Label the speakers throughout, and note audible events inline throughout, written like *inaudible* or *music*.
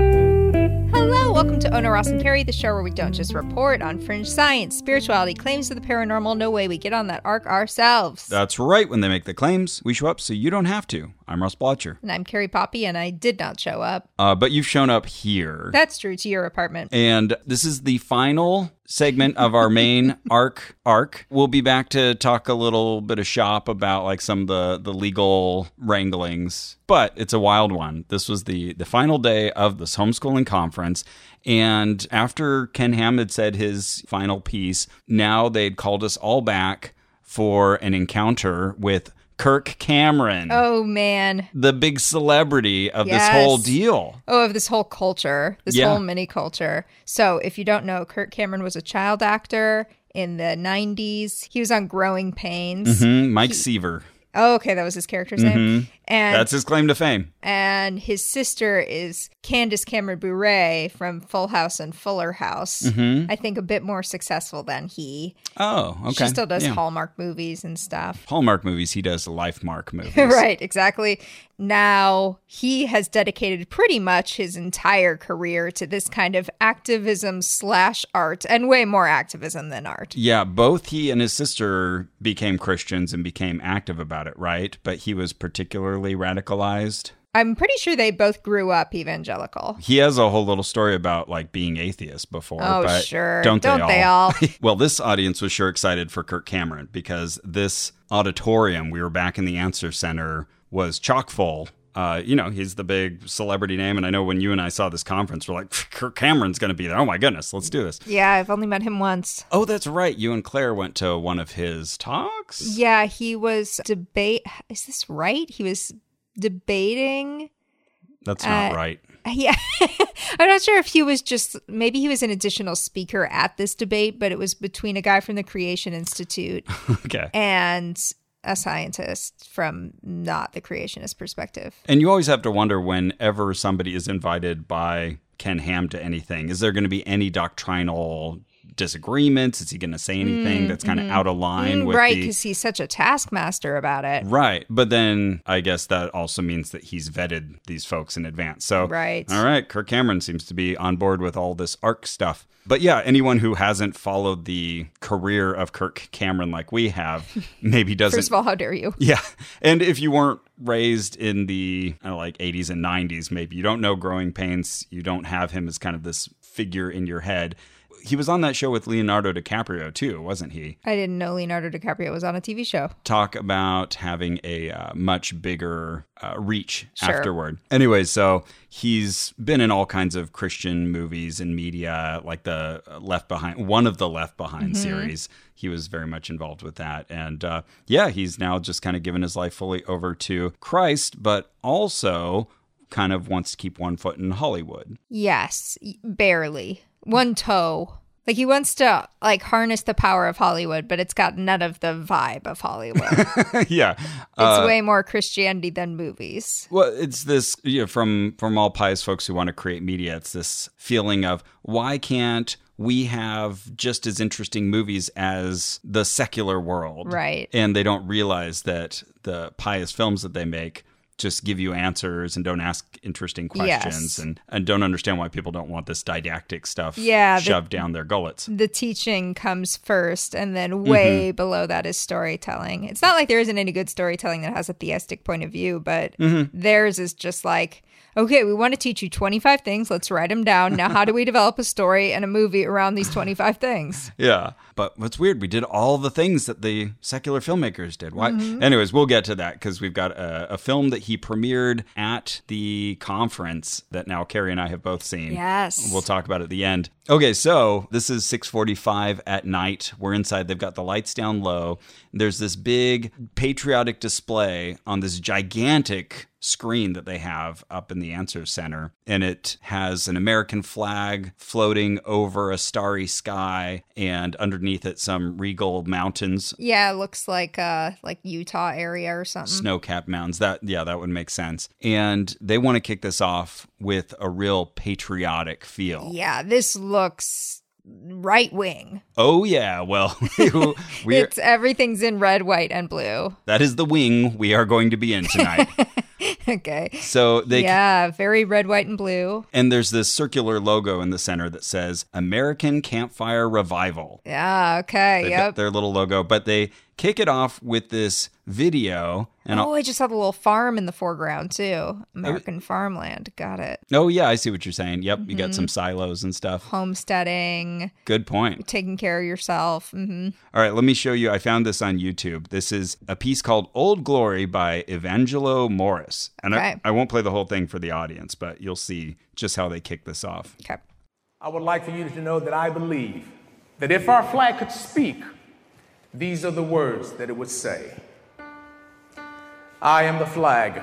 Speaker 1: Hello, welcome to Ona Ross and Carrie, the show where we don't just report on fringe science, spirituality, claims of the paranormal. No way, we get on that arc ourselves.
Speaker 2: That's right. When they make the claims, we show up so you don't have to. I'm Ross Blotcher.
Speaker 1: and I'm Carrie Poppy, and I did not show up.
Speaker 2: Uh, but you've shown up here.
Speaker 1: That's true to your apartment.
Speaker 2: And this is the final segment of our main arc arc. We'll be back to talk a little bit of shop about like some of the the legal wranglings, but it's a wild one. This was the the final day of this homeschooling conference and after Ken Ham had said his final piece, now they'd called us all back for an encounter with Kirk Cameron.
Speaker 1: Oh man.
Speaker 2: The big celebrity of
Speaker 1: Yes.
Speaker 2: this whole deal.
Speaker 1: Oh, of this whole culture, this
Speaker 2: Yeah.
Speaker 1: whole mini culture. So, if you don't know, Kurt Cameron was a child actor in the 90s. He was on Growing Pains.
Speaker 2: Hmm, Mike Seaver.
Speaker 1: Oh, okay, that was his character's name. And
Speaker 2: Mm-hmm. That's his claim to fame.
Speaker 1: and his sister is Candace Cameron Bure from Full House and Fuller House. I think a bit more successful than he.
Speaker 2: Oh, Mm-hmm. okay.
Speaker 1: She still does
Speaker 2: Yeah.
Speaker 1: Hallmark movies and stuff. *laughs*
Speaker 2: Hallmark movies. He does Lifemark movies.
Speaker 1: right, exactly. Now he has dedicated pretty much his entire career to this kind of activism slash art, and way more activism than art.
Speaker 2: Yeah, both he and his sister became Christians and became active about it, right? But he was particularly radicalized.
Speaker 1: I'm pretty sure they both grew up evangelical.
Speaker 2: He has a whole little story about like being atheist before.
Speaker 1: Oh,
Speaker 2: but
Speaker 1: sure.
Speaker 2: Don't,
Speaker 1: Don't they
Speaker 2: *laughs*
Speaker 1: all?
Speaker 2: well, this audience was sure excited for Kirk Cameron because this auditorium, we were back in the Answer Center, was chock full. Uh, you know, he's the big celebrity name. And I know when you and I saw this conference, we're like, Kirk Cameron's going to be there. Oh my goodness, let's do this.
Speaker 1: Yeah, I've only met him once.
Speaker 2: Oh, that's right. You and Claire went to one of his talks.
Speaker 1: Yeah, he was debate. Is this right? He was debating. uh,
Speaker 2: That's not right. *laughs*
Speaker 1: Yeah, *laughs* I'm not sure if he was just maybe he was an additional speaker at this debate, but it was between a guy from the Creation
Speaker 2: *sighs*
Speaker 1: Institute
Speaker 2: Okay.
Speaker 1: and a scientist from not the creationist perspective.
Speaker 2: And you always have to wonder whenever somebody is invited by Ken Ham to anything, is there going to be any doctrinal disagreements? Is he going to say anything that's kind of out of line
Speaker 1: Mm, mm-hmm.
Speaker 2: with
Speaker 1: Right,
Speaker 2: the
Speaker 1: because he's such a taskmaster about it.
Speaker 2: Right. But then I guess that also means that he's vetted these folks in advance. So,
Speaker 1: Right.
Speaker 2: All right. Kirk Cameron seems to be on board with all this ARC stuff. But yeah, anyone who hasn't followed the career of Kirk Cameron like we have
Speaker 1: *laughs*
Speaker 2: maybe doesn't.
Speaker 1: First of all, how dare you?
Speaker 2: *laughs* yeah. And if you weren't raised in the I don't know, like 80s and 90s, maybe you don't know Growing Pains, you don't have him as kind of this figure in your head. He was on that show with Leonardo DiCaprio too, wasn't he?
Speaker 1: I didn't know Leonardo DiCaprio was on a TV show.
Speaker 2: talk about having a uh, much bigger uh, reach
Speaker 1: Sure.
Speaker 2: afterward. Anyway, so he's been in all kinds of Christian movies and media, like the uh, Left Behind, one of the Left Behind series. He was very much involved with that. And uh, yeah, he's now just kind of given his life fully over to Christ, but also kind of wants to keep one foot in Hollywood. *laughs*
Speaker 1: Yes, y- barely. One toe. Like he wants to like harness the power of Hollywood, but it's got none of the vibe of Hollywood. it's
Speaker 2: yeah.
Speaker 1: way more Christianity than movies.
Speaker 2: Well, it's this you know, from from all pious folks who want to create media. It's this feeling of why can't we have just as interesting movies as the secular world?
Speaker 1: Right.
Speaker 2: And they don't realize that the pious films that they make just give you answers and don't ask interesting
Speaker 1: Yes.
Speaker 2: questions and, and don't understand why people don't want this didactic stuff
Speaker 1: Yeah, the-
Speaker 2: shoved down their gullets.
Speaker 1: The teaching comes first, and then way below that is storytelling. It's not like there isn't any good storytelling that has a theistic point of view, but theirs is just like, okay, we want to teach you 25 things. Let's write them down. Now, how do we develop a story and a movie around these 25 things?
Speaker 2: Yeah. But what's weird, we did all the things that the secular filmmakers did. Why? Anyways, we'll get to that because we've got a, a film that he premiered at the conference that now Carrie and I have both seen.
Speaker 1: Yes.
Speaker 2: We'll talk about it at the end. Okay, so this is 6:45 at night. We're inside. They've got the lights down low. There's this big patriotic display on this gigantic screen that they have up in the answer center and it has an American flag floating over a starry sky and underneath it some regal mountains
Speaker 1: Yeah, it looks like uh like Utah area or something.
Speaker 2: snow-capped mountains. That yeah, that would make sense. And they want to kick this off with a real patriotic feel.
Speaker 1: Yeah, this looks right wing.
Speaker 2: Oh yeah, well, *laughs*
Speaker 1: *laughs*
Speaker 2: we
Speaker 1: It's everything's in red, white, and blue. *laughs*
Speaker 2: that is the wing we are going to be in tonight.
Speaker 1: okay.
Speaker 2: so they
Speaker 1: yeah, very red, white, and blue.
Speaker 2: and there's this circular logo in the center that says American Campfire Revival.
Speaker 1: Yeah, okay,
Speaker 2: They've got
Speaker 1: yep.
Speaker 2: their little logo, but they kick it off with this video and I'll-
Speaker 1: Oh, I just saw the little farm in the foreground too. American farmland. Got it.
Speaker 2: oh yeah, I see what you're saying. Yep, you got some
Speaker 1: Mm-hmm.
Speaker 2: silos and stuff.
Speaker 1: Homesteading,
Speaker 2: Good point.
Speaker 1: taking care of yourself. hmm
Speaker 2: All right, let me show you. I found this on YouTube. This is a piece called Old Glory by Evangelo Morris. And
Speaker 1: Okay.
Speaker 2: I, I won't play the whole thing for the audience, but you'll see just how they kick this off.
Speaker 1: Okay.
Speaker 3: I would like for you to know that I believe that if our flag could speak, these are the words that it would say I am the flag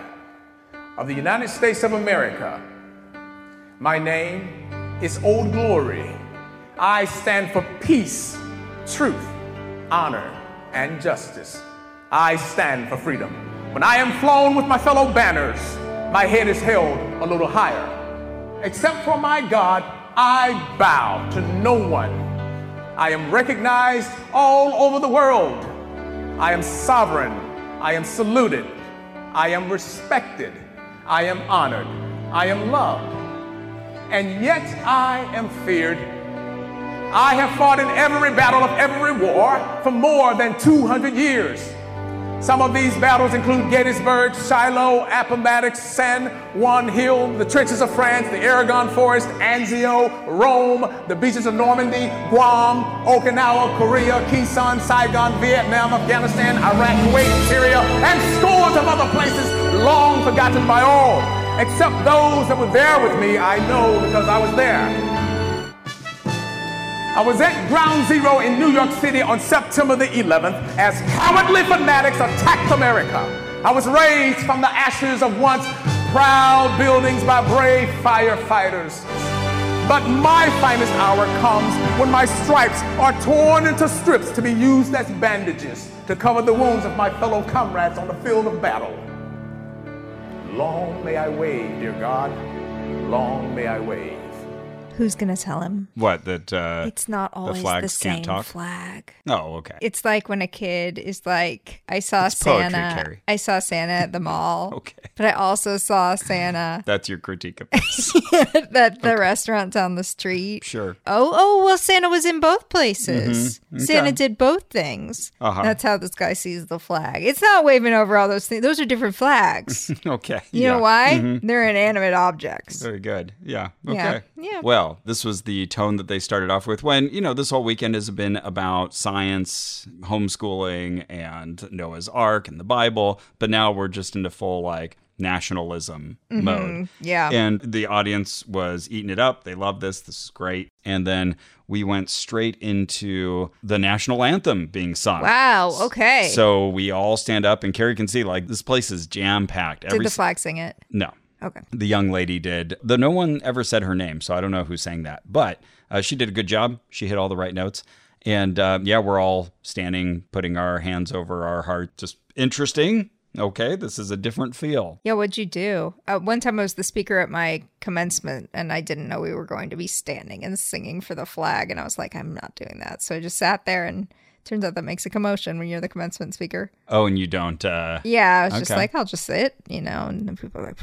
Speaker 3: of the United States of America. My name is Old Glory. I stand for peace, truth, honor, and justice. I stand for freedom. When I am flown with my fellow banners, my head is held a little higher. Except for my God, I bow to no one. I am recognized all over the world. I am sovereign. I am saluted. I am respected. I am honored. I am loved and yet I am feared. I have fought in every battle of every war for more than 200 years. Some of these battles include Gettysburg, Shiloh, Appomattox, San Juan Hill, the trenches of France, the Aragon Forest, Anzio, Rome, the beaches of Normandy, Guam, Okinawa, Korea, Kisan, Saigon, Vietnam, Afghanistan, Iraq, Kuwait, Syria, and scores of other places long forgotten by all, except those that were there with me, I know because I was there. I was at Ground Zero in New York City on September the 11th as cowardly fanatics attacked America. I was raised from the ashes of once proud buildings by brave firefighters. But my finest hour comes when my stripes are torn into strips to be used as bandages to cover the wounds of my fellow comrades on the field of battle. Long may I wave, dear God. Long may I wave.
Speaker 1: Who's gonna tell him?
Speaker 2: What that uh
Speaker 1: It's not always the,
Speaker 2: flags
Speaker 1: same
Speaker 2: can't talk?
Speaker 1: flag.
Speaker 2: Oh, okay.
Speaker 1: It's like when a kid is like, I saw
Speaker 2: It's poetry,
Speaker 1: Santa.
Speaker 2: Carrie.
Speaker 1: I saw Santa at the mall.
Speaker 2: *laughs* Okay.
Speaker 1: But I also saw
Speaker 2: *laughs*
Speaker 1: Santa *laughs*
Speaker 2: That's your critique of this.
Speaker 1: at the restaurant down the street. *laughs*
Speaker 2: Sure. *laughs* Mm-hmm.
Speaker 1: Oh, oh, well, Santa was in both places. Santa did both things.
Speaker 2: Uh-huh.
Speaker 1: That's how this guy sees the flag. It's not waving over all those things. Those are different
Speaker 2: *laughs*
Speaker 1: flags.
Speaker 2: Okay.
Speaker 1: You know
Speaker 2: yeah. Mm-hmm.
Speaker 1: why? They're inanimate objects.
Speaker 2: Very good. Yeah.
Speaker 1: Yeah.
Speaker 2: Okay.
Speaker 1: Yeah.
Speaker 2: Well, this was the tone that they started off with when, you know, this whole weekend has been about science, homeschooling, and Noah's Ark and the Bible. But now we're just into full, like, nationalism mode.
Speaker 1: Mm-hmm. yeah.
Speaker 2: And the audience was eating it up. They love this. This is great. And then we went straight into the national anthem being sung.
Speaker 1: Wow. Okay.
Speaker 2: So we all stand up, and Carrie can see, like, this place is jam packed.
Speaker 1: did the flag sing it?
Speaker 2: No.
Speaker 1: Okay.
Speaker 2: The young lady did, though no one ever said her name, so I don't know who sang that. But uh, she did a good job. She hit all the right notes. And uh, yeah, we're all standing, putting our hands over our heart. Just interesting. Okay, this is a different feel.
Speaker 1: Yeah, what'd you do? Uh, one time I was the speaker at my commencement and I didn't know we were going to be standing and singing for the flag. And I was like, I'm not doing that. So I just sat there and turns out that makes a commotion when you're the commencement speaker.
Speaker 2: Oh, and you don't, uh,
Speaker 1: Yeah, I was just
Speaker 2: Okay.
Speaker 1: like, I'll just sit, you know, and then people are like, *laughs*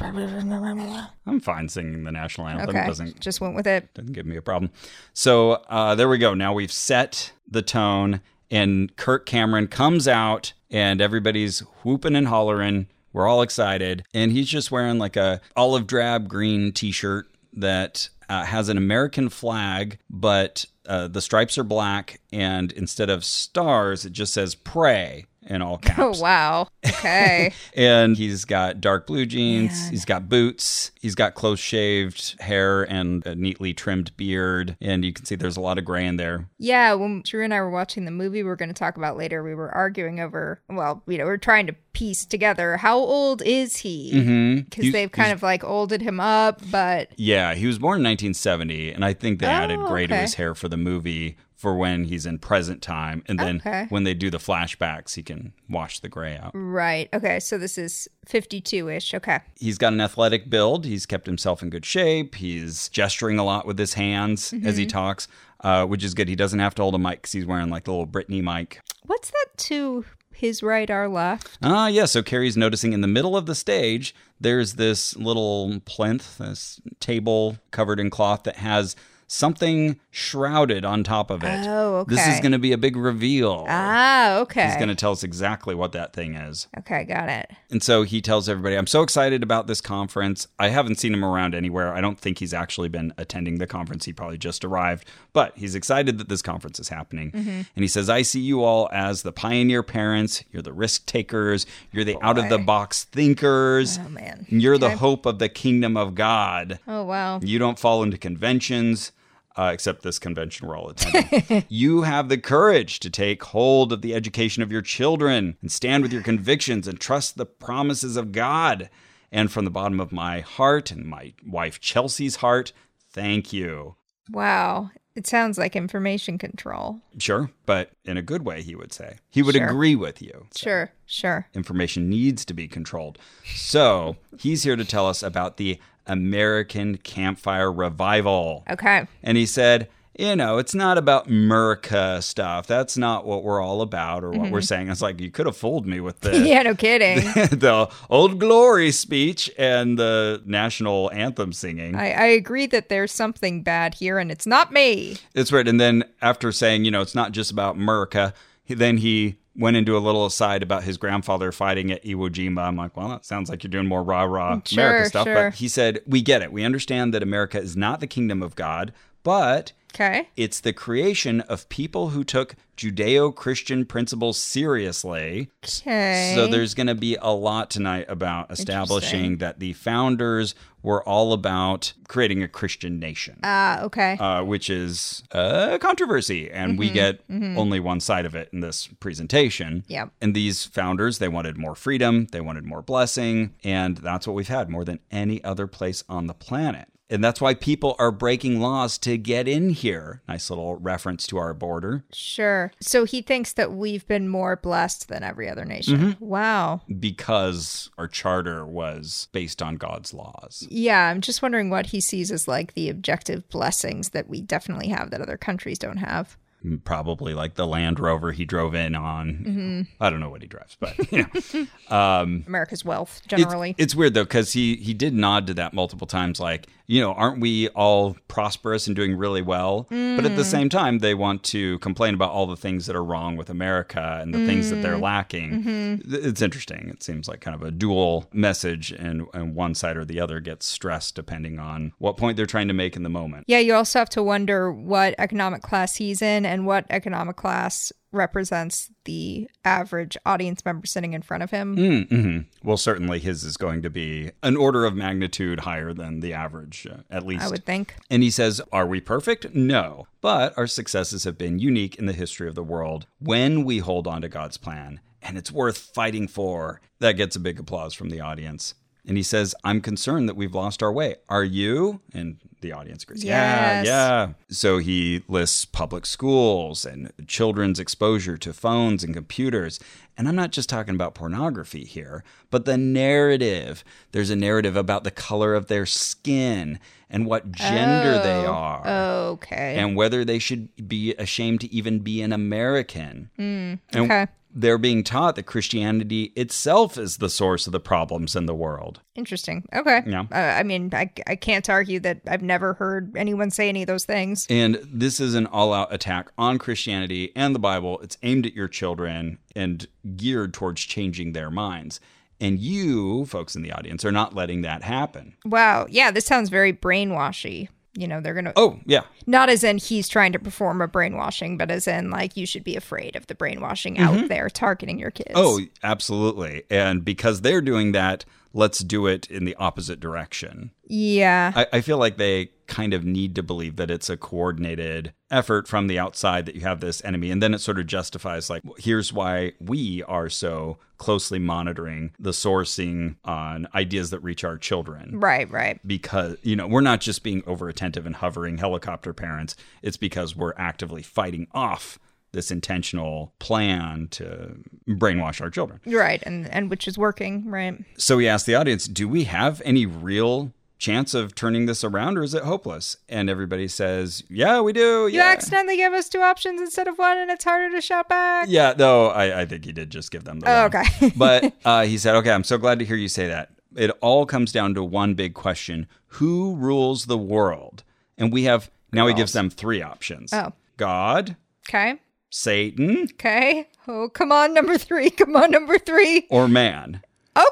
Speaker 1: okay,
Speaker 2: I'm fine singing the national anthem. Doesn't
Speaker 1: just went with it.
Speaker 2: doesn't give me a problem. So uh, there we go. Now we've set the tone, and Kirk Cameron comes out, and everybody's whooping and hollering. We're all excited, and he's just wearing like a olive drab green T-shirt that uh, has an American flag, but uh, the stripes are black, and instead of stars, it just says "Pray" in all caps.
Speaker 1: *laughs* Oh,
Speaker 2: *laughs*
Speaker 1: wow. Okay.
Speaker 2: And he's got dark blue jeans. He's got boots. He's got close shaved hair and a neatly trimmed beard. And you can see there's a lot of gray in there.
Speaker 1: Yeah, when Drew and I were watching the movie we're going to talk about later, we were arguing over, well, you know, we are trying to piece together how old is he?
Speaker 2: Mm-hmm.
Speaker 1: Because
Speaker 2: He's-
Speaker 1: they've kind of like olded him up, but
Speaker 2: Yeah, he was born in 1970. And I think they added
Speaker 1: Oh,
Speaker 2: gray to
Speaker 1: okay.
Speaker 2: his hair for the movie for when he's in present time. And then
Speaker 1: Okay.
Speaker 2: when they do the flashbacks, he can wash the gray out.
Speaker 1: right. Okay, so this is 52 ish. Okay.
Speaker 2: He's got an
Speaker 1: Mm-hmm.
Speaker 2: athletic build. He's kept himself in good shape. He's gesturing a lot with his hands as he talks. uh, which is good. He doesn't have to hold a mic because he's wearing like the little Britney mic.
Speaker 1: What's that to his right, our left?
Speaker 2: Ah, yeah. So Carrie's noticing in the middle of the stage, there's this little plinth, this table covered in cloth that has something shrouded on top of it.
Speaker 1: Oh,
Speaker 2: This is
Speaker 1: okay.
Speaker 2: going to be a big reveal.
Speaker 1: Ah, okay.
Speaker 2: He's going to tell us exactly what that thing is.
Speaker 1: okay, got it.
Speaker 2: And so he tells everybody, I'm so excited about this conference. I haven't seen him around anywhere. I don't think he's actually been attending the conference. He probably just arrived, but he's excited that this conference is happening. And he says, I see you all as the pioneer parents. You're the risk takers. You're the out of the box thinkers.
Speaker 1: Oh man.
Speaker 2: You're the hope of the kingdom of God.
Speaker 1: Oh wow.
Speaker 2: You don't fall into conventions, uh, except this convention we're all attending. you have the courage to take hold of the education of your children and stand with your convictions and trust the promises of God. And from the bottom of my heart and my wife Chelsea's heart, thank you.
Speaker 1: Wow. It sounds like information control.
Speaker 2: Sure, but in a good way, he would say. He would
Speaker 1: Sure.
Speaker 2: agree with you.
Speaker 1: Sure, sure.
Speaker 2: Information needs to be controlled. So he's here to tell us about the American Campfire Revival.
Speaker 1: Okay.
Speaker 2: And he said, you know, it's not about Murica stuff. That's not what we're all about or what we're saying. It's like, you could have fooled me with the,
Speaker 1: Mm-hmm. *laughs* Yeah, no kidding.
Speaker 2: *laughs* the old glory speech and the national anthem singing.
Speaker 1: I, I agree that there's something bad here and it's not me.
Speaker 2: It's right. And then after saying, you know, it's not just about Murica, he, then he went into a little aside about his grandfather fighting at Iwo Jima. I'm like, well, that sounds like you're doing more rah rah
Speaker 1: Mm, Sure,
Speaker 2: America stuff.
Speaker 1: sure.
Speaker 2: But he said, we get it. We understand that America is not the kingdom of God, but
Speaker 1: Okay.
Speaker 2: It's the creation of people who took Judeo Christian principles seriously.
Speaker 1: Okay.
Speaker 2: So there's going to be a lot tonight about establishing that the founders were all about creating a Christian nation.
Speaker 1: Ah, okay.
Speaker 2: Uh, which is a controversy, and we get only one side of it in this presentation.
Speaker 1: Yep.
Speaker 2: And these founders, they wanted more freedom, they wanted more blessing, and that's what we've had more than any other place on the planet. And that's why people are breaking laws to get in here. Nice little reference to our border.
Speaker 1: sure. So he thinks that we've been more blessed than every other nation.
Speaker 2: Mm-hmm.
Speaker 1: Wow.
Speaker 2: Because our charter was based on God's laws.
Speaker 1: Yeah, I'm just wondering what he sees as like the objective blessings that we definitely have that other countries don't have.
Speaker 2: Mm, Probably like the Land Rover he drove in on. I don't know what he drives, but *laughs* you know.
Speaker 1: America's wealth
Speaker 2: Mm. It's-
Speaker 1: generally.
Speaker 2: It's, weird though because he he did nod to that multiple times, like you know, aren't we all prosperous and doing really well? But at the
Speaker 1: Mm.
Speaker 2: same time, they want to complain about all the things that are wrong with America and the things that
Speaker 1: Mm.
Speaker 2: they're lacking.
Speaker 1: Mm-hmm.
Speaker 2: Th- It's interesting. It seems like kind of a dual message, and and one side or the other gets stressed depending on what point they're trying to make in the moment.
Speaker 1: yeah, you also have to wonder what economic class he's in and what economic class represents the average audience member sitting in front of him.
Speaker 2: Mm-hmm. Well, certainly his is going to be an order of magnitude higher than the average, uh, at least.
Speaker 1: I would think.
Speaker 2: And he says, Are we perfect? No. But our successes have been unique in the history of the world when we hold on to God's plan, and it's worth fighting for. That gets a big applause from the audience. And he says, I'm concerned that we've lost our way. Are you? And the audience agrees. Yeah,
Speaker 1: Yes.
Speaker 2: yeah. So he lists public schools and children's exposure to phones and computers. And I'm not just talking about pornography here, but the narrative. There's a narrative about the color of their skin and what gender they are
Speaker 1: Oh, Okay.
Speaker 2: and whether they should be ashamed to even be an American. And
Speaker 1: Mm, okay.
Speaker 2: They're being taught that Christianity itself is the source of the problems in the world.
Speaker 1: Interesting. Okay.
Speaker 2: Yeah.
Speaker 1: Uh, I mean, I, I can't argue that I've never heard anyone say any of those things.
Speaker 2: And this is an all out attack on Christianity and the Bible. It's aimed at your children and geared towards changing their minds. And you, folks in the audience, are not letting that happen.
Speaker 1: Wow. Yeah, this sounds very brainwashy. You know, they're going to,
Speaker 2: Oh, yeah.
Speaker 1: not as in he's trying to perform a brainwashing, but as in like you should be afraid of the brainwashing out there targeting your kids.
Speaker 2: Mm-hmm. Oh, absolutely. And because they're doing that, let's do it in the opposite direction.
Speaker 1: yeah.
Speaker 2: I, I feel like they kind of need to believe that it's a coordinated effort from the outside that you have this enemy. And then it sort of justifies, like, here's why we are so closely monitoring the sourcing on ideas that reach our children.
Speaker 1: right, right.
Speaker 2: Because, you know, we're not just being over attentive and hovering helicopter parents, it's because we're actively fighting off this intentional plan to brainwash our children.
Speaker 1: Right. And, and which is working, right?
Speaker 2: So he asked the audience, do we have any real chance of turning this around or is it hopeless? And everybody says, yeah, we do.
Speaker 1: You
Speaker 2: yeah.
Speaker 1: accidentally gave us two options instead of one, and it's harder to shout back.
Speaker 2: Yeah, no, I, I think he did just give them the.
Speaker 1: Oh,
Speaker 2: wrong.
Speaker 1: okay.
Speaker 2: *laughs* but uh, he said, okay, I'm so glad to hear you say that. It all comes down to one big question Who rules the world? And we have, now he gives them three options
Speaker 1: Oh.
Speaker 2: God,
Speaker 1: Okay.
Speaker 2: Satan,
Speaker 1: Okay. Oh, come on, number three. *laughs* Come on, number three.
Speaker 2: or man.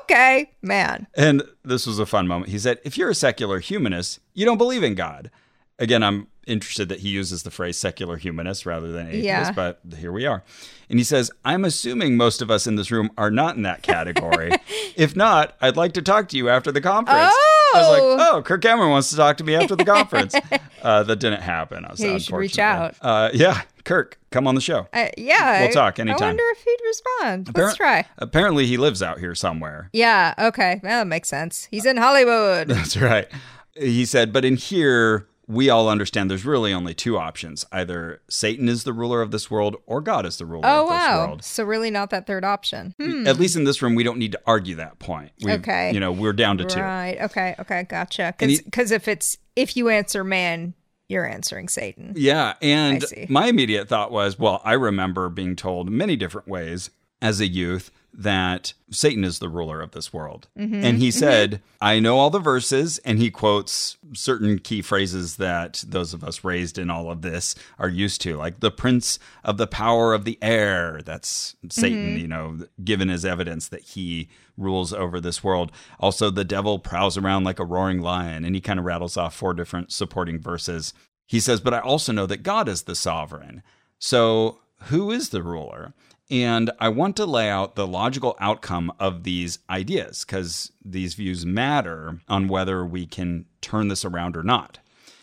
Speaker 1: Okay, man.
Speaker 2: And this was a fun moment. He said, if you're a secular humanist, you don't believe in God. Again, I'm interested that he uses the phrase secular humanist rather than atheist,
Speaker 1: Yeah.
Speaker 2: but here we are. And he says, I'm assuming most of us in this room are not in that
Speaker 1: *laughs*
Speaker 2: category. if not, I'd like to talk to you after the conference. I was like,
Speaker 1: Oh!
Speaker 2: oh, Kirk Cameron wants to talk to me after
Speaker 1: *laughs*
Speaker 2: the conference. uh, that didn't happen. I was
Speaker 1: Hey, you should reach
Speaker 2: unfortunately. Uh, yeah, Kirk, come on the show.
Speaker 1: Uh, yeah.
Speaker 2: We'll
Speaker 1: I-
Speaker 2: talk
Speaker 1: I
Speaker 2: anytime.
Speaker 1: wonder if he'd respond. Let's
Speaker 2: Appar-
Speaker 1: try.
Speaker 2: Apparently, he lives out here somewhere.
Speaker 1: Yeah. Okay. Well, that makes sense. He's in
Speaker 2: *laughs*
Speaker 1: Hollywood.
Speaker 2: That's right. He said, but in here, we all understand there's really only two options. Either Satan is the ruler of this world or God is the ruler
Speaker 1: Oh
Speaker 2: of this
Speaker 1: wow.
Speaker 2: world.
Speaker 1: So really, not that third option. Hmm.
Speaker 2: At least in this room, we don't need to argue that point. we
Speaker 1: Okay.
Speaker 2: You know, we're down to two.
Speaker 1: Right. Okay. Okay. Gotcha.
Speaker 2: And he-
Speaker 1: Because if it's if you answer man, you're answering Satan.
Speaker 2: Yeah. And
Speaker 1: I see.
Speaker 2: my immediate thought was, well, I remember being told many different ways as a youth that Satan is the ruler of this world.
Speaker 1: Mm-hmm,
Speaker 2: And he said, I know all the verses, and he quotes certain key phrases that those of us raised in all of this are used to, like the prince of the power of the air. That's Satan,
Speaker 1: Mm-hmm.
Speaker 2: you know, given as evidence that he rules over this world. Also, the devil prowls around like a roaring lion, and he kind of rattles off four different supporting verses. He says, But I also know that God is the sovereign. So, who is the ruler? And I want to lay out the logical outcome of these ideas because these views matter on whether we can turn this around or not.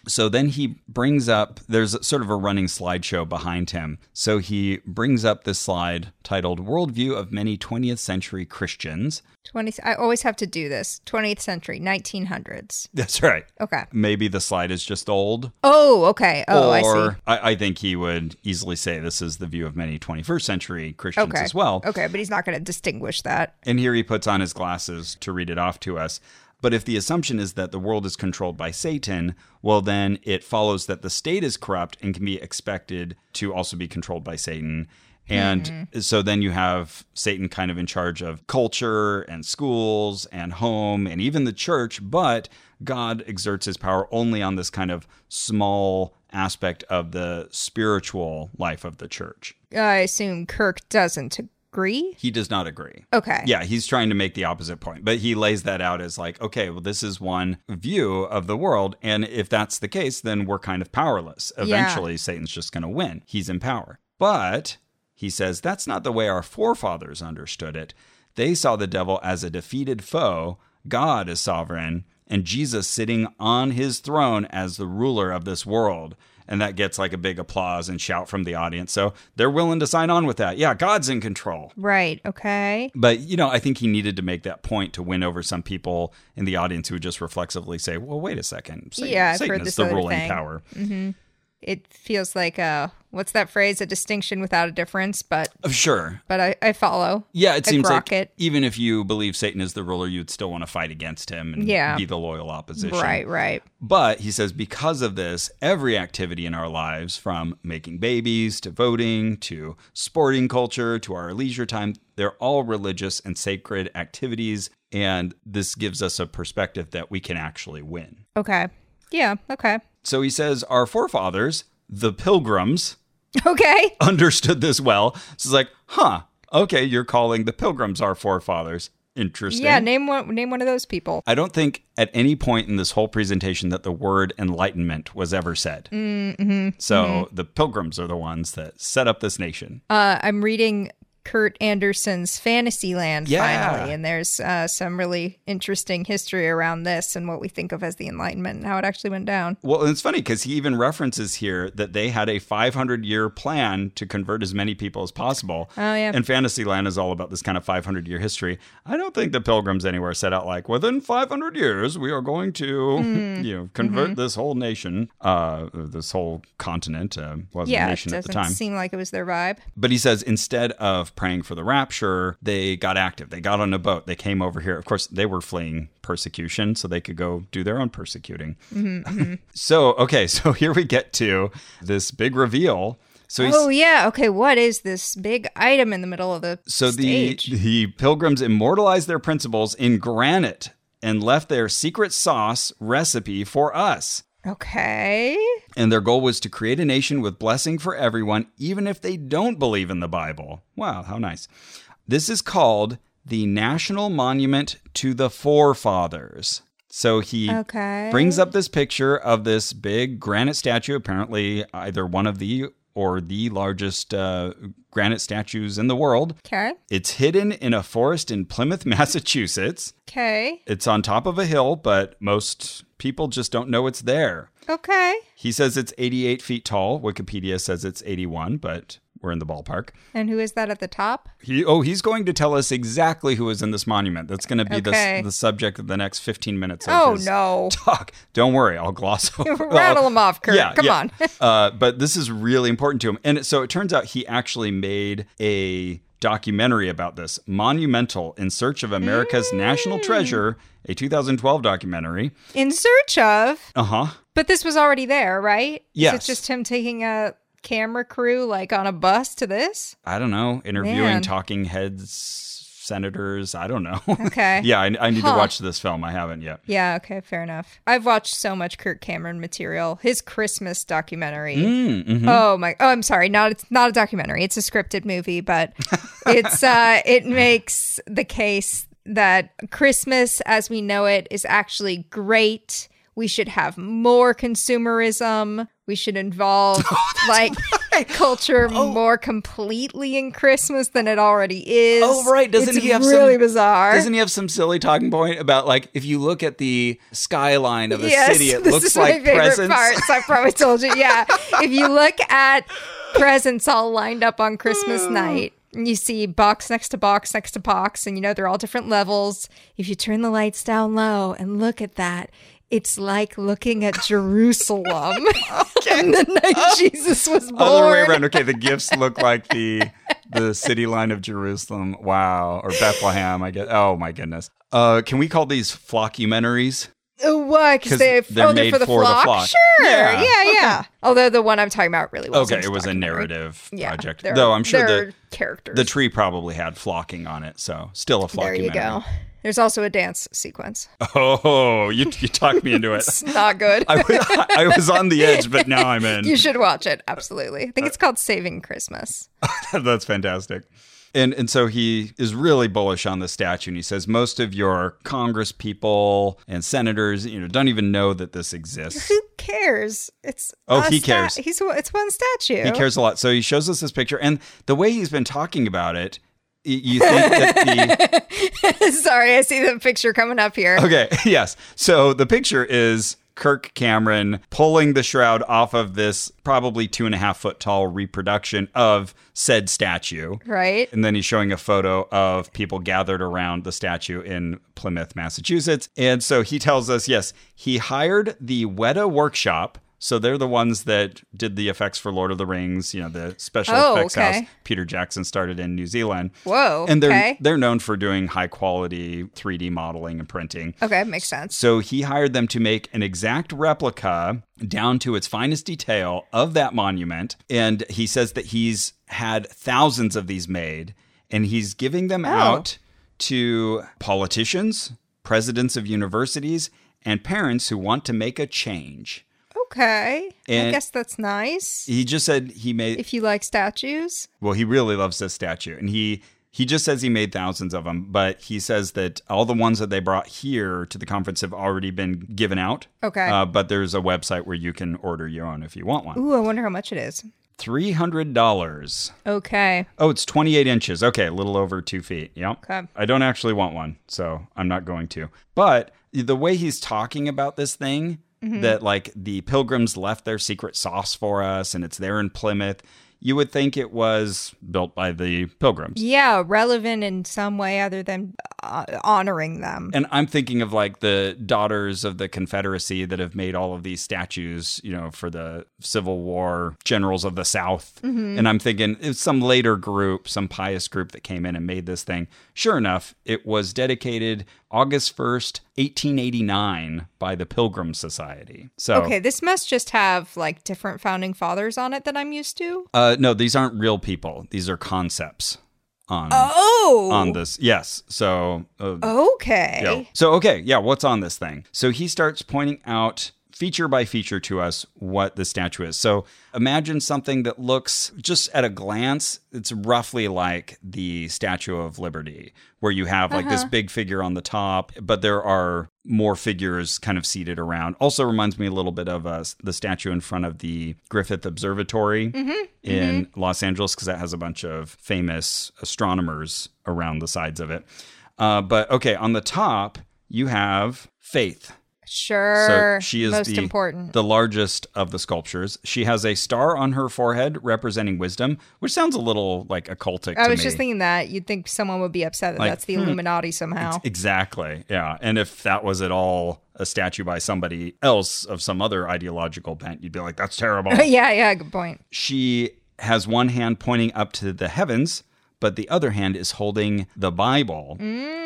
Speaker 2: So then he brings up, there's sort of a running slideshow behind him. So he brings up this slide titled Worldview of Many 20th Century Christians.
Speaker 1: Twenty. I always have to do this. Twentieth century, nineteen hundreds.
Speaker 2: That's right.
Speaker 1: Okay.
Speaker 2: Maybe the slide is just old.
Speaker 1: Oh. Okay. Oh, I see.
Speaker 2: or I, I think he would easily say this is the view of many 21st century Christians
Speaker 1: Okay.
Speaker 2: as well.
Speaker 1: Okay, but he's not going to distinguish that.
Speaker 2: And here he puts on his glasses to read it off to us. But if the assumption is that the world is controlled by Satan, well, then it follows that the state is corrupt and can be expected to also be controlled by Satan. And so then you have Satan kind of in charge of culture and schools and home and even the church, but God exerts his power only on this kind of small aspect of the spiritual life of the church.
Speaker 1: I assume Kirk doesn't agree.
Speaker 2: He does not agree.
Speaker 1: Okay.
Speaker 2: Yeah, he's trying to make the opposite point, but he lays that out as like, okay, well, this is one view of the world. And if that's the case, then we're kind of powerless. Eventually, Satan's just going to win. He's in power. But he says that's not the way our forefathers understood it. They saw the devil as a defeated foe, God is sovereign, and Jesus sitting on his throne as the ruler of this world. And that gets like a big applause and shout from the audience. So they're willing to sign on with that. Yeah, God's in control.
Speaker 1: Right. Okay.
Speaker 2: But you know, I think he needed to make that point to win over some people in the audience who would just reflexively say, "Well, wait a second, Satan,
Speaker 1: Yeah, I've
Speaker 2: Satan
Speaker 1: heard
Speaker 2: is
Speaker 1: this
Speaker 2: the
Speaker 1: other
Speaker 2: ruling
Speaker 1: thing.
Speaker 2: power."
Speaker 1: It feels like a what's that phrase? A distinction without a difference. But
Speaker 2: Of Uh, Sure,
Speaker 1: but I, I follow.
Speaker 2: yeah, it
Speaker 1: I
Speaker 2: seems
Speaker 1: grok
Speaker 2: like
Speaker 1: it.
Speaker 2: even if you believe Satan is the ruler, you'd still want to fight against him and
Speaker 1: Yeah.
Speaker 2: be the loyal opposition.
Speaker 1: Right. Right.
Speaker 2: But he says because of this, every activity in our lives, from making babies to voting to sporting culture to our leisure time, they're all religious and sacred activities. And this gives us a perspective that we can actually win.
Speaker 1: Okay. Yeah. Okay. *laughs*
Speaker 2: So he says, Our forefathers, the pilgrims, *laughs*
Speaker 1: Okay.
Speaker 2: understood this well. So it's like, huh, okay, you're calling the pilgrims our forefathers. Interesting.
Speaker 1: Yeah. Name one. Name one of those people.
Speaker 2: I don't think at any point in this whole presentation that the word enlightenment was ever said. Mm-hmm. So the pilgrims are the ones that set up this nation.
Speaker 1: Uh, I'm reading Kurt Anderson's Fantasyland
Speaker 2: Yeah.
Speaker 1: finally, and there's uh, some really interesting history around this and what we think of as the Enlightenment and how it actually went down.
Speaker 2: Well, and it's funny because he even references here that they had a 500 year plan to convert as many people as possible.
Speaker 1: Oh, yeah.
Speaker 2: And Fantasyland is all about this kind of 500 year history. I don't think the pilgrims anywhere set out like, within 500 years, we are going to,
Speaker 1: Mm-hmm.
Speaker 2: you know, convert this whole nation, uh, this whole continent. Uh, wasn't a
Speaker 1: Yeah. It
Speaker 2: nation at the
Speaker 1: doesn't
Speaker 2: time.
Speaker 1: seem like it was their vibe.
Speaker 2: But he says instead of of praying for the rapture, they got active. They got on a boat. They came over here. Of course, they were fleeing persecution, so they could go do their own persecuting.
Speaker 1: Mm-hmm,
Speaker 2: *laughs* so, okay, so here we get to this big reveal. So he's,
Speaker 1: Oh yeah. Okay. What is this big item in the middle of the
Speaker 2: so the,
Speaker 1: stage?
Speaker 2: the pilgrims immortalized their principles in granite and left their secret sauce recipe for us.
Speaker 1: okay.
Speaker 2: And their goal was to create a nation with blessing for everyone, even if they don't believe in the Bible. Wow, how nice. This is called the National Monument to the Forefathers. So he
Speaker 1: Okay.
Speaker 2: brings up this picture of this big granite statue, apparently, either one of the or the largest uh, granite statues in the world.
Speaker 1: Okay.
Speaker 2: It's hidden in a forest in Plymouth, *laughs* Massachusetts.
Speaker 1: Okay.
Speaker 2: It's on top of a hill, but most people just don't know it's there.
Speaker 1: Okay.
Speaker 2: He says it's 88 feet tall. Wikipedia says it's 81, but we're in the ballpark.
Speaker 1: And who is that at the top?
Speaker 2: He oh, he's going to tell us exactly who is in this monument. That's going to be
Speaker 1: Okay.
Speaker 2: the, the subject of the next 15 minutes of
Speaker 1: Oh
Speaker 2: his
Speaker 1: no. *laughs*
Speaker 2: *laughs* talk. Don't worry, I'll gloss over.
Speaker 1: Rattle him off, Kurt. Come on. *laughs*
Speaker 2: uh, but this is really important to him. And it, so it turns out he actually made a documentary about this monumental in search of America's national
Speaker 1: Mm.
Speaker 2: treasure, a 2012 documentary.
Speaker 1: In search of.
Speaker 2: Uh huh.
Speaker 1: But this was already there, right?
Speaker 2: Yes.
Speaker 1: It's just him taking a camera crew like on a bus to this.
Speaker 2: I don't know, interviewing
Speaker 1: Man.
Speaker 2: talking heads, senators. I don't know. *laughs*
Speaker 1: Okay.
Speaker 2: yeah, I, I need
Speaker 1: Huh.
Speaker 2: to watch this film. I haven't yet.
Speaker 1: Yeah, okay, fair enough. I've watched so much Kurt Cameron material. His Christmas documentary.
Speaker 2: Mm, mm-hmm.
Speaker 1: Oh my oh I'm sorry, not it's not a documentary. It's a scripted movie,
Speaker 2: *laughs*
Speaker 1: but it's uh it makes the case that Christmas as we know it is actually great. We should have more consumerism. We should
Speaker 2: *laughs*
Speaker 1: involve
Speaker 2: Oh,
Speaker 1: like culture more completely in Christmas than it already is.
Speaker 2: Oh, right. Doesn't
Speaker 1: It's
Speaker 2: he have
Speaker 1: really
Speaker 2: some-
Speaker 1: bizarre?
Speaker 2: Doesn't he have some silly talking point about like if you look at the skyline of the city,
Speaker 1: *laughs*
Speaker 2: it
Speaker 1: this
Speaker 2: looks
Speaker 1: is
Speaker 2: like
Speaker 1: my favorite
Speaker 2: presents? *laughs*
Speaker 1: Parts, I probably told you. Yeah, if you look at presents all lined up on Christmas
Speaker 2: Oh.
Speaker 1: night. And you see box next to box next to box, and you know they're all different levels. If you turn the lights down low and look at that, it's like looking at
Speaker 2: *laughs*
Speaker 1: Jerusalem on the night Jesus was born.
Speaker 2: Oh. Other way around. Okay,
Speaker 1: *laughs*
Speaker 2: the gifts look like the the city line of Jerusalem. Wow, or Bethlehem. I guess. Oh my goodness. Uh, can we call these flockumentaries?
Speaker 1: Uh, Why? Because
Speaker 2: 'Cause
Speaker 1: they, oh,
Speaker 2: they're
Speaker 1: they're
Speaker 2: made
Speaker 1: for the
Speaker 2: for the
Speaker 1: flock.
Speaker 2: flock.
Speaker 1: Sure.
Speaker 2: Yeah,
Speaker 1: Yeah, yeah. Although the one I'm talking about really was
Speaker 2: Okay, it was a narrative
Speaker 1: yeah,
Speaker 2: project,
Speaker 1: they're-
Speaker 2: though. I'm sure
Speaker 1: they're
Speaker 2: the
Speaker 1: characters.
Speaker 2: the tree probably had flocking on it, so still a flockumentary.
Speaker 1: There you go. There's also a dance sequence.
Speaker 2: Oh, you, you talked
Speaker 1: *laughs*
Speaker 2: me into it.
Speaker 1: It's not good.
Speaker 2: *laughs* I was, I was on the edge, but now I'm
Speaker 1: *laughs*
Speaker 2: in.
Speaker 1: you should watch it. Absolutely. I think it's called Saving Christmas.
Speaker 2: That's fantastic. And, and so he is really bullish on the statue, and he says most of your Congress people and senators, you know, don't even know that this exists.
Speaker 1: Who cares? It's
Speaker 2: Oh,
Speaker 1: a
Speaker 2: he
Speaker 1: sta-
Speaker 2: cares.
Speaker 1: He's it's one statue.
Speaker 2: He cares a lot, so he shows us this picture, and the way he's been talking about it, y- you think that
Speaker 1: *laughs*
Speaker 2: the
Speaker 1: *laughs* Sorry, I see the picture coming up here.
Speaker 2: Okay, *laughs* yes. So the picture is Kirk Cameron pulling the shroud off of this probably two and a half foot tall reproduction of said statue.
Speaker 1: Right?
Speaker 2: And then he's showing a photo of people gathered around the statue in Plymouth, Massachusetts. And so he tells us yes, he hired the Weta Workshop. So they're the ones that did the effects for Lord of the Rings, you know, the special
Speaker 1: Oh,
Speaker 2: effects
Speaker 1: okay.
Speaker 2: house Peter Jackson started in New Zealand.
Speaker 1: Whoa,
Speaker 2: And they're
Speaker 1: okay.
Speaker 2: they're known for doing high quality 3D modeling and printing.
Speaker 1: Okay, makes sense.
Speaker 2: So he hired them to make an exact replica down to its finest detail of that monument. And he says that he's had thousands of these made and he's giving them out to politicians, presidents of universities, and parents who want to make a change.
Speaker 1: Okay. I
Speaker 2: And-
Speaker 1: guess that's nice.
Speaker 2: He just said he made
Speaker 1: If you like statues.
Speaker 2: Well, he really loves this statue, and he he just says he made thousands of them, but he says that all the ones that they brought here to the conference have already been given out.
Speaker 1: Okay.
Speaker 2: uh, but there's a website where you can order your own if you want one.
Speaker 1: Ooh, I wonder how much it is.
Speaker 2: Three hundred dollars.
Speaker 1: Okay.
Speaker 2: Oh, it's twenty eight inches. Okay, a little over two feet. Yep.
Speaker 1: Okay.
Speaker 2: I don't actually want one, so I'm not going to. But the way he's talking about this thing
Speaker 1: Mm-hmm.
Speaker 2: that like the pilgrims left their secret sauce for us and it's there in Plymouth, you would think it was built by the pilgrims.
Speaker 1: Yeah, relevant in some way other than uh, honoring them.
Speaker 2: And I'm thinking of like the daughters of the Confederacy that have made all of these statues, you know, for the Civil War generals of the South.
Speaker 1: Mm-hmm.
Speaker 2: And I'm thinking it's some later group, some pious group that came in and made this thing. Sure enough, it was dedicated August 1st, 1889 by the Pilgrim Society. So,
Speaker 1: Okay, this must just have like different founding fathers on it than I'm used to.
Speaker 2: uh, no, these aren't real people. These are concepts on
Speaker 1: Oh,
Speaker 2: on this. Yes. So, uh,
Speaker 1: okay.
Speaker 2: Yeah. Um, So, okay, yeah, what's on this thing? So he starts pointing out feature by feature to us what the statue is. So imagine something that looks just at a glance, it's roughly like the Statue of Liberty, where you have like this big figure on the top, but there are more figures kind of seated around. Also reminds me a little bit of uh, the statue in front of the Griffith Observatory in Los Angeles, because that has a bunch of famous astronomers around the sides of it. Uh, but okay, on the top you have Faith.
Speaker 1: Sure.
Speaker 2: So she is
Speaker 1: most
Speaker 2: the
Speaker 1: important.
Speaker 2: the largest of the sculptures. She has a star on her forehead representing wisdom, which sounds a little like occultic.
Speaker 1: I
Speaker 2: to
Speaker 1: was
Speaker 2: me.
Speaker 1: just thinking that you'd think someone would be upset that
Speaker 2: Like, hmm,
Speaker 1: that's the Illuminati somehow.
Speaker 2: Exactly. Yeah. And if that was at all a statue by somebody else of some other ideological bent, you'd be like,
Speaker 1: *laughs*
Speaker 2: that's terrible.
Speaker 1: *laughs* yeah, yeah, good point.
Speaker 2: she has one hand pointing up to the heavens, but the other hand is holding the Bible.
Speaker 1: Mm.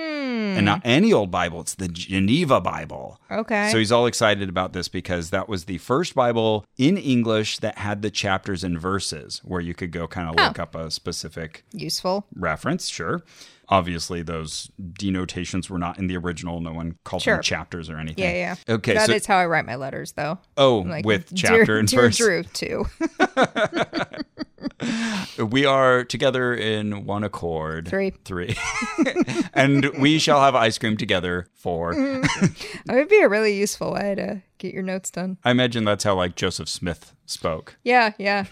Speaker 2: And not any old Bible, it's the Geneva Bible.
Speaker 1: Okay.
Speaker 2: So he's all excited about this because that was the first Bible in English that had the chapters and verses where you could go
Speaker 1: Oh.
Speaker 2: kind of look up a specific
Speaker 1: Useful.
Speaker 2: reference, sure. Obviously, those denotations were not in the original. No one called
Speaker 1: Sure.
Speaker 2: them chapters or anything.
Speaker 1: Yeah, yeah.
Speaker 2: Okay,
Speaker 1: That is
Speaker 2: so
Speaker 1: how I write my letters, though.
Speaker 2: oh,
Speaker 1: Like, *laughs*
Speaker 2: with
Speaker 1: dear-
Speaker 2: chapter and
Speaker 1: dear
Speaker 2: verse.
Speaker 1: Drew too. *laughs*
Speaker 2: We are together in one accord.
Speaker 1: Three.
Speaker 2: Three. *laughs* and we shall have ice cream together for.
Speaker 1: That would be a really useful way to get your notes done.
Speaker 2: I imagine that's how, like, Joseph Smith spoke.
Speaker 1: Yeah,
Speaker 2: *laughs*
Speaker 1: yeah.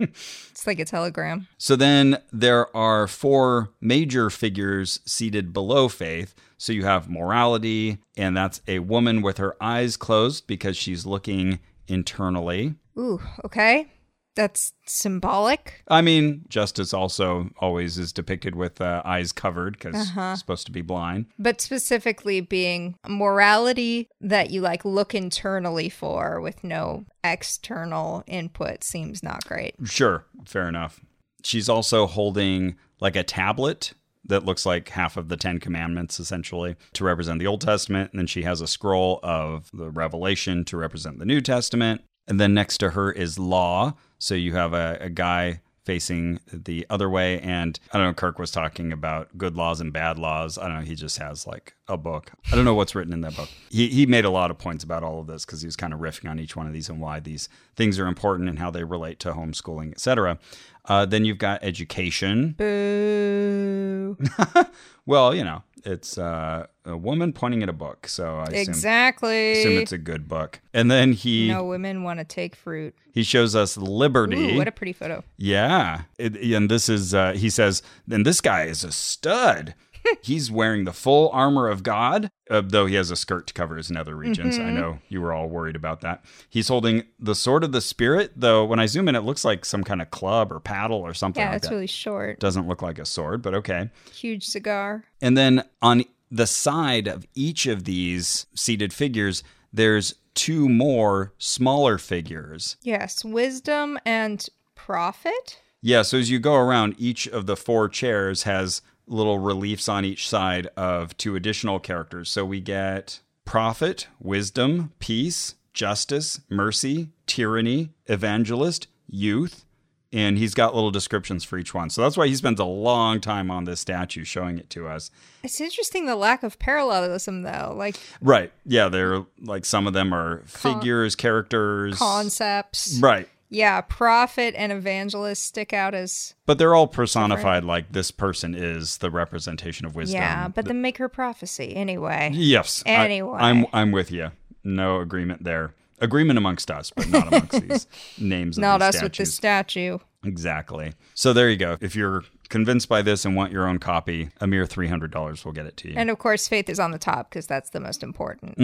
Speaker 1: it's like a telegram.
Speaker 2: So then there are four major figures seated below faith. So you have morality, and that's a woman with her eyes closed because she's looking internally.
Speaker 1: Ooh, okay. That's symbolic.
Speaker 2: I mean, justice also always is depicted with uh, eyes covered because supposed to be blind.
Speaker 1: But specifically being morality that you like look internally for with no external input seems not great.
Speaker 2: Sure, fair enough. She's also holding like a tablet that looks like half of the Ten Commandments, essentially, to represent the Old Testament. And then she has a scroll of the Revelation to represent the New Testament. And then next to her is law. So you have a, a guy facing the other way. And I don't know, Kirk was talking about good laws and bad laws. I don't know. He just has like a book. I don't know what's written in that book. He, he made a lot of points about all of this because he was kind of riffing on each one of these and why these things are important and how they relate to homeschooling, etc. Uh, then you've got education. *laughs*
Speaker 1: Boo.
Speaker 2: Well, you know, it's uh, a woman pointing at a book. So I assume,
Speaker 1: exactly.
Speaker 2: assume it's a good book. And then he
Speaker 1: no women want to take fruit.
Speaker 2: he shows us liberty.
Speaker 1: Ooh, what a pretty photo.
Speaker 2: Oh, Yeah. It- and this is, uh, he says, then this guy is
Speaker 1: *laughs*
Speaker 2: a stud. He's wearing the full armor of God, uh, though he has a skirt to cover his nether regions.
Speaker 1: Mm-hmm.
Speaker 2: I know you were all worried about that. He's holding the sword of the spirit, though when I zoom in, it looks like some kind of club or paddle or something
Speaker 1: Yeah,
Speaker 2: like
Speaker 1: it's
Speaker 2: that.
Speaker 1: really short.
Speaker 2: Doesn't look like a sword, but okay.
Speaker 1: Huge cigar.
Speaker 2: And then on the side of each of these seated figures, there's two more smaller figures.
Speaker 1: Yes, wisdom and profit.
Speaker 2: Yeah, so as you go around, each of the four chairs has little reliefs on each side of two additional characters. So we get prophet, wisdom, peace, justice, mercy, tyranny, evangelist, youth. And he's got little descriptions for each one. So that's why he spends a long time on this statue showing it to us.
Speaker 1: It's interesting the lack of parallelism, though, like
Speaker 2: Right. Yeah, they're like some of them are figures, characters.
Speaker 1: concepts.
Speaker 2: Right.
Speaker 1: Yeah, prophet and evangelist stick out as
Speaker 2: But they're all personified like this person is the representation of wisdom.
Speaker 1: yeah, but the maker prophecy anyway.
Speaker 2: Yes. I-
Speaker 1: Anyway.
Speaker 2: I'm I'm with you. No agreement there. Agreement amongst us, but not
Speaker 1: *laughs*
Speaker 2: amongst these names.
Speaker 1: Not
Speaker 2: of
Speaker 1: us
Speaker 2: these
Speaker 1: with the
Speaker 2: statues.
Speaker 1: statue.
Speaker 2: Exactly. So there you go. If you're convinced by this and want your own copy, a mere three hundred dollars will get it to you.
Speaker 1: And of course, faith is on the top because that's the most important.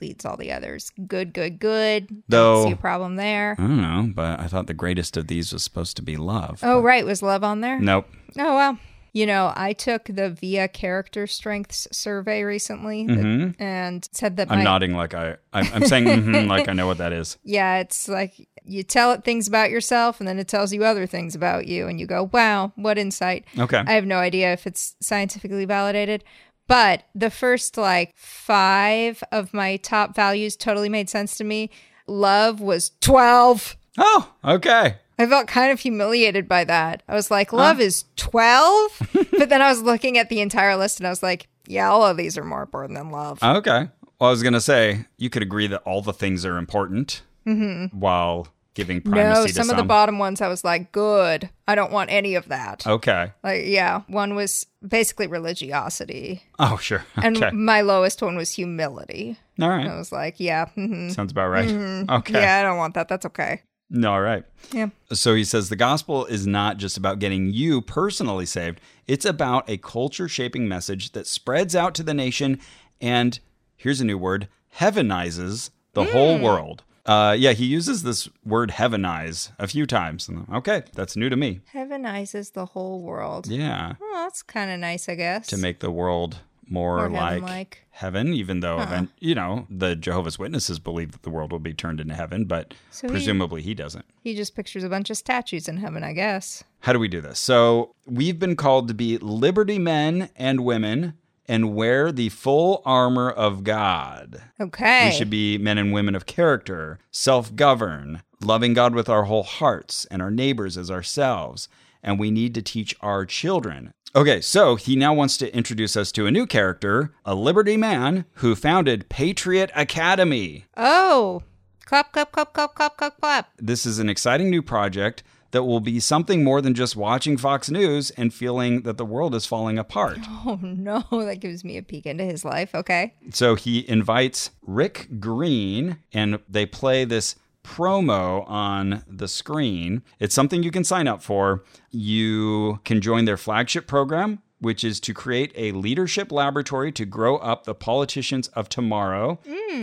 Speaker 1: Leads all the others. Good, good, good. Don't
Speaker 2: Mm-hmm. Though-
Speaker 1: see a problem there.
Speaker 2: I don't know, but I thought the greatest of these was supposed to be love.
Speaker 1: Oh, right, was Oh, love on there?
Speaker 2: Nope.
Speaker 1: Oh well, You know, I took the VIA character strengths survey recently that-
Speaker 2: Mm-hmm.
Speaker 1: and said that
Speaker 2: I'm
Speaker 1: my
Speaker 2: nodding like I, I'm, I'm saying mhm, like I know what
Speaker 1: *laughs*
Speaker 2: that is.
Speaker 1: Yeah, it's like you tell it things about yourself and then it tells you other things about you and you go, "Wow, what insight."
Speaker 2: Okay.
Speaker 1: I have no idea if it's scientifically validated, but the first like 5 of my top values totally made sense to me. Love was 12.
Speaker 2: Oh, okay.
Speaker 1: I felt kind of humiliated by that. I was like, love is 12? *laughs* but then I was looking at the entire list and I was like, yeah, all of these are more important than love.
Speaker 2: Okay. Well, I was going to say, you could agree that all the things are important while giving primacy
Speaker 1: Mm-hmm. no,
Speaker 2: to
Speaker 1: some of the bottom ones I was like, good. I don't want any of that.
Speaker 2: okay.
Speaker 1: Like, yeah, one was basically religiosity,
Speaker 2: Oh, sure.
Speaker 1: *laughs* and
Speaker 2: Okay.
Speaker 1: my lowest one was humility.
Speaker 2: All
Speaker 1: I
Speaker 2: right.
Speaker 1: was like, yeah, hmm
Speaker 2: Sounds about right. Okay.
Speaker 1: yeah, I don't want that. That's okay.
Speaker 2: No, all right.
Speaker 1: Yeah.
Speaker 2: So he says the gospel is not just about getting you personally saved, it's about a culture shaping message that spreads out to the nation and here's a new word heavenizes the whole
Speaker 1: Mm.
Speaker 2: world. Uh, yeah, he uses this word heavenize a few times. And okay, that's new to me.
Speaker 1: Heavenizes the whole world.
Speaker 2: Yeah.
Speaker 1: Well, that's kind of nice, I guess.
Speaker 2: To make the world more
Speaker 1: More
Speaker 2: like
Speaker 1: heaven-like.
Speaker 2: heaven, even though, event, you know, the Jehovah's Witnesses believe that the world will be turned into heaven, but
Speaker 1: So he-
Speaker 2: presumably he doesn't.
Speaker 1: he just pictures a bunch of statues in heaven, I guess.
Speaker 2: How do we do this? So, we've been called to be liberty men and women and wear the full armor of God.
Speaker 1: Okay.
Speaker 2: We should be men and women of character, self govern, loving God with our whole hearts and our neighbors as ourselves. And we need to teach our children. Okay, so he now wants to introduce us to a new character, a liberty man who founded Patriot Academy.
Speaker 1: oh, clap, clap, clap, clap, clap, clap, clap.
Speaker 2: This is an exciting new project that will be something more than just watching Fox News and feeling that the world is falling apart.
Speaker 1: Oh no, *laughs* that gives me a peek into his life. Okay.
Speaker 2: So he invites Rick Green, and they play this promo on the screen. It's something you can sign up for. You can join their flagship program. Which is to create a leadership laboratory to grow up the politicians of tomorrow.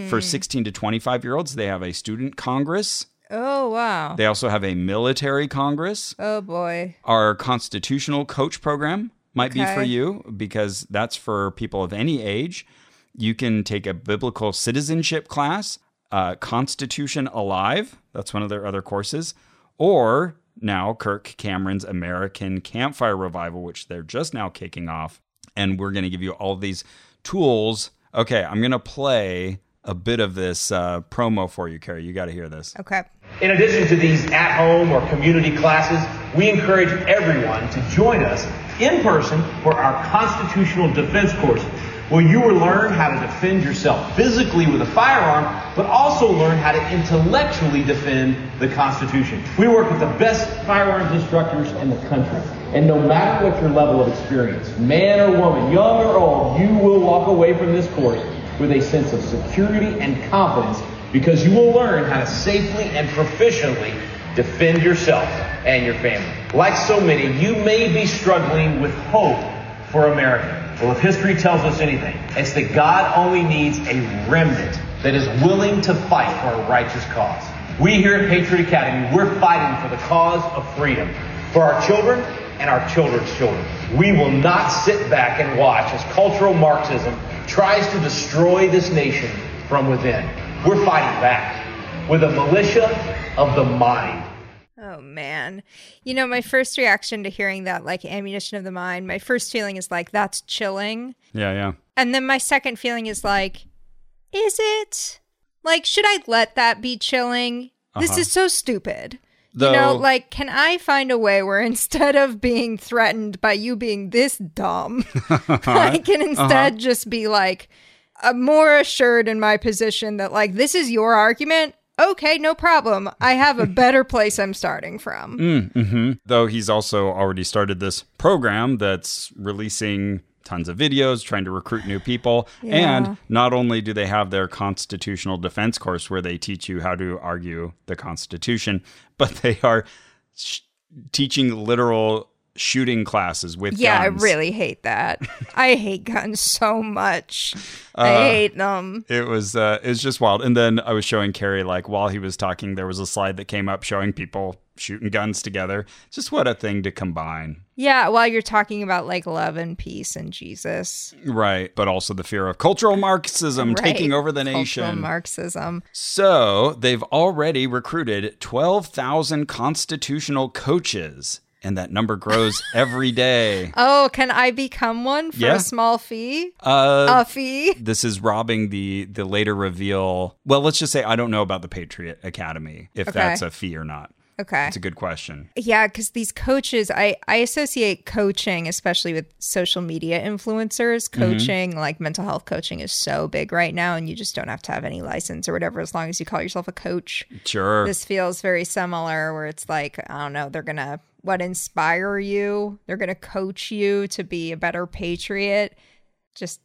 Speaker 2: For 16 to 25 year olds, they have a student congress.
Speaker 1: Oh wow.
Speaker 2: They also have a military congress.
Speaker 1: Oh boy.
Speaker 2: Our constitutional coach program might be for
Speaker 1: Okay.
Speaker 2: you because that's for people of any age. You can take a biblical citizenship class, uh, Constitution Alive, that's one of their other courses, or now Kirk Cameron's American Campfire Revival, which they're just now kicking off. And we're going to give you all these tools. Okay, I'm going to play a bit of this uh, promo for you, Carrie. You got to hear this.
Speaker 1: Okay.
Speaker 4: In addition to these at home or community classes, we encourage everyone to join us in person for our constitutional defense courses, where you will learn how to defend yourself physically with a firearm, but also learn how to intellectually defend the Constitution. We work with the best firearms instructors in the country. And no matter what your level of experience, man or woman, young or old, you will walk away from this course with a sense of security and confidence because you will learn how to safely and proficiently defend yourself and your family. Like so many, you may be struggling with hope for America. Well, if history tells us anything, it's that God only needs a remnant that is willing to fight for a righteous cause. We here at Patriot Academy, we're fighting for the cause of freedom for our children and our children's children. We will not sit back and watch as cultural Marxism tries to destroy this nation from within. We're fighting back with a militia of the mind.
Speaker 1: Oh man. You know, my first reaction to hearing that like ammunition of the mind, my first feeling is like that's chilling.
Speaker 2: Yeah, yeah.
Speaker 1: And then my second feeling is like is it? Like should I let that be chilling? This is so stupid. you know,
Speaker 2: Uh-huh. Though-
Speaker 1: like can I find a way where *laughs* instead of being threatened by you being this
Speaker 2: *laughs*
Speaker 1: dumb, I can
Speaker 2: Uh-huh.
Speaker 1: instead just be like uh, more assured in my position that like this is your argument? Okay, no problem. I have a
Speaker 2: *laughs*
Speaker 1: better place I'm starting from.
Speaker 2: Mm, though he's also already started this program that's releasing tons of videos trying to recruit new people and not only do they have their constitutional defense course where they teach you how to *laughs* argue the constitution but they are sh- teaching literal shooting classes with
Speaker 1: Yeah,
Speaker 2: guns.
Speaker 1: I really hate that. I hate guns so much.
Speaker 2: Uh,
Speaker 1: I hate them.
Speaker 2: It was uh, it was just wild. And then I was showing Carrie like while he was talking, there was a slide that came up showing people shooting guns together. Just what a thing to combine,
Speaker 1: Yeah, while you're talking about like love and peace and Jesus,
Speaker 2: right? But also the fear of cultural Marxism
Speaker 1: right?
Speaker 2: taking over the
Speaker 1: Cultural
Speaker 2: nation.
Speaker 1: Marxism.
Speaker 2: so they've already recruited twelve thousand constitutional coaches, and that
Speaker 1: *laughs*
Speaker 2: number grows every day.
Speaker 1: Oh, can I become one for
Speaker 2: Yeah.
Speaker 1: a small fee?
Speaker 2: Uh,
Speaker 1: a fee?
Speaker 2: this is robbing the the later reveal. Well, let's just say I don't know about the Patriot Academy if
Speaker 1: Okay.
Speaker 2: that's a fee or not.
Speaker 1: Okay.
Speaker 2: It's a good question.
Speaker 1: Yeah, because these coaches, I, I associate coaching, especially with social media influencers.
Speaker 2: Mm-hmm.
Speaker 1: Coaching, like mental health coaching, is so big right now, and you just don't have to have any license or whatever as long as you call yourself a coach.
Speaker 2: Sure.
Speaker 1: This feels very similar, where it's like, I don't know, they're going to what inspire you, they're going to coach you to be a better patriot. Just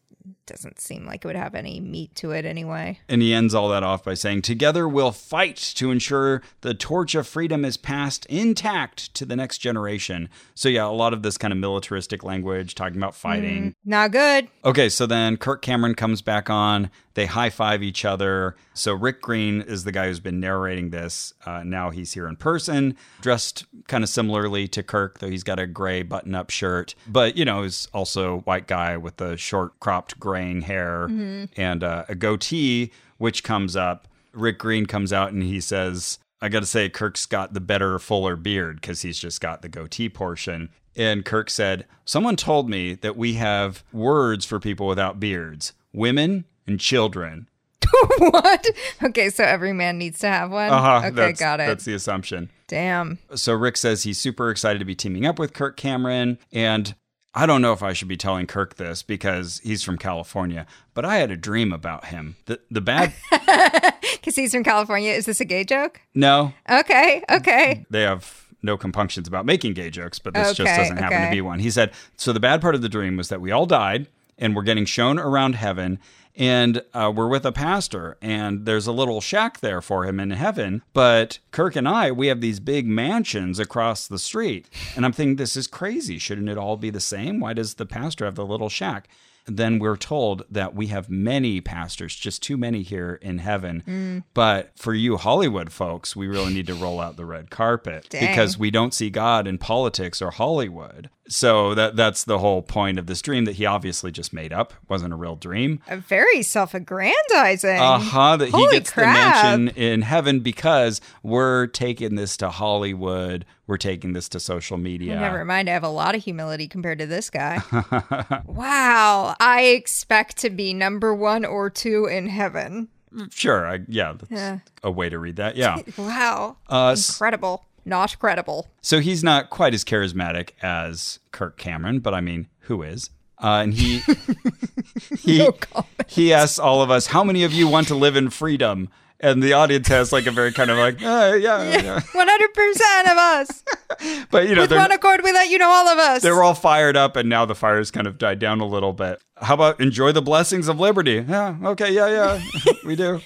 Speaker 1: doesn't seem like it would have any meat to it anyway.
Speaker 2: and he ends all that off by saying, "Together we'll fight to ensure the torch of freedom is passed intact to the next generation." So yeah, a lot of this kind of militaristic language talking about fighting.
Speaker 1: Not good. *laughs*
Speaker 2: Okay, so then Kirk Cameron comes back on. They high five each other. So Rick Green is the guy who's been narrating this. Uh, now he's here in person, dressed kind of similarly to Kirk, though he's got a gray button up shirt. But, you know, is also a white guy with the short cropped graying hair and uh, a goatee, which comes up. Rick Green comes out and he says, I got to say, Kirk's got the better, fuller beard because he's just got the goatee portion. And Kirk said, Someone told me that we have words for people without beards women and children.
Speaker 1: what? Okay, so every man needs to have one.
Speaker 2: Uh-huh,
Speaker 1: okay,
Speaker 2: that's-
Speaker 1: got it.
Speaker 2: That's the assumption.
Speaker 1: Damn.
Speaker 2: So Rick says he's super excited to be teaming up with Kirk Cameron. And I don't know if I should be telling Kirk this because he's from California, but I had a dream about him. The,
Speaker 1: *laughs*
Speaker 2: the bad.
Speaker 1: Because he's from California. Is this a gay joke?
Speaker 2: no,
Speaker 1: Okay,
Speaker 2: *laughs*
Speaker 1: okay.
Speaker 2: they have no compunctions about making gay jokes, but this just
Speaker 1: Okay,
Speaker 2: doesn't happen to
Speaker 1: okay.
Speaker 2: be one. He said, So the bad part of the dream was that we all died and we're getting shown around heaven and uh, we're with a pastor and there's a little shack there for him in heaven. But Kirk and I, we have these big mansions across the street. And I'm thinking, This is crazy. Shouldn't it all be the same? Why does the pastor have the little shack? Then we're told that we have many pastors, just too many here in heaven. But for you Hollywood folks, we really need to roll out the red carpet
Speaker 1: Dang.
Speaker 2: because we don't see God in politics or Hollywood. So that that's the whole point of this dream that he obviously just made up. wasn't a real dream.
Speaker 1: A very self aggrandizing.
Speaker 2: Uh-huh, that
Speaker 1: Holy
Speaker 2: he gets
Speaker 1: crap.
Speaker 2: the mansion in heaven because we're taking this to Hollywood. We're taking this to social media.
Speaker 1: Never mind. I have a lot of humility compared to this
Speaker 2: *laughs*
Speaker 1: guy. wow. I expect to be number one or two in heaven.
Speaker 2: Sure, I, yeah, that's
Speaker 1: Yeah.
Speaker 2: a way to read
Speaker 1: *laughs*
Speaker 2: that. Yeah.
Speaker 1: Wow.
Speaker 2: Uh, s-
Speaker 1: Incredible. Not credible.
Speaker 2: So he's not quite as charismatic as Kirk Cameron, but I mean, who is? Uh, and he he he asks all of us, "How many of you want to live in freedom?" And the audience has like a very kind of like, uh,
Speaker 1: *laughs*
Speaker 2: yeah,
Speaker 1: 100%
Speaker 2: yeah,
Speaker 1: of us.
Speaker 2: *laughs* but you know,
Speaker 1: With
Speaker 2: they're,
Speaker 1: one accord, we let you know all of us.
Speaker 2: they're all fired up, and now the fire's kind of died down a little bit. How about enjoy the blessings of liberty? Yeah, okay, yeah, yeah, *laughs* we do.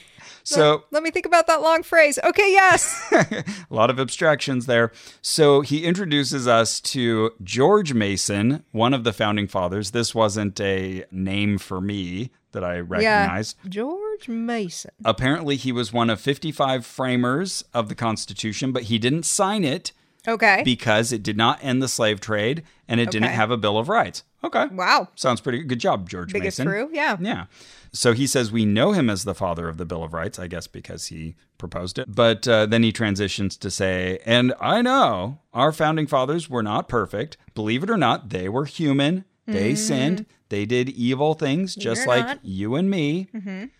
Speaker 2: So
Speaker 1: let me think about that long phrase. Okay, yes.
Speaker 2: *laughs* a lot of abstractions there. So he introduces us to George Mason, one of the founding fathers. This wasn't a name for me that I recognized.
Speaker 1: George Mason.
Speaker 2: Apparently, he was one of 55 framers of the Constitution, but he didn't sign it
Speaker 1: Okay.
Speaker 2: because it did not end the slave trade and it didn't
Speaker 1: Okay.
Speaker 2: have a Bill of Rights. Okay.
Speaker 1: wow.
Speaker 2: Sounds pretty good. job, George
Speaker 1: Biggest
Speaker 2: Mason.
Speaker 1: crew, yeah.
Speaker 2: Yeah. So he says we know him as the father of the Bill of Rights, I guess because he proposed it. But uh, then he transitions to say, and I know our founding fathers were not perfect. Believe it or not, they were human. They sinned. They did evil things just
Speaker 1: Mm. or
Speaker 2: like
Speaker 1: not. Mm-hmm.
Speaker 2: you and me.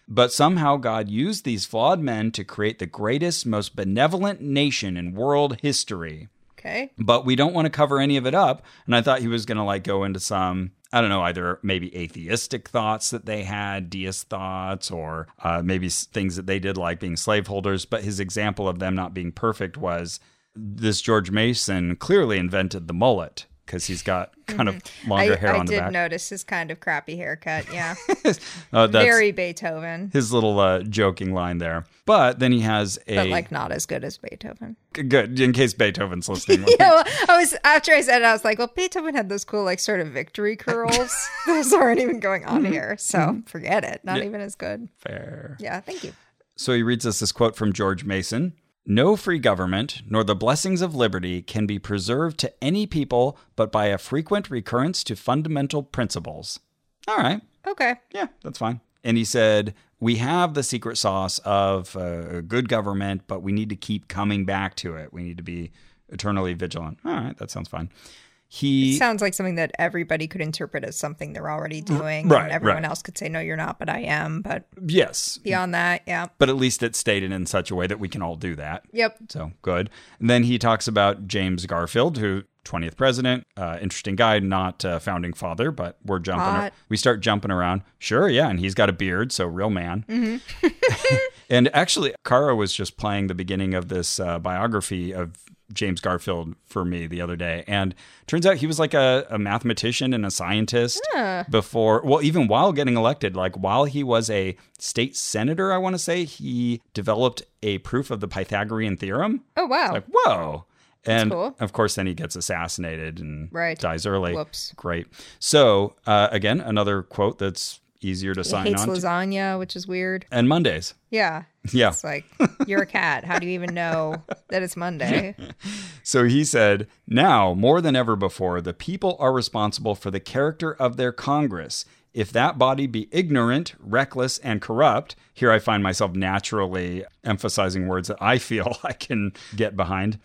Speaker 2: But somehow God used these flawed men to create the greatest, most benevolent nation in world history
Speaker 1: Okay.
Speaker 2: but we don't want to cover any of it up. And I thought he was going to like go into some, I don't know, either maybe atheistic thoughts that they had, deist thoughts, or uh, maybe s- things that they did like being slaveholders. But his example of them not being perfect was this George Mason clearly invented the mullet. because he's got kind of longer
Speaker 1: Mm-hmm. I,
Speaker 2: hair
Speaker 1: I
Speaker 2: on the
Speaker 1: did
Speaker 2: back.
Speaker 1: notice his kind of crappy haircut. Yeah,
Speaker 2: *laughs* Uh, *laughs* that's
Speaker 1: very Beethoven,
Speaker 2: his little uh, joking line there. But then he has a
Speaker 1: but like not as good as Beethoven.
Speaker 2: good in case Beethoven's listening.
Speaker 1: *laughs* Yeah, well, I was after I said it, I was like, well, Beethoven had those cool like sort of
Speaker 2: *laughs*
Speaker 1: victory curls. those aren't even going on
Speaker 2: Mm-hmm.
Speaker 1: here, so forget it. Not even as good.
Speaker 2: Fair.
Speaker 1: Yeah, thank you.
Speaker 2: So he reads us this quote from George Mason No free government, nor the blessings of liberty, can be preserved to any people but by a frequent recurrence to fundamental principles. All right.
Speaker 1: Okay,
Speaker 2: Yeah, that's fine. And he said, We have the secret sauce of uh, good government, but we need to keep coming back to it. We need to be eternally vigilant. All right. That sounds fine. He.
Speaker 1: sounds like something that everybody could interpret as something they're already doing.
Speaker 2: Mm-hmm. right, Mm-hmm.
Speaker 1: and everyone
Speaker 2: right.
Speaker 1: else could say, no, you're not, but I am. But
Speaker 2: yes.
Speaker 1: beyond that, yeah,
Speaker 2: But at least it's stated in such a way that we can all do that.
Speaker 1: yep.
Speaker 2: So good. And then he talks about James Garfield, who 20th president, uh, interesting guy, not uh, founding father, but we're jumping.
Speaker 1: Hot.
Speaker 2: we start jumping around. Sure, yeah, and he's got a beard, so real man. *laughs* and actually, Kara was just playing the beginning of this uh, biography of James Garfield for me the other day, and turns out he was like a, a mathematician and a scientist before. Well, even while getting elected, like while he was a state senator, I want to say he developed a proof of the Pythagorean theorem
Speaker 1: Oh wow.
Speaker 2: like whoa and
Speaker 1: cool.
Speaker 2: of course then he gets assassinated and
Speaker 1: Right.
Speaker 2: dies early
Speaker 1: Whoops.
Speaker 2: great so uh, again another quote that's easier to sign
Speaker 1: hates
Speaker 2: on to.
Speaker 1: lasagna, which is weird.
Speaker 2: and mondays
Speaker 1: Yeah.
Speaker 2: *laughs* Yeah.
Speaker 1: It's like, you're a cat. How do you even know that
Speaker 2: *laughs*
Speaker 1: it's Monday?
Speaker 2: so he said now more than ever before the people are responsible for the character of their congress if that body be ignorant reckless and corrupt here i find myself naturally emphasizing words that i feel *laughs* i can get behind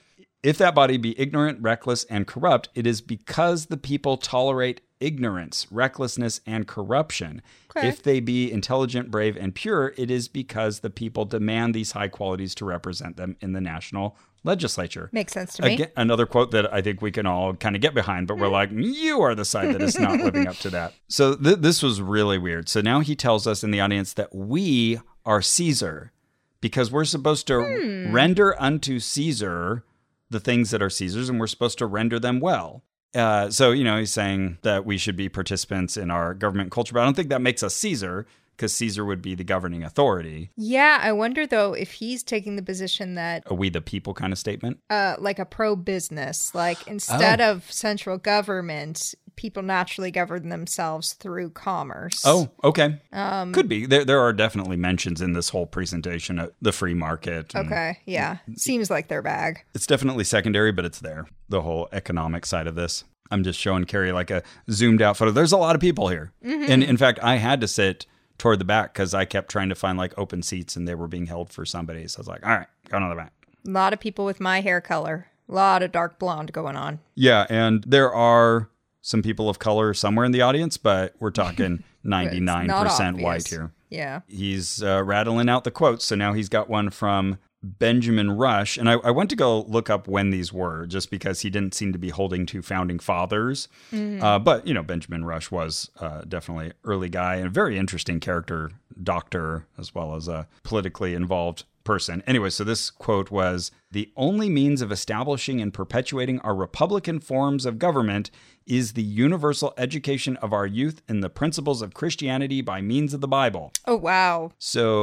Speaker 2: If that body be ignorant, reckless, and corrupt, it is because the people tolerate ignorance, recklessness, and corruption.
Speaker 1: Okay.
Speaker 2: If they be intelligent, brave, and pure, it is because the people demand these high qualities to represent them in the national legislature.
Speaker 1: Makes sense to me. Mm.
Speaker 2: Again, another quote that I think we can all kind of get behind, but we're like, you are the side that is not living up to
Speaker 1: *laughs*
Speaker 2: that. So th- this was really weird. So now he tells us in the audience that we are Caesar because we're supposed to
Speaker 1: Hmm.
Speaker 2: render unto Caesar the things that are Caesar's and we're supposed to render them well. Uh, so, you know, he's saying that we should be participants in our government culture, but I don't think that makes us Caesar because Caesar would be the governing authority,
Speaker 1: Yeah. I wonder, though, if he's taking the position that,
Speaker 2: a we the people kind of statement.
Speaker 1: uh, like a pro business,
Speaker 2: Oh.
Speaker 1: like instead of central government, people naturally govern themselves through commerce.
Speaker 2: Oh, okay.
Speaker 1: Um,
Speaker 2: Could be. There, there are definitely mentions in this whole presentation of the free market. and
Speaker 1: Okay. Yeah.
Speaker 2: Mm.
Speaker 1: Seems like their bag.
Speaker 2: It's definitely secondary, but it's there. The whole economic side of this. I'm just showing Carrie like a zoomed out photo. There's a lot of people here.
Speaker 1: Mm-hmm.
Speaker 2: And in fact, I had to sit toward the back because I kept trying to find like open seats and they were being held for somebody. So I was like, all right, go to the back.
Speaker 1: A lot of people with my hair color. A lot of dark blonde going on.
Speaker 2: Yeah. And there are some people of color somewhere in the audience, but
Speaker 1: *laughs*
Speaker 2: we're talking
Speaker 1: It's
Speaker 2: 99%
Speaker 1: not
Speaker 2: white
Speaker 1: obvious.
Speaker 2: here.
Speaker 1: Yeah.
Speaker 2: he's uh, rattling out the quotes. So now he's got one from Benjamin Rush. And I, I went to go look up when these were just because he didn't seem to be holding to founding fathers. Uh, but, you know, Benjamin Rush was uh, definitely early guy and a very interesting character, doctor, as well as a politically involved person. Anyway, so this quote was The only means of establishing and perpetuating our republican forms of government is the universal education of our youth in the principles of Christianity by means of the Bible.
Speaker 1: Oh, wow.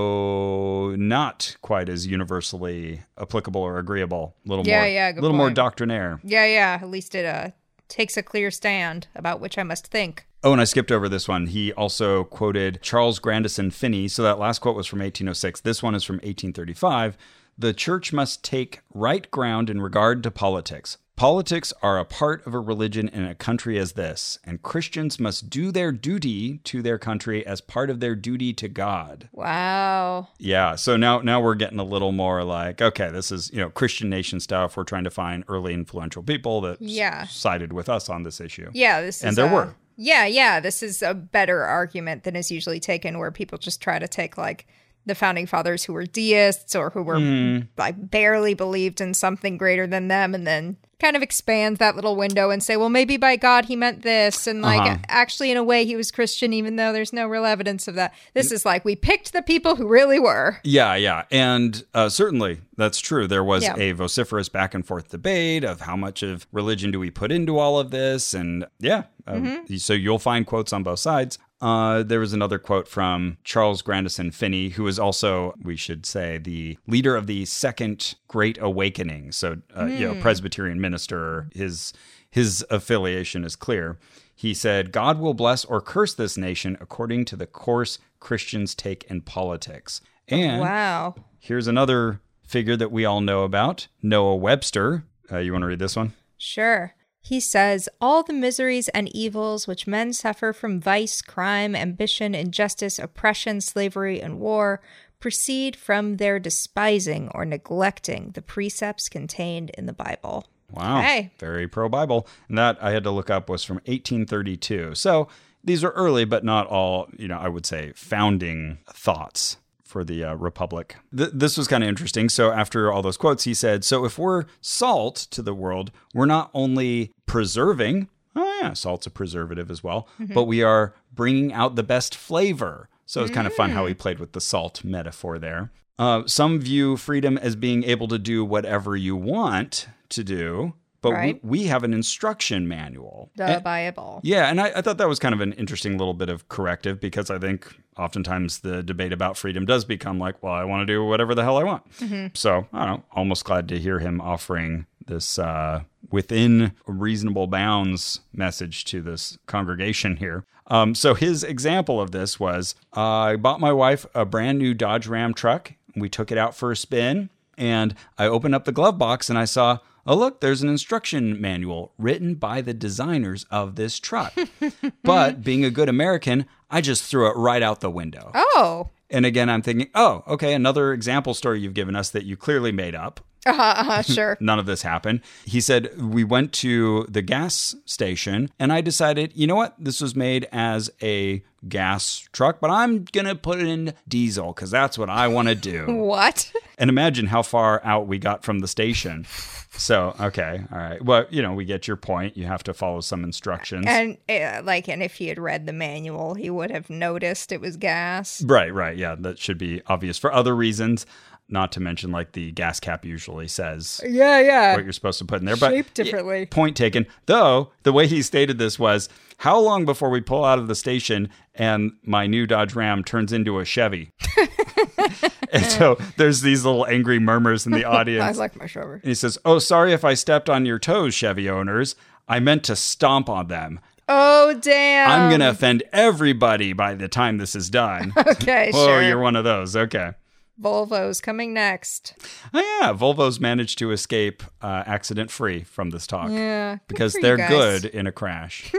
Speaker 2: So not quite as universally applicable or agreeable. A little
Speaker 1: Yeah,
Speaker 2: more,
Speaker 1: yeah, good
Speaker 2: little more
Speaker 1: point.
Speaker 2: doctrinaire.
Speaker 1: Yeah, yeah. At least it uh takes a clear stand about which I must think.
Speaker 2: Oh, and I skipped over this one. He also quoted Charles Grandison Finney. So that last quote was from 1806. This one is from 1835. The church must take right ground in regard to politics. Politics are a part of a religion in a country as this, and Christians must do their duty to their country as part of their duty to God.
Speaker 1: Wow.
Speaker 2: Yeah. So now now we're getting a little more like, okay, this is, you know, Christian nation stuff. We're trying to find early influential people that s-
Speaker 1: Yeah.
Speaker 2: sided with us on this issue.
Speaker 1: Yeah, this is
Speaker 2: And there
Speaker 1: uh,
Speaker 2: were.
Speaker 1: Yeah, yeah. This is a better argument than is usually taken where people just try to take like the founding fathers who were deists or who were
Speaker 2: Hmm.
Speaker 1: like barely believed in something greater than them and then kind of expand that little window and say well maybe by god he meant this and like
Speaker 2: Uh-huh.
Speaker 1: actually in a way he was christian even though there's no real evidence of that this is like we picked the people who really were
Speaker 2: Yeah, yeah. And uh, certainly that's true. There was
Speaker 1: Yeah.
Speaker 2: a vociferous back and forth debate of how much of religion do we put into all of this. And yeah, um, so you'll find quotes on both sides. Uh, there was another quote from Charles Grandison Finney, who was also, we should say, the leader of the Second Great Awakening. So, uh, you know, Presbyterian minister. His his affiliation is clear. He said, "God will bless or curse this nation according to the course Christians take in politics." And
Speaker 1: wow
Speaker 2: Here's another figure that we all know about Noah Webster. Uh, you want to read this one?
Speaker 1: Sure. He says, All the miseries and evils which men suffer from vice, crime, ambition, injustice, oppression, slavery, and war proceed from their despising or neglecting the precepts contained in the Bible.
Speaker 2: Wow.
Speaker 1: Hey.
Speaker 2: Very pro Bible. And that I had to look up was from 1832. So these are early, but not all, you know, I would say founding thoughts for the uh, Republic. Th- this was kind of interesting. So after all those quotes, he said, So if we're salt to the world, we're not only preserving, oh, yeah, salt's a preservative as well, but we are bringing out the best flavor. So it's kind of fun how he played with the salt metaphor there. Uh, some view freedom as being able to do whatever you want to do, but
Speaker 1: Right.
Speaker 2: we, we have an instruction manual.
Speaker 1: The Bible.
Speaker 2: Yeah, and I, I thought that was kind of an interesting little bit of corrective because I think oftentimes the debate about freedom does become like, well, I want to do whatever the hell I want. So I don't know, almost glad to hear him offering this uh, within reasonable bounds message to this congregation here. Um, so his example of this was uh, I bought my wife a brand new Dodge Ram truck. We took it out for a spin and I opened up the glove box and I saw, oh, look, there's an instruction manual written by the designers of this truck. but being a good American, I just threw it right out the window.
Speaker 1: Oh,
Speaker 2: And again, I'm thinking, oh, okay, another example story you've given us that you clearly made up. *laughs*
Speaker 1: uh, sure.
Speaker 2: None of this happened. He said, We went to the gas station and I decided, you know what? This was made as a gas truck, but I'm going to put it in diesel because that's what I want to do.
Speaker 1: what?
Speaker 2: And imagine how far out we got from the station. So, okay, all right. Well, you know, we get your point. You have to follow some instructions.
Speaker 1: And uh, like, and if he had read the manual, he would have noticed it was gas.
Speaker 2: right, right. Yeah, that should be obvious for other reasons, not to mention like the gas cap usually says
Speaker 1: Yeah,
Speaker 2: what
Speaker 1: yeah.
Speaker 2: you're supposed to put in there. But
Speaker 1: Shaped differently.
Speaker 2: Yeah, point taken. Though, the way he stated this was how long before we pull out of the station and my new Dodge Ram turns into a Chevy? *laughs* and so there's these little angry
Speaker 1: *laughs*
Speaker 2: murmurs in the audience.
Speaker 1: I like my shower.
Speaker 2: And he says, Oh, sorry if I stepped on your toes, Chevy owners. I meant to stomp on them.
Speaker 1: Oh, damn.
Speaker 2: I'm going to offend everybody by the time this is done.
Speaker 1: *laughs* Okay,
Speaker 2: oh,
Speaker 1: sure.
Speaker 2: you're one of those. Okay.
Speaker 1: Volvo's coming next.
Speaker 2: Oh, yeah. Volvo's managed to escape uh, accident free from this talk.
Speaker 1: Yeah. Eh, good
Speaker 2: Because
Speaker 1: for you
Speaker 2: they're
Speaker 1: guys.
Speaker 2: good
Speaker 1: *laughs*
Speaker 2: in a crash.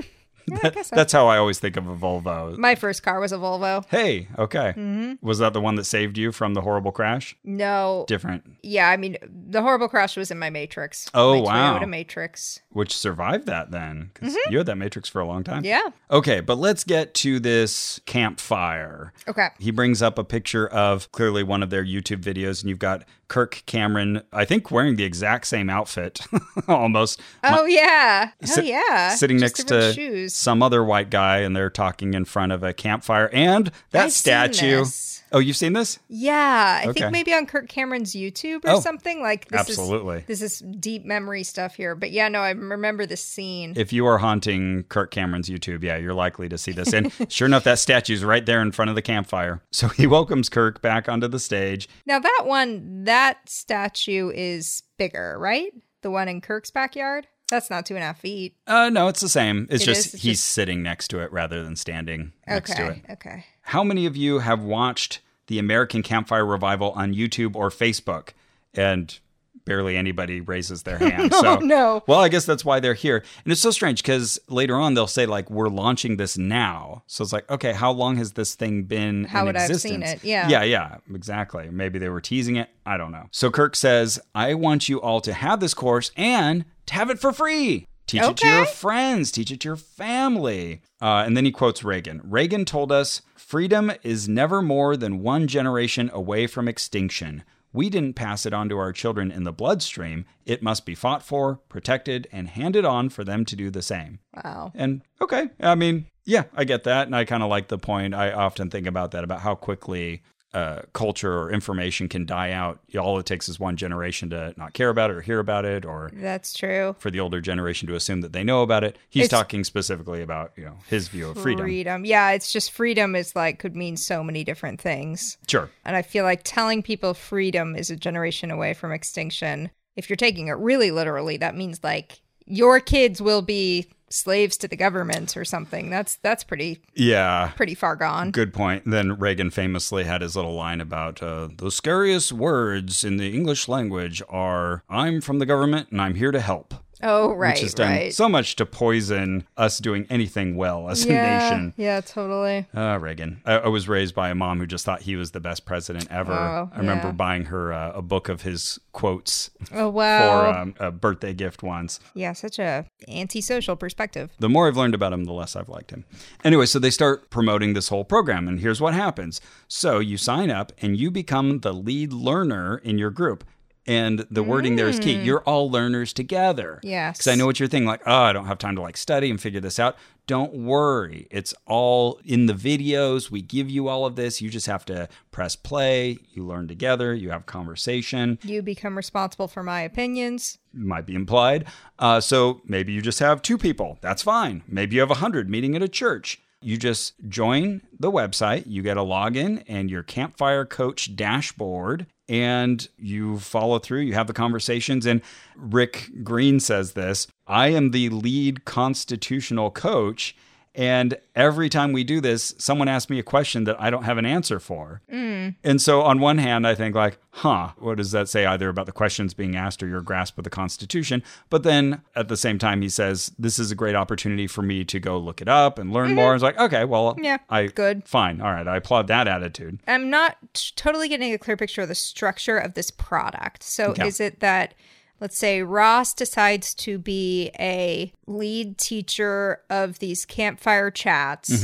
Speaker 2: *laughs* That's how I always think of a Volvo.
Speaker 1: My first car was a Volvo.
Speaker 2: Hey, okay.
Speaker 1: Mm-hmm.
Speaker 2: Was that the one that saved you from the horrible crash?
Speaker 1: No.
Speaker 2: Different.
Speaker 1: yeah, I mean, the horrible crash was in my Matrix.
Speaker 2: Oh,
Speaker 1: my
Speaker 2: wow.
Speaker 1: Toyota Matrix.
Speaker 2: Which survived that then? Because you had that Matrix for a long time.
Speaker 1: Mm-hmm. Yeah.
Speaker 2: Okay, but let's get to this campfire.
Speaker 1: Okay.
Speaker 2: He brings up a picture of clearly one of their YouTube videos, and you've got Kirk Cameron, I think, wearing the exact same outfit *laughs* almost.
Speaker 1: oh yeah. Oh
Speaker 2: sit-
Speaker 1: yeah.
Speaker 2: Sitting
Speaker 1: Just
Speaker 2: next
Speaker 1: different
Speaker 2: to
Speaker 1: shoes.
Speaker 2: some other white guy, and they're talking in front of a campfire. And that
Speaker 1: I've seen
Speaker 2: statue.
Speaker 1: this.
Speaker 2: Oh, you've seen this?
Speaker 1: yeah, I
Speaker 2: Okay.
Speaker 1: think maybe on Kirk Cameron's YouTube or
Speaker 2: Oh,
Speaker 1: something like this.
Speaker 2: absolutely.
Speaker 1: Is, this is deep memory stuff here, but yeah, no, I remember this scene.
Speaker 2: If you are haunting Kirk Cameron's YouTube, yeah, you're likely to see this.
Speaker 1: *laughs*
Speaker 2: And sure enough, that statue's right there in front of the campfire. So he welcomes Kirk back onto the stage.
Speaker 1: now that one, that statue is bigger, right? The one in Kirk's backyard. That's not two and a half feet.
Speaker 2: Uh, no, it's the same. It's
Speaker 1: It
Speaker 2: just
Speaker 1: is, it's
Speaker 2: he's
Speaker 1: just-
Speaker 2: sitting next to it rather than standing next to
Speaker 1: Okay.
Speaker 2: it.
Speaker 1: Okay.
Speaker 2: How many of you have watched the American Campfire Revival on YouTube or Facebook? And barely anybody raises their hand. so,
Speaker 1: *laughs* no.
Speaker 2: Well, I guess that's why they're here. And it's so strange because later on they'll say like we're launching this now. So it's like, okay, how long has this thing been?
Speaker 1: How
Speaker 2: in
Speaker 1: would I have seen
Speaker 2: existence?
Speaker 1: it? Yeah.
Speaker 2: Yeah. Yeah, yeah, exactly. Maybe they were teasing it. I don't know. So Kirk says, I want you all to have this course and to have it for free. Teach it to
Speaker 1: Okay.
Speaker 2: your friends, teach it to your family. Uh, and then he quotes Reagan. Reagan told us freedom is never more than one generation away from extinction. We didn't pass it on to our children in the bloodstream. It must be fought for, protected, and handed on for them to do the same.
Speaker 1: Wow.
Speaker 2: And okay, I mean, yeah, I get that, and I kind of like the point. I often think about that about how quickly uh, culture or information can die out. All it takes is one generation to not care about it or hear about it, or
Speaker 1: That's true.
Speaker 2: for the older generation to assume that they know about it. He's
Speaker 1: It's-
Speaker 2: talking specifically about you know his view of freedom.
Speaker 1: Yeah, it's just freedom is like could mean so many different things.
Speaker 2: Sure,
Speaker 1: And I feel like telling people freedom is a generation away from extinction. If you're taking it really literally, that means like your kids will be slaves to the government or something. That's that's pretty
Speaker 2: yeah.
Speaker 1: pretty far gone.
Speaker 2: Good point. Then Reagan famously had his little line about uh, the scariest words in the English language are "I'm from the government and I'm here to help."
Speaker 1: Oh right,
Speaker 2: which has done
Speaker 1: right.
Speaker 2: so much to poison us doing anything well as
Speaker 1: yeah,
Speaker 2: a nation.
Speaker 1: yeah, totally.
Speaker 2: Uh, Reagan. I, I was raised by a mom who just thought he was the best president ever.
Speaker 1: Oh,
Speaker 2: I remember
Speaker 1: yeah.
Speaker 2: buying her uh, a book of his quotes
Speaker 1: Oh
Speaker 2: for
Speaker 1: wow.
Speaker 2: um, a birthday gift once.
Speaker 1: yeah, such a antisocial perspective.
Speaker 2: The more I've learned about him, the less I've liked him. Anyway, so they start promoting this whole program, and here's what happens. So you sign up and you become the lead learner in your group. And the wording there is key. You're all learners together.
Speaker 1: Yes.
Speaker 2: Because I know what you're thinking, like, oh, I don't have time to like study and figure this out. Don't worry. It's all in the videos. We give you all of this. You just have to press play. You learn together. You have conversation
Speaker 1: You become responsible for my opinions.
Speaker 2: might be implied. Uh, so maybe you just have two people. That's fine. Maybe you have a 100 meeting at a church. You just join the website, you get a login and your campfire coach dashboard, and you follow through, you have the conversations. And Rick Green says this I am the lead constitutional coach. And every time we do this, someone asks me a question that I don't have an answer for. And so, on one hand, I think, like, huh, what does that say either about the questions being asked or your grasp of the Constitution? But then at the same time, he says, this is a great opportunity for me to go look it up and learn more. I was like, okay, well,
Speaker 1: Mm-hmm. Yeah,
Speaker 2: I,
Speaker 1: good.
Speaker 2: Fine. All right. I applaud that attitude.
Speaker 1: I'm not t- totally getting a clear picture of the structure of this product. So
Speaker 2: Okay.
Speaker 1: is it that let's say Ross decides to be a lead teacher of these campfire chats.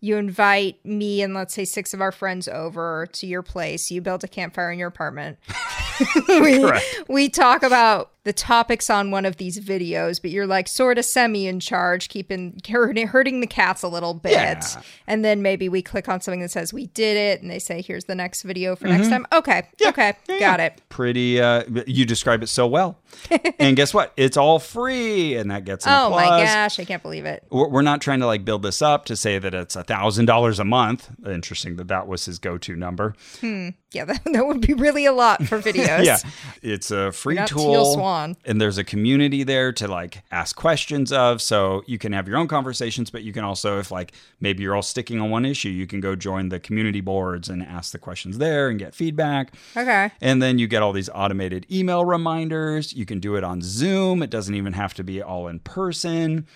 Speaker 1: You invite me and let's say six of our friends over to your place. You build a campfire in your
Speaker 2: *laughs*
Speaker 1: apartment. we, we talk about the topics on one of these videos, but you're like sort of semi in charge, keeping hurting, hurting the cats a little bit.
Speaker 2: Yeah.
Speaker 1: And then maybe we click on something that says we did it, and they say here's the next video for next
Speaker 2: Mm-hmm.
Speaker 1: time. Okay, okay, got it.
Speaker 2: Pretty, uh, you describe it
Speaker 1: *laughs*
Speaker 2: so well. and guess what? It's all free. And that gets an
Speaker 1: Oh my
Speaker 2: applause.
Speaker 1: gosh, I can't believe it.
Speaker 2: we're we're not trying to like build this up to say that it's a thousand dollars a month. Interesting that that was his go-to number.
Speaker 1: Yeah, *laughs* that, that would be really a lot
Speaker 2: *laughs*
Speaker 1: for videos.
Speaker 2: Yeah, it's a free
Speaker 1: not
Speaker 2: tool.
Speaker 1: Teal Swan.
Speaker 2: And there's a community there to like ask questions of. So you can have your own conversations, but you can also, if like maybe you're all sticking on one issue, you can go join the community boards and ask the questions there and get feedback.
Speaker 1: Okay.
Speaker 2: And then you get all these automated email reminders. You can do it on Zoom. It doesn't even have to be all in person.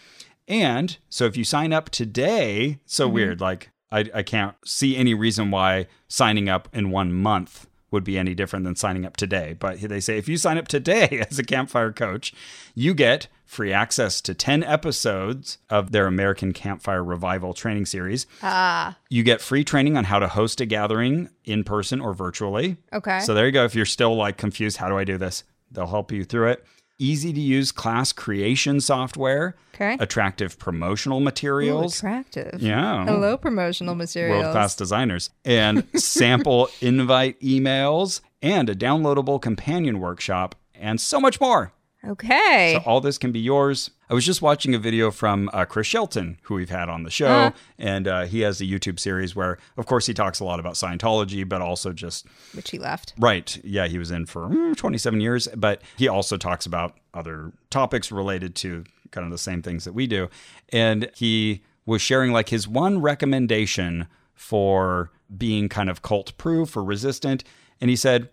Speaker 2: And so if you sign up today, so
Speaker 1: Mm-hmm.
Speaker 2: weird, like I, I can't see any reason why signing up in one month would be any different than signing up today. But they say if you sign up today *laughs* as a campfire coach, you get free access to 10 episodes of their American Campfire Revival training series.
Speaker 1: Ah.
Speaker 2: You get free training on how to host a gathering in person or virtually.
Speaker 1: Okay.
Speaker 2: So there you go. If you're still like confused, how do I do this? They'll help you through it. Easy to use class creation software.
Speaker 1: Okay.
Speaker 2: Attractive promotional
Speaker 1: Ooh,
Speaker 2: materials.
Speaker 1: attractive.
Speaker 2: yeah.
Speaker 1: Hello, promotional materials.
Speaker 2: World class designers and
Speaker 1: *laughs*
Speaker 2: sample invite emails and a downloadable companion workshop and so much more.
Speaker 1: Okay.
Speaker 2: So all this can be yours. I was just watching a video from uh, Chris Shelton, who we've had on the show,
Speaker 1: Uh-huh.
Speaker 2: and uh, he has a YouTube series where, of course, he talks a lot about Scientology, but also just
Speaker 1: Which he left.
Speaker 2: right. Yeah, he was in for mm, 27 years, but he also talks about other topics related to kind of the same things that we do. And he was sharing like his one recommendation for being kind of cult proof or resistant, and he said,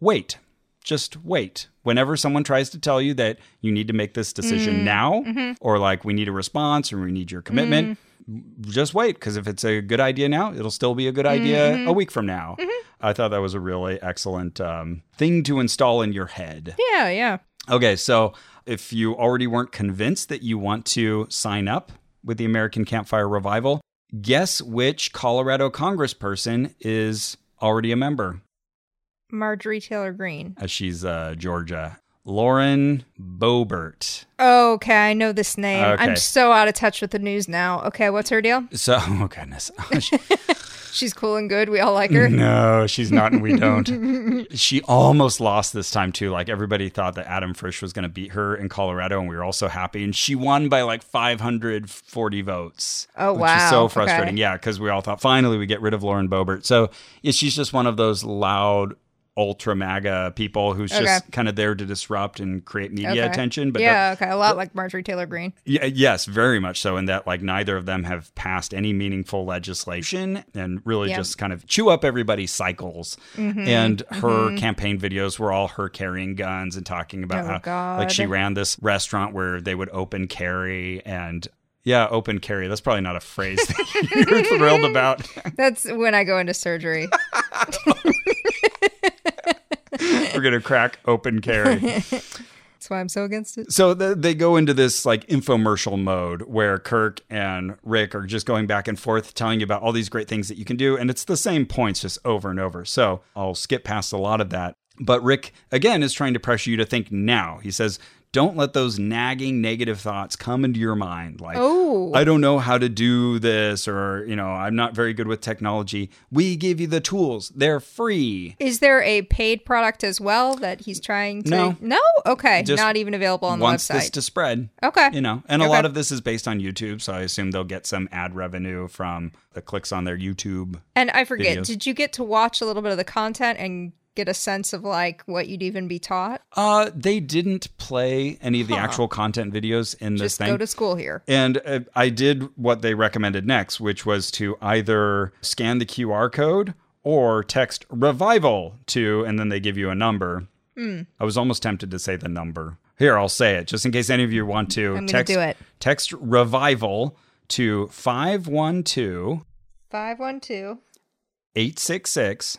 Speaker 2: "Wait." just wait. Whenever someone tries to tell you that you need to make this decision now, or like we need a response or we need your commitment, just wait. Because if it's a good idea now, it'll still be a good idea a week from now. I thought that was a really excellent um, thing to install in your head.
Speaker 1: Yeah, yeah.
Speaker 2: Okay, so If you already weren't convinced that you want to sign up with the American Campfire Revival, guess which Colorado congressperson is already a member,
Speaker 1: Marjorie Taylor Green.
Speaker 2: as she's uh, Georgia. Lauren Boebert.
Speaker 1: Okay, I know this name.
Speaker 2: Okay.
Speaker 1: I'm so out of touch with the news now. Okay, what's her
Speaker 2: *laughs*
Speaker 1: deal?
Speaker 2: So, oh goodness.
Speaker 1: *laughs* She's cool and good. We all like
Speaker 2: *laughs*
Speaker 1: her.
Speaker 2: No, she's not, and we
Speaker 1: *laughs*
Speaker 2: don't. she almost lost this time too. Like everybody thought that Adam Frisch was going to beat her in Colorado, and we were all so happy. And she won by like 540 votes.
Speaker 1: Oh,
Speaker 2: which is
Speaker 1: wow.
Speaker 2: so
Speaker 1: Okay.
Speaker 2: frustrating. Yeah, because we all thought finally we get rid of Lauren Boebert. So yeah, she's just one of those loud. Ultra MAGA people who's
Speaker 1: Okay.
Speaker 2: just kind of there to disrupt and create media
Speaker 1: Okay.
Speaker 2: attention, but
Speaker 1: yeah, okay, a lot like Marjorie Taylor Green.
Speaker 2: yeah, yes, very much so. In that, like, neither of them have passed any meaningful legislation and really
Speaker 1: Yeah. Mm-hmm.
Speaker 2: just kind of chew up everybody's cycles. And her campaign videos were all her carrying guns and talking about
Speaker 1: Oh,
Speaker 2: how, like, she
Speaker 1: God.
Speaker 2: ran this restaurant where they would open carry and. Yeah, open carry. That's probably not a phrase that *laughs* you're thrilled about. *laughs*
Speaker 1: That's when I go into surgery.
Speaker 2: We're going to crack open carry.
Speaker 1: That's why I'm so against it.
Speaker 2: so th- they go into this like infomercial mode where Kirk and Rick are just going back and forth telling you about all these great things that you can do. And it's the same points just over and over. So I'll skip past a lot of that. But Rick, again, is trying to pressure you to think now. He says, don't let those nagging negative thoughts come into your mind. Like,
Speaker 1: Oh.
Speaker 2: I don't know how to do this, or, you know, I'm not very good with technology. We give you the tools, they're free.
Speaker 1: Is there a paid product as well that he's trying to?
Speaker 2: No.
Speaker 1: Okay.
Speaker 2: Just
Speaker 1: Not even available on the
Speaker 2: wants this
Speaker 1: website. Oh,
Speaker 2: to spread.
Speaker 1: Okay.
Speaker 2: You know, and a
Speaker 1: Okay.
Speaker 2: lot of this is based on YouTube, so I assume they'll get some ad revenue from the clicks on their YouTube.
Speaker 1: and I forget,
Speaker 2: videos.
Speaker 1: did you get to watch a little bit of the content and get a sense of like what you'd even be taught?
Speaker 2: Uh, they didn't play any of the actual content videos in this
Speaker 1: Just
Speaker 2: thing.
Speaker 1: go to school here.
Speaker 2: And uh, I did what they recommended next, which was to either scan the QR code or text revival to, and then they give you a number.
Speaker 1: Hmm.
Speaker 2: I was almost tempted to say the number. Here, I'll say it just in case any of you want to.
Speaker 1: gonna
Speaker 2: text,
Speaker 1: do it.
Speaker 2: Text revival to 512
Speaker 1: 512
Speaker 2: 866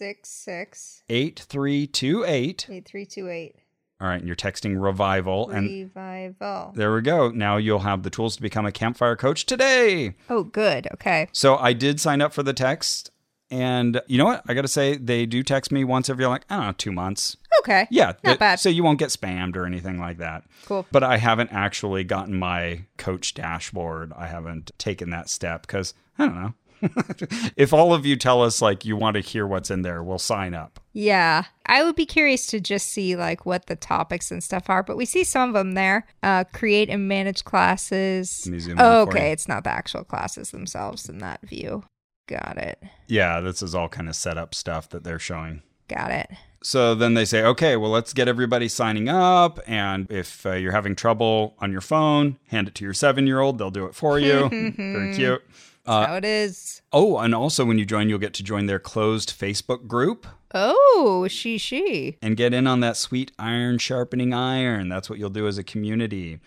Speaker 1: 866
Speaker 2: 8328.
Speaker 1: 8328.
Speaker 2: All right, and you're texting revival. And
Speaker 1: Revival.
Speaker 2: there we go. Now you'll have the tools to become a campfire coach today.
Speaker 1: Oh, good. Okay.
Speaker 2: So I did sign up for the text. And you know what? I got to say, they do text me once every, like, I don't know, two months.
Speaker 1: Okay.
Speaker 2: Yeah. that-
Speaker 1: Not bad.
Speaker 2: So you won't get spammed or anything like that.
Speaker 1: Cool.
Speaker 2: But I haven't actually gotten my coach dashboard. I haven't taken that step because I don't know. *laughs* if all of you tell us, like, you want to hear what's in there, we'll sign up.
Speaker 1: Yeah. I would be curious to just see like what the topics and stuff are, but we see some of them there. Uh, create and manage classes.
Speaker 2: Let me zoom in
Speaker 1: oh,
Speaker 2: for
Speaker 1: okay.
Speaker 2: you.
Speaker 1: It's not the actual classes themselves in that view. Got it.
Speaker 2: Yeah. This is all kind of setup stuff that they're showing.
Speaker 1: Got it.
Speaker 2: So then they say, okay, well, let's get everybody signing up. And if uh, you're having trouble on your phone, hand it to your seven year old. They'll do it for you. Very cute. Uh,
Speaker 1: That's how it is.
Speaker 2: Oh, and also when you join, you'll get to join their closed Facebook group
Speaker 1: Oh, she, she.
Speaker 2: and get in on that sweet iron sharpening iron. That's what you'll do as a community.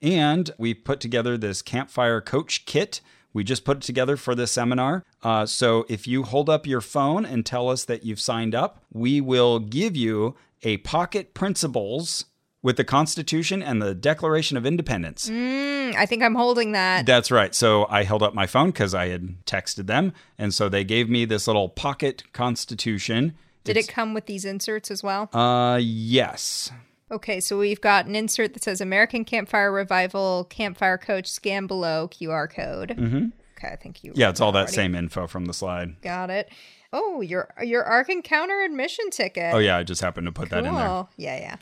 Speaker 2: And we put together this campfire coach kit. We just put it together for this seminar. Uh, so if you hold up your phone and tell us that you've signed up, we will give you a pocket principles with the Constitution and the Declaration of Independence.
Speaker 1: Mm, I think I'm holding that.
Speaker 2: That's right. So I held up my phone because I had texted them. And so they gave me this little pocket Constitution.
Speaker 1: Did it come with these inserts as well?
Speaker 2: Uh, yes.
Speaker 1: Okay, so we've got an insert that says American Campfire Revival Campfire Coach scan below QR code. Mm-hmm. Okay, I think you.
Speaker 2: Yeah, it's all that same info from the slide.
Speaker 1: Got it. Oh, your your Ark Encounter admission ticket.
Speaker 2: Oh yeah, I just happened to put that in there.
Speaker 1: Cool. Yeah, yeah.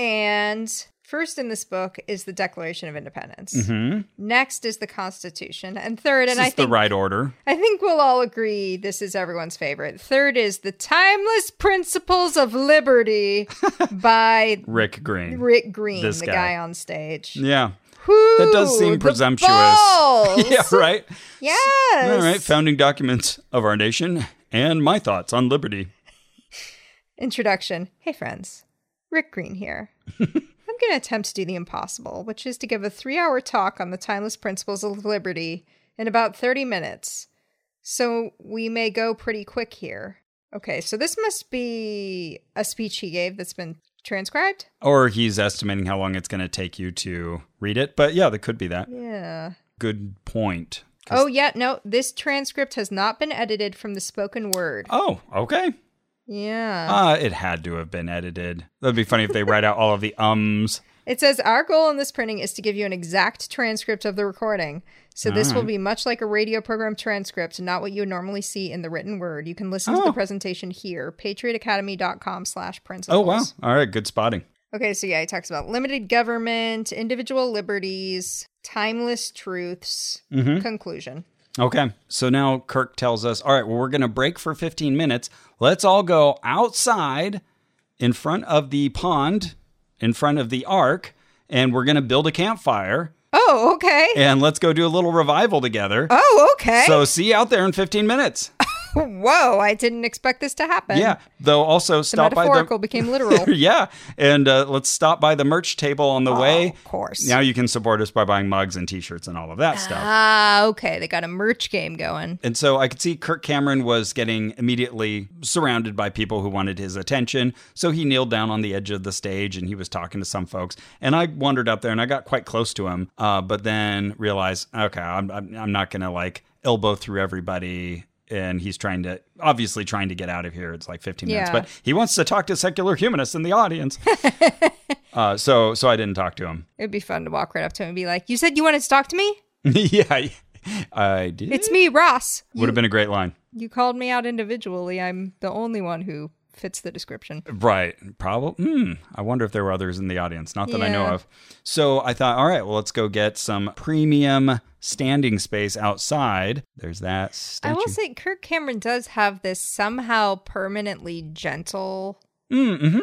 Speaker 1: And first in this book is the Declaration of Independence. Next is the Constitution, and third, and
Speaker 2: Mm-hmm. This
Speaker 1: I
Speaker 2: is the
Speaker 1: think
Speaker 2: right order.
Speaker 1: I think we'll all agree this is everyone's favorite. Third is the Timeless Principles of
Speaker 2: *laughs*
Speaker 1: Liberty by
Speaker 2: Rick Green.
Speaker 1: Rick Green,
Speaker 2: This
Speaker 1: the
Speaker 2: guy.
Speaker 1: guy. on stage.
Speaker 2: Yeah. *laughs*
Speaker 1: That
Speaker 2: does seem presumptuous. *laughs* Yeah, right.
Speaker 1: Yes.
Speaker 2: All right, founding documents of our nation and my thoughts on liberty.
Speaker 1: Introduction. Hey, friends. Rick Green
Speaker 2: *laughs*
Speaker 1: here. I'm going to attempt to do the impossible, which is to give a three hour talk on the timeless principles of liberty in about 30 minutes. So we may go pretty quick here. Okay, so this must be a speech he gave that's been transcribed?
Speaker 2: Or he's estimating how long it's going to take you to read it. But yeah, that could be that.
Speaker 1: Yeah.
Speaker 2: Good point. 'Cause-
Speaker 1: Oh, yeah. No, this transcript has not been edited from the spoken word.
Speaker 2: Oh, okay.
Speaker 1: Yeah.
Speaker 2: Uh, it had to have been edited. That'd be funny if they write out all of the ums.
Speaker 1: It says our goal in this printing is to give you an exact transcript of the recording. So this
Speaker 2: Mm.
Speaker 1: will be much like a radio program transcript, not what you would normally see in the written word. You can listen to
Speaker 2: Oh.
Speaker 1: the presentation here, patriotacademy.com slash principles.
Speaker 2: Oh, wow. All right. Good spotting.
Speaker 1: Okay, so yeah, he talks about limited government, individual liberties, timeless truths,
Speaker 2: Mm-hmm.
Speaker 1: conclusion.
Speaker 2: Okay. So now Kirk tells us, all right, well, we're going to break for 15 minutes. Let's all go outside in front of the pond, in front of the ark, and we're going to build a campfire
Speaker 1: Oh, okay.
Speaker 2: and let's go do a little revival together.
Speaker 1: Oh, okay.
Speaker 2: So see you out there in 15 minutes.
Speaker 1: Whoa, I didn't expect this to happen.
Speaker 2: Yeah. Though also
Speaker 1: The
Speaker 2: stop by
Speaker 1: metaphorical
Speaker 2: the.
Speaker 1: became literal.
Speaker 2: *laughs* yeah. And uh, let's stop by the merch table on the way.
Speaker 1: Oh, of course.
Speaker 2: Now you can support us by buying mugs and t shirts and all of that stuff.
Speaker 1: Ah, okay. They got a merch game going.
Speaker 2: And so I could see Kirk Cameron was getting immediately surrounded by people who wanted his attention. So he kneeled down on the edge of the stage and he was talking to some folks. And I wandered up there and I got quite close to him, uh, but then realized, okay, I'm, I'm, I'm not going to like elbow through everybody. And he's trying to, obviously trying to get out of here. It's like 15 minutes,
Speaker 1: Yeah.
Speaker 2: but he wants to talk to secular humanists in
Speaker 1: *laughs*
Speaker 2: the audience. uh, so, so I didn't talk to him. *laughs*
Speaker 1: It'd be fun to walk right up to him and be like, You said you wanted to talk to me?
Speaker 2: yeah, I, I did.
Speaker 1: It's me, Ross.
Speaker 2: Would have been a great line.
Speaker 1: You called me out individually. I'm the only one who fits the description.
Speaker 2: Right. Probably. Mm, I wonder if there were others in the audience. Not that I know
Speaker 1: Yeah.
Speaker 2: of. So I thought, all right, well, let's go get some premium standing space outside. There's that
Speaker 1: I
Speaker 2: statue.
Speaker 1: will say Kirk Cameron does have this somehow permanently gentle
Speaker 2: Mm, mm-hmm.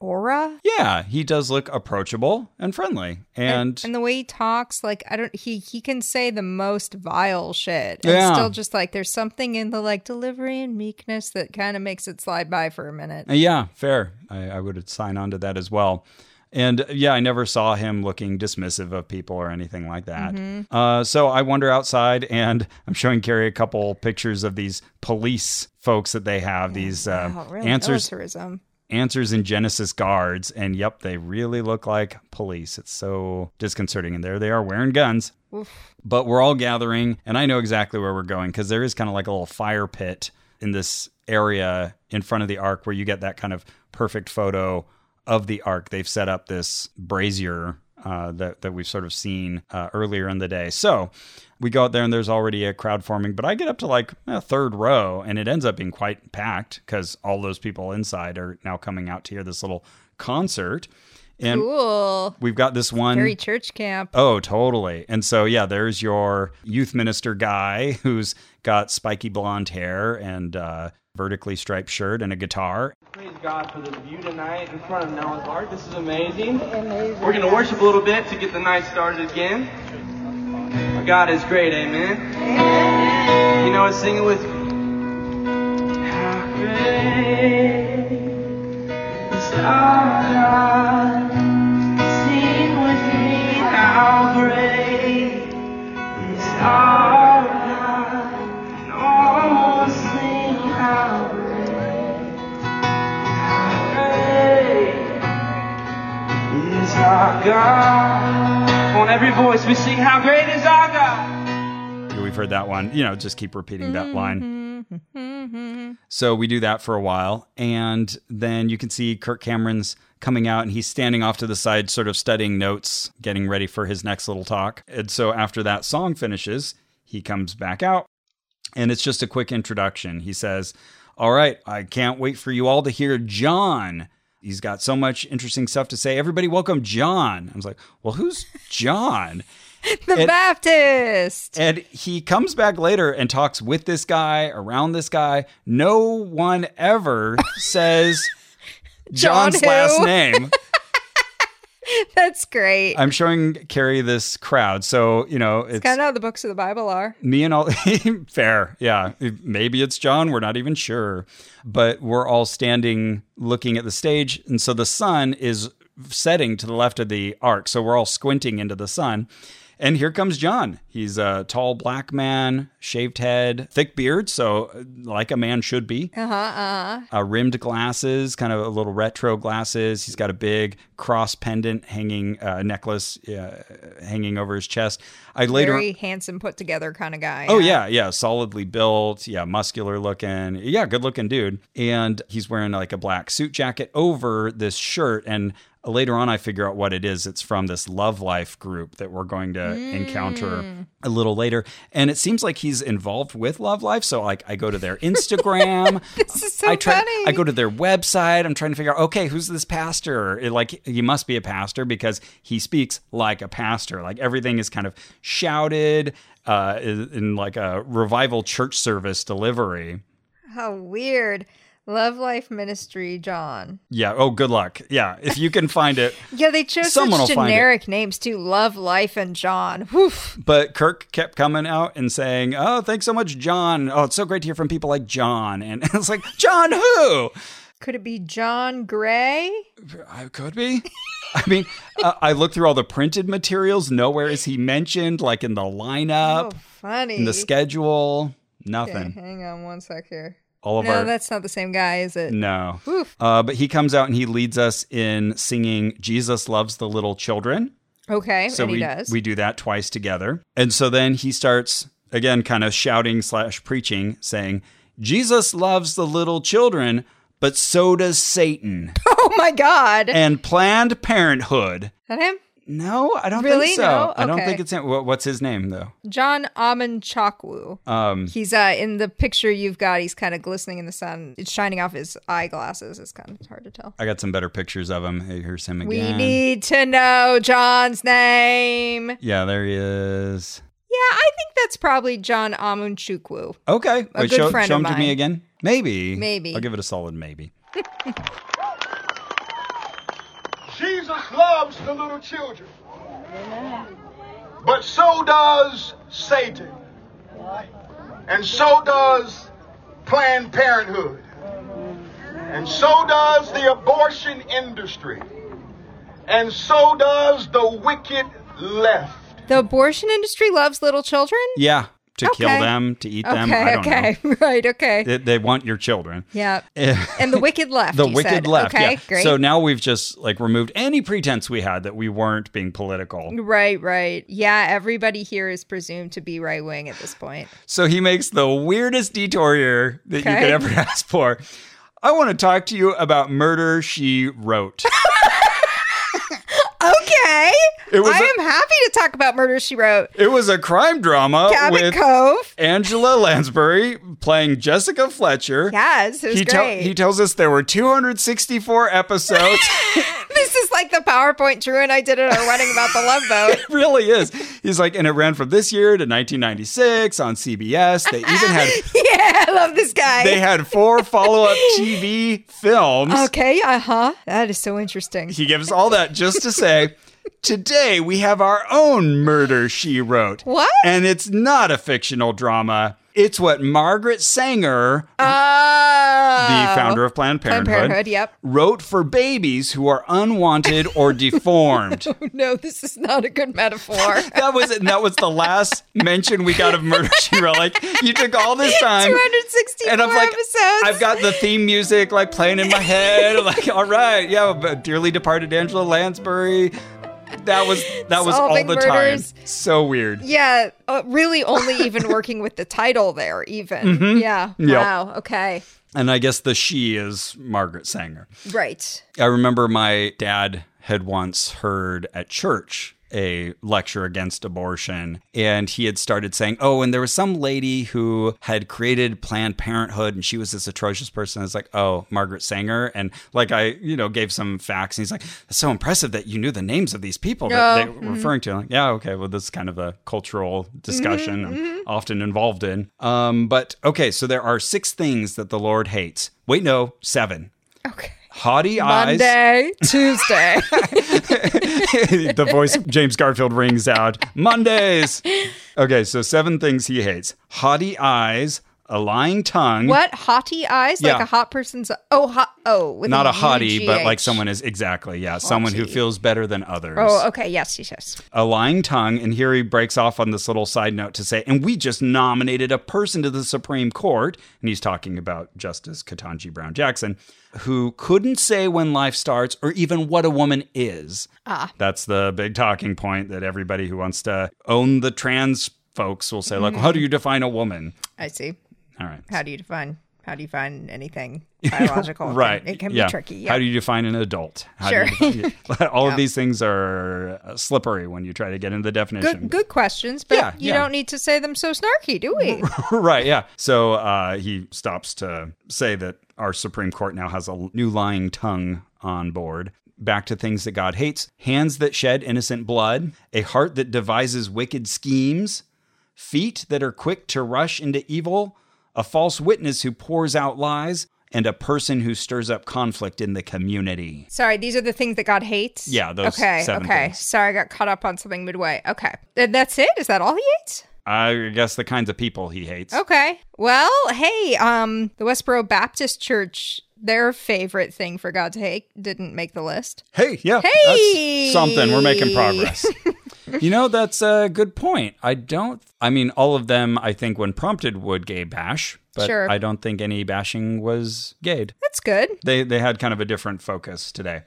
Speaker 1: aura.
Speaker 2: yeah, he does look approachable and friendly. And,
Speaker 1: And the way he talks, like I don't he he can say the most vile shit. And
Speaker 2: Yeah.
Speaker 1: still just like there's something in the like delivery and meekness that kind of makes it slide by for a minute.
Speaker 2: uh, yeah, fair. I, I would sign on to that as well. And uh, yeah, I never saw him looking dismissive of people or anything like that.
Speaker 1: Mm-hmm.
Speaker 2: Uh, so I wander outside and *laughs* I'm showing Carrie a couple pictures of these police folks that they have, these uh,
Speaker 1: Oh, Wow, really
Speaker 2: answers.
Speaker 1: militarism.
Speaker 2: answers in Genesis guards, and yep, they really look like police. It's so disconcerting. And there they are wearing guns. But we're all gathering, and I know exactly where we're going because there is kind of like a little fire pit in this area in front of the ark where you get that kind of perfect photo of the ark. They've set up this brazier. Uh, that, that we've sort of seen uh, earlier in the day. So we go out there and there's already a crowd forming, but I get up to like a third row and it ends up being quite packed because all those people inside are now coming out to hear this little concert. And
Speaker 1: Cool.
Speaker 2: we've got this one.
Speaker 1: Very church camp.
Speaker 2: Oh, totally. And so, yeah, there's your youth minister guy who's got spiky blonde hair and uh, vertically striped shirt and a guitar.
Speaker 5: Praise God for this view tonight in front of Noah's Ark. This is amazing. amazing. We're going to worship a little bit to get the night started again. Our God is great, amen. You know, it's singing with me. How great is our God. Sing with me, how great is our God. And all will sing how great. Great is our God. Come on, every voice we sing, How great is our God!
Speaker 2: We've heard that one, you know, just keep repeating that line. So we do that for a while. And then you can see Kirk Cameron's coming out and he's standing off to the side, sort of studying notes, getting ready for his next little talk. And so after that song finishes, he comes back out and it's just a quick introduction. He says, All right, I can't wait for you all to hear John. He's got so much interesting stuff to say. Everybody, welcome John. I was like, Well, who's John?
Speaker 1: the
Speaker 2: and-
Speaker 1: Baptist.
Speaker 2: And he comes back later and talks with this guy, around this guy. No one
Speaker 1: *laughs*
Speaker 2: ever says
Speaker 1: John
Speaker 2: John's
Speaker 1: who?
Speaker 2: last name.
Speaker 1: That's great.
Speaker 2: I'm showing Carrie this crowd. So, you know, it's,
Speaker 1: kind of how the books of the Bible are.
Speaker 2: me and all *laughs* fair yeah maybe it's john we're not even sure but we're all standing looking at the stage and so the sun is setting to the left of the arc so we're all squinting into the sun And here comes John. He's a tall black man, shaved head, thick beard, so uh, like a man should be. Uh-huh, uh-huh. Uh, rimmed glasses, kind of a little retro glasses. He's got a big cross pendant hanging uh, necklace uh, hanging over his chest. I later
Speaker 1: Very handsome, put together kind of guy.
Speaker 2: Oh yeah, yeah, solidly built, yeah, muscular looking, yeah, good looking dude. And he's wearing like a black suit jacket over this shirt. And later on, I figure out what it is. It's from this Love Life group that we're going to
Speaker 1: Mm.
Speaker 2: encounter a little later. And it seems like he's involved with Love Life. So like, I go to their Instagram.
Speaker 1: *laughs* This is so
Speaker 2: I try.
Speaker 1: funny.
Speaker 2: I go to their website. I'm trying to figure out, okay, who's this pastor? It, like, he must be a pastor because he speaks like a pastor. Like everything is kind of shouted uh, in in like a revival church service delivery.
Speaker 1: How weird. Love Life Ministry, John.
Speaker 2: Yeah. Oh, good luck. Yeah. If you can find it.
Speaker 1: Yeah, they chose
Speaker 2: Someone
Speaker 1: such
Speaker 2: will find it.
Speaker 1: generic names too. Love Life and John. Woof.
Speaker 2: But Kirk kept coming out and saying, Oh, thanks so much, John. Oh, it's so great to hear from people like John. And *laughs* it's like, John who?
Speaker 1: Could it be John Gray?
Speaker 2: I could be. *laughs* I mean, uh, I looked through all the printed materials. Nowhere is he mentioned, like in the lineup,
Speaker 1: Oh, funny.
Speaker 2: in the schedule,
Speaker 1: Okay,
Speaker 2: nothing.
Speaker 1: hang on one sec here.
Speaker 2: All of
Speaker 1: no,
Speaker 2: our.
Speaker 1: that's not the same guy, is it?
Speaker 2: no.
Speaker 1: Oof.
Speaker 2: Uh, but he comes out and he leads us in singing Jesus Loves the Little Children.
Speaker 1: Okay,
Speaker 2: so
Speaker 1: and
Speaker 2: we
Speaker 1: he does.
Speaker 2: we do that twice together and so then he starts again kind of shouting slash preaching saying jesus loves the little children but so does satan
Speaker 1: *laughs* oh my God.
Speaker 2: and planned parenthood
Speaker 1: that him?
Speaker 2: no i don't
Speaker 1: Really?
Speaker 2: think so
Speaker 1: No?
Speaker 2: i don't
Speaker 1: Okay.
Speaker 2: think it's him Wha- what's his name though
Speaker 1: John Amon Chakwu. Um, he's uh, in the picture you've got. He's kind of glistening in the sun. It's shining off his eyeglasses. It's kind of hard to tell.
Speaker 2: i got some better pictures of him Hey, here's him
Speaker 1: We
Speaker 2: again
Speaker 1: need to know John's name. Yeah,
Speaker 2: yeah there he is
Speaker 1: I think that's probably John Amun Chukwu.
Speaker 2: okay
Speaker 1: A
Speaker 2: wait
Speaker 1: good
Speaker 2: show,
Speaker 1: friend
Speaker 2: show him
Speaker 1: of
Speaker 2: to me
Speaker 1: mine.
Speaker 2: again maybe
Speaker 1: Maybe.
Speaker 2: i'll give it a solid maybe
Speaker 6: Jesus loves the little children. But so does Satan. And so does Planned Parenthood. And so does the abortion industry. And so does the wicked left.
Speaker 1: The abortion industry loves little children?
Speaker 2: yeah to kill
Speaker 1: Okay.
Speaker 2: them to eat them
Speaker 1: okay,
Speaker 2: i don't know
Speaker 1: okay, *laughs* right, okay.
Speaker 2: they, they want your children *laughs*
Speaker 1: yeah. and the wicked left.
Speaker 2: the
Speaker 1: you
Speaker 2: wicked
Speaker 1: said.
Speaker 2: left.
Speaker 1: Okay,
Speaker 2: yeah.
Speaker 1: great.
Speaker 2: So now we've just like removed any pretense we had that we weren't being political.
Speaker 1: Right, right. Yeah, everybody here is presumed to be right wing at this
Speaker 2: *laughs*
Speaker 1: point.
Speaker 2: So he makes the weirdest detour here that you
Speaker 1: Okay.
Speaker 2: could ever *laughs* ask for. I want to talk to you about Murder She Wrote.
Speaker 1: Okay.
Speaker 2: It was
Speaker 1: I
Speaker 2: a-
Speaker 1: am happy to talk about Murder She Wrote.
Speaker 2: it was a crime drama
Speaker 1: *laughs* Cabot
Speaker 2: with
Speaker 1: Cove.
Speaker 2: Angela Lansbury playing Jessica Fletcher.
Speaker 1: Yes, it was
Speaker 2: he, tell-
Speaker 1: great.
Speaker 2: he tells us there were 264
Speaker 1: *laughs*
Speaker 2: episodes. *laughs*
Speaker 1: this is like the PowerPoint Drew and I did it on running about the love boat. *laughs*
Speaker 2: *laughs* it really is. He's like, and it ran from this year to 1996 on CBS. They even
Speaker 1: *laughs*
Speaker 2: had
Speaker 1: yeah, I love this guy.
Speaker 2: they had four follow-up TV films.
Speaker 1: okay, uh huh. That is so interesting.
Speaker 2: He gives all that just to say, today we have our own murder she wrote.
Speaker 1: What?
Speaker 2: And it's not a fictional drama. It's what Margaret Sanger,
Speaker 1: Oh.
Speaker 2: the founder of Planned
Speaker 1: Planned
Speaker 2: Parenthood,
Speaker 1: Parenthood, yep.
Speaker 2: wrote for babies who are unwanted or deformed.
Speaker 1: *laughs* No, this is not a good metaphor.
Speaker 2: That was it. And that was the last mention we got of Murder She Wrote. Like you took *laughs*
Speaker 1: *laughs*
Speaker 2: all this time.
Speaker 1: 264
Speaker 2: and I'm like,
Speaker 1: episodes.
Speaker 2: I've got the theme music like playing in
Speaker 1: *laughs*
Speaker 2: my head. I'm like, all right, yeah, but dearly departed Angela Lansbury. That was that was
Speaker 1: Solving
Speaker 2: all the
Speaker 1: murders.
Speaker 2: time. So weird.
Speaker 1: Yeah, uh, really only even working with the title there, even. Yeah.
Speaker 2: Mm-hmm. Yep.
Speaker 1: Wow. Okay.
Speaker 2: And I guess the she is Margaret Sanger.
Speaker 1: Right.
Speaker 2: I remember my dad had once heard at church a lecture against abortion and he had started saying oh and there was some lady who had created planned parenthood and she was this atrocious person it's like oh margaret sanger and like i you know gave some facts and he's like that's so impressive that you knew the names of these people that
Speaker 1: Oh,
Speaker 2: they were referring to I'm like yeah okay well this is kind of a cultural discussion i'm often involved in um but okay so there are six things that the lord hates wait no seven
Speaker 1: Okay.
Speaker 2: haughty eyes
Speaker 1: Monday,
Speaker 2: *laughs*
Speaker 1: Tuesday.
Speaker 2: the voice of James Garfield rings out Mondays. Okay, so seven things he hates haughty eyes, a lying tongue.
Speaker 1: What haughty eyes? Like
Speaker 2: Yeah.
Speaker 1: a hot person's oh hot oh with
Speaker 2: Not a
Speaker 1: haughty,
Speaker 2: hottie, but like someone is exactly, yeah, someone who
Speaker 1: Haughty.
Speaker 2: feels better than others.
Speaker 1: Oh, okay. Yes, yes, yes.
Speaker 2: a lying tongue. And here he breaks off on this little side note to say, and we just nominated a person to the Supreme Court. And he's talking about Justice Katanji Brown Jackson, who couldn't say when life starts or even what a woman is. Ah. That's the big talking point that everybody who wants to own the trans folks will say, like, how do you define a woman?
Speaker 1: I see.
Speaker 2: All right.
Speaker 1: Mm-hmm. How do you define? How do you find anything
Speaker 2: *laughs*
Speaker 1: biological?
Speaker 2: Right.
Speaker 1: It can
Speaker 2: Yeah.
Speaker 1: be tricky. Yeah.
Speaker 2: How do you define an adult? How do
Speaker 1: Sure.
Speaker 2: you
Speaker 1: *laughs*
Speaker 2: define- all of these things are uh, slippery when you try to get into the definition.
Speaker 1: good, good questions, but
Speaker 2: Yeah,
Speaker 1: you
Speaker 2: yeah.
Speaker 1: don't need to say them so snarky, do
Speaker 2: *laughs*
Speaker 1: we?
Speaker 2: right, yeah. So uh, he stops to say that our Supreme Court now has a new lying tongue on board. Back to things that God hates hands that shed innocent blood, a heart that devises wicked schemes, feet that are quick to rush into evil, a false witness who pours out lies, and a person who stirs up conflict in the community.
Speaker 1: Sorry, these are the things that God hates.
Speaker 2: Yeah, those
Speaker 1: Okay,
Speaker 2: seven
Speaker 1: okay.
Speaker 2: things.
Speaker 1: Sorry, I got caught up on something midway. Okay, and that's it. Is that all he hates?
Speaker 2: I guess the kinds of people he hates.
Speaker 1: Okay. Well, hey, um, the Westboro Baptist Church, their favorite thing for God's hate didn't make the list.
Speaker 2: Hey, yeah.
Speaker 1: Hey!
Speaker 2: That's something. We're
Speaker 1: *laughs*
Speaker 2: making progress. you know, that's a good point. I don't, I mean, all of them, I think, when prompted, would gay bash, but
Speaker 1: Sure.
Speaker 2: I don't think any bashing was gayed.
Speaker 1: That's good.
Speaker 2: They, they had kind of a different focus today.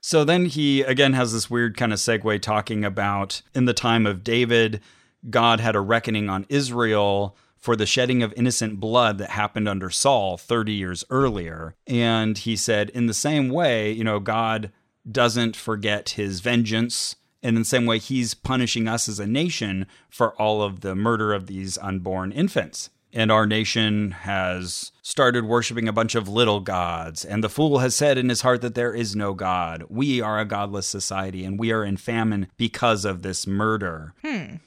Speaker 2: So then he again has this weird kind of segue talking about in the time of David, God had a reckoning on Israel for the shedding of innocent blood that happened under Saul 30 years earlier. And he said, in the same way, you know, God doesn't forget his vengeance. And in the same way, he's punishing us as a nation for all of the murder of these unborn infants. And our nation has started worshiping a bunch of little gods. And the fool has said in his heart that there is no God. We are a godless society and we are in famine because of this murder.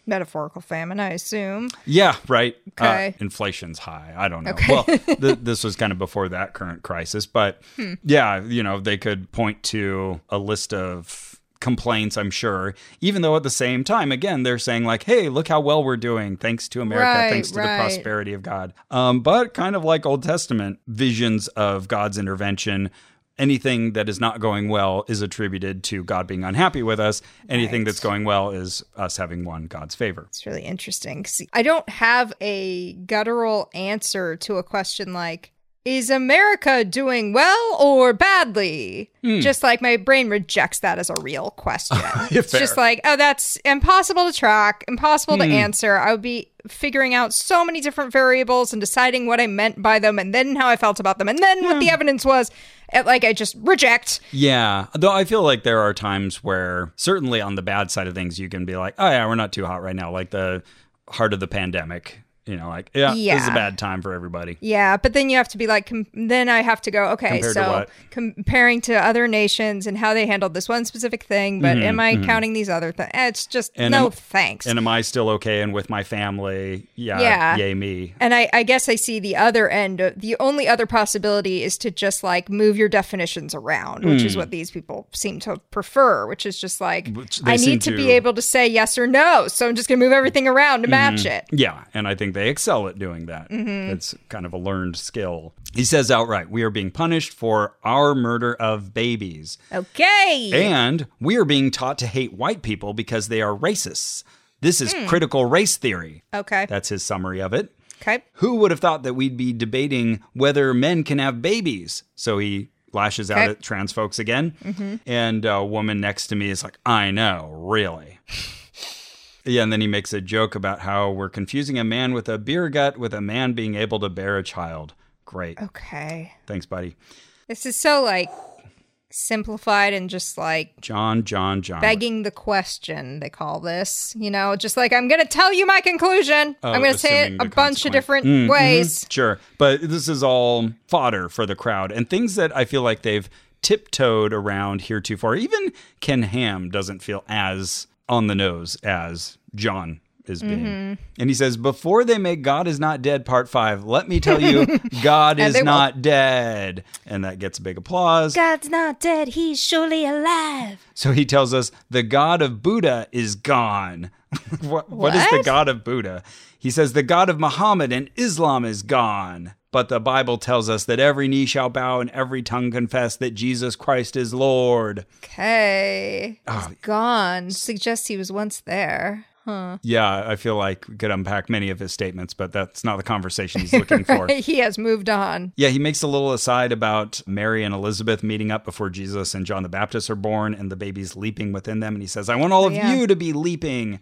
Speaker 1: Metaphorical famine, I assume.
Speaker 2: Yeah, right. Uh,
Speaker 1: Okay.
Speaker 2: inflation's high. I don't know.
Speaker 1: *laughs*
Speaker 2: Well, th- this was kind of before that current crisis, but
Speaker 1: Hmm.
Speaker 2: yeah, you know, they could point to a list of complaints, I'm sure, even though at the same time, again, they're saying, like, hey, look how well we're doing. Thanks to America.
Speaker 1: Right,
Speaker 2: thanks to the
Speaker 1: right.
Speaker 2: prosperity of God. Um, but kind of like Old Testament visions of God's intervention. Anything that is not going well is attributed to God being unhappy with us. Anything that's going well is us having won God's favor.
Speaker 1: It's really interesting. 'cause I don't have a guttural answer to a question like, is America doing well or badly? Just like my brain rejects that as a real question. it's
Speaker 2: Fair.
Speaker 1: just like, oh, that's impossible to track, impossible to answer. I would be figuring out so many different variables and deciding what I meant by them and then how I felt about them and then what the evidence was. And, like, I just reject.
Speaker 2: Yeah. Though I feel like there are times where, certainly on the bad side of things, you can be like, oh, yeah, we're not too hot right now. Like the heart of the pandemic, you know, like, yeah, this is a
Speaker 1: Yeah.
Speaker 2: bad time for everybody.
Speaker 1: Yeah, but then you have to be like, com- then I have to go, okay,
Speaker 2: Compared to
Speaker 1: so
Speaker 2: what?
Speaker 1: comparing to other nations and how they handled this one specific thing, but am I counting these other things? It's just
Speaker 2: Mm-hmm, And
Speaker 1: no
Speaker 2: am-
Speaker 1: thanks.
Speaker 2: And am I still okay and with my family? Yeah.
Speaker 1: Yeah.
Speaker 2: Yay, me.
Speaker 1: And I, I guess I see the other end. Of, the only other possibility is to just like move your definitions around, which
Speaker 2: Mm.
Speaker 1: is what these people seem to prefer, which is just like,
Speaker 2: Which they
Speaker 1: I
Speaker 2: seem
Speaker 1: need to,
Speaker 2: to- Mm-hmm.
Speaker 1: be able to say yes or no. So I'm just going to move everything around to match it.
Speaker 2: Yeah, and I think they excel at doing that.
Speaker 1: Mm-hmm.
Speaker 2: It's kind of a learned skill. He says outright, "We are being punished for our murder of babies."
Speaker 1: Okay.
Speaker 2: And we are being taught to hate white people because they are racists. This
Speaker 1: Hmm.
Speaker 2: is critical race theory.
Speaker 1: Okay.
Speaker 2: That's his summary of it.
Speaker 1: okay.
Speaker 2: Who would have thought that we'd be debating whether men can have babies? So he lashes out
Speaker 1: Okay.
Speaker 2: at trans folks again. And a woman next to me is like, I know, really. yeah, and then he makes a joke about how we're confusing a man with a beer gut with a man being able to bear a child. Great.
Speaker 1: Oh. Okay.
Speaker 2: Thanks, buddy.
Speaker 1: This is so like simplified and just like
Speaker 2: John, John, John.
Speaker 1: begging the question they call this you know just like i'm gonna tell you my conclusion i'm gonna say it
Speaker 2: Oh, assuming
Speaker 1: a
Speaker 2: the
Speaker 1: bunch of
Speaker 2: consequence. Mm-hmm.
Speaker 1: different ways
Speaker 2: Sure. But this is all fodder for the crowd and things that I feel like they've tiptoed around heretofore. Even Ken Ham doesn't feel as on the nose as John is being. And he says, Before they make God is Not Dead Part 5, let me tell you, God is
Speaker 1: they will.
Speaker 2: not dead. And that gets big applause.
Speaker 1: god's not dead he's surely alive
Speaker 2: So he tells us, The God of Buddha is gone. *laughs* what, what is the
Speaker 1: What?
Speaker 2: God of Buddha? He says, The God of Muhammad and Islam is gone. But the Bible tells us that every knee shall bow and every tongue confess that Jesus Christ is Lord.
Speaker 1: Okay.
Speaker 2: Oh.
Speaker 1: He's gone. Suggests he was once there. Huh.
Speaker 2: Yeah, I feel like we could unpack many of his statements, but that's not the conversation
Speaker 1: *laughs*
Speaker 2: he's looking for.
Speaker 1: Right, He has moved on. *laughs*
Speaker 2: Yeah, he makes a little aside about Mary and Elizabeth meeting up before Jesus and John the Baptist are born and the babies leaping within them. And he says, I want all of
Speaker 1: Oh, yeah.
Speaker 2: you to be leaping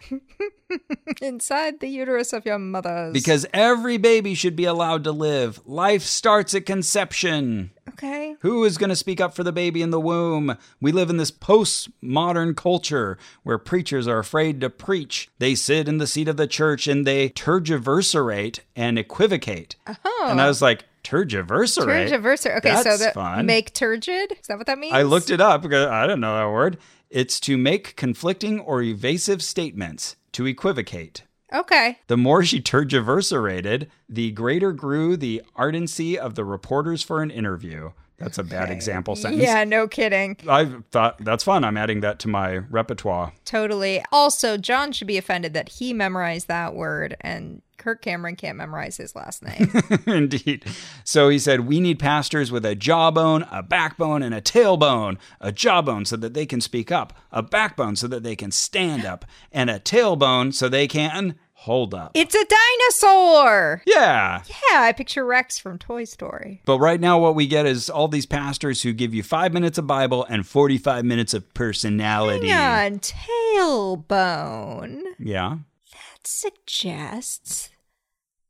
Speaker 1: Inside the uterus of your mother's.
Speaker 2: because every baby should be allowed to live. Life starts at conception.
Speaker 1: Okay.
Speaker 2: Who is going to speak up for the baby in the womb? We live in this postmodern culture where preachers are afraid to preach. They sit in the seat of the church and they tergiversate and equivocate. Oh. And I was like, tergiversate?
Speaker 1: Tergiversate. Uh-huh. Okay, so
Speaker 2: That's
Speaker 1: the
Speaker 2: fun.
Speaker 1: make turgid. Is that what that means?
Speaker 2: I looked it up because I didn't know that word. It's to make conflicting or evasive statements, to equivocate.
Speaker 1: Okay.
Speaker 2: The more she tergiverserated, the greater grew the ardency of the reporters for an interview. That's a bad example sentence.
Speaker 1: Yeah, no kidding.
Speaker 2: I thought that's fun. I'm adding that to my repertoire. *laughs*
Speaker 1: Totally. Also, John should be offended that he memorized that word and Kirk Cameron can't memorize his last
Speaker 2: *laughs*
Speaker 1: name.
Speaker 2: Indeed. So he said, We need pastors with a jawbone, a backbone, and a tailbone. A jawbone so that they can speak up, a backbone so that they can stand up, and a tailbone so they can hold up.
Speaker 1: it's a dinosaur.
Speaker 2: yeah.
Speaker 1: Yeah, I picture Rex from Toy Story.
Speaker 2: But right now, what we get is all these pastors who give you five minutes of Bible and 45 minutes of personality.
Speaker 1: Hang on, tailbone.
Speaker 2: *laughs* Yeah.
Speaker 1: suggests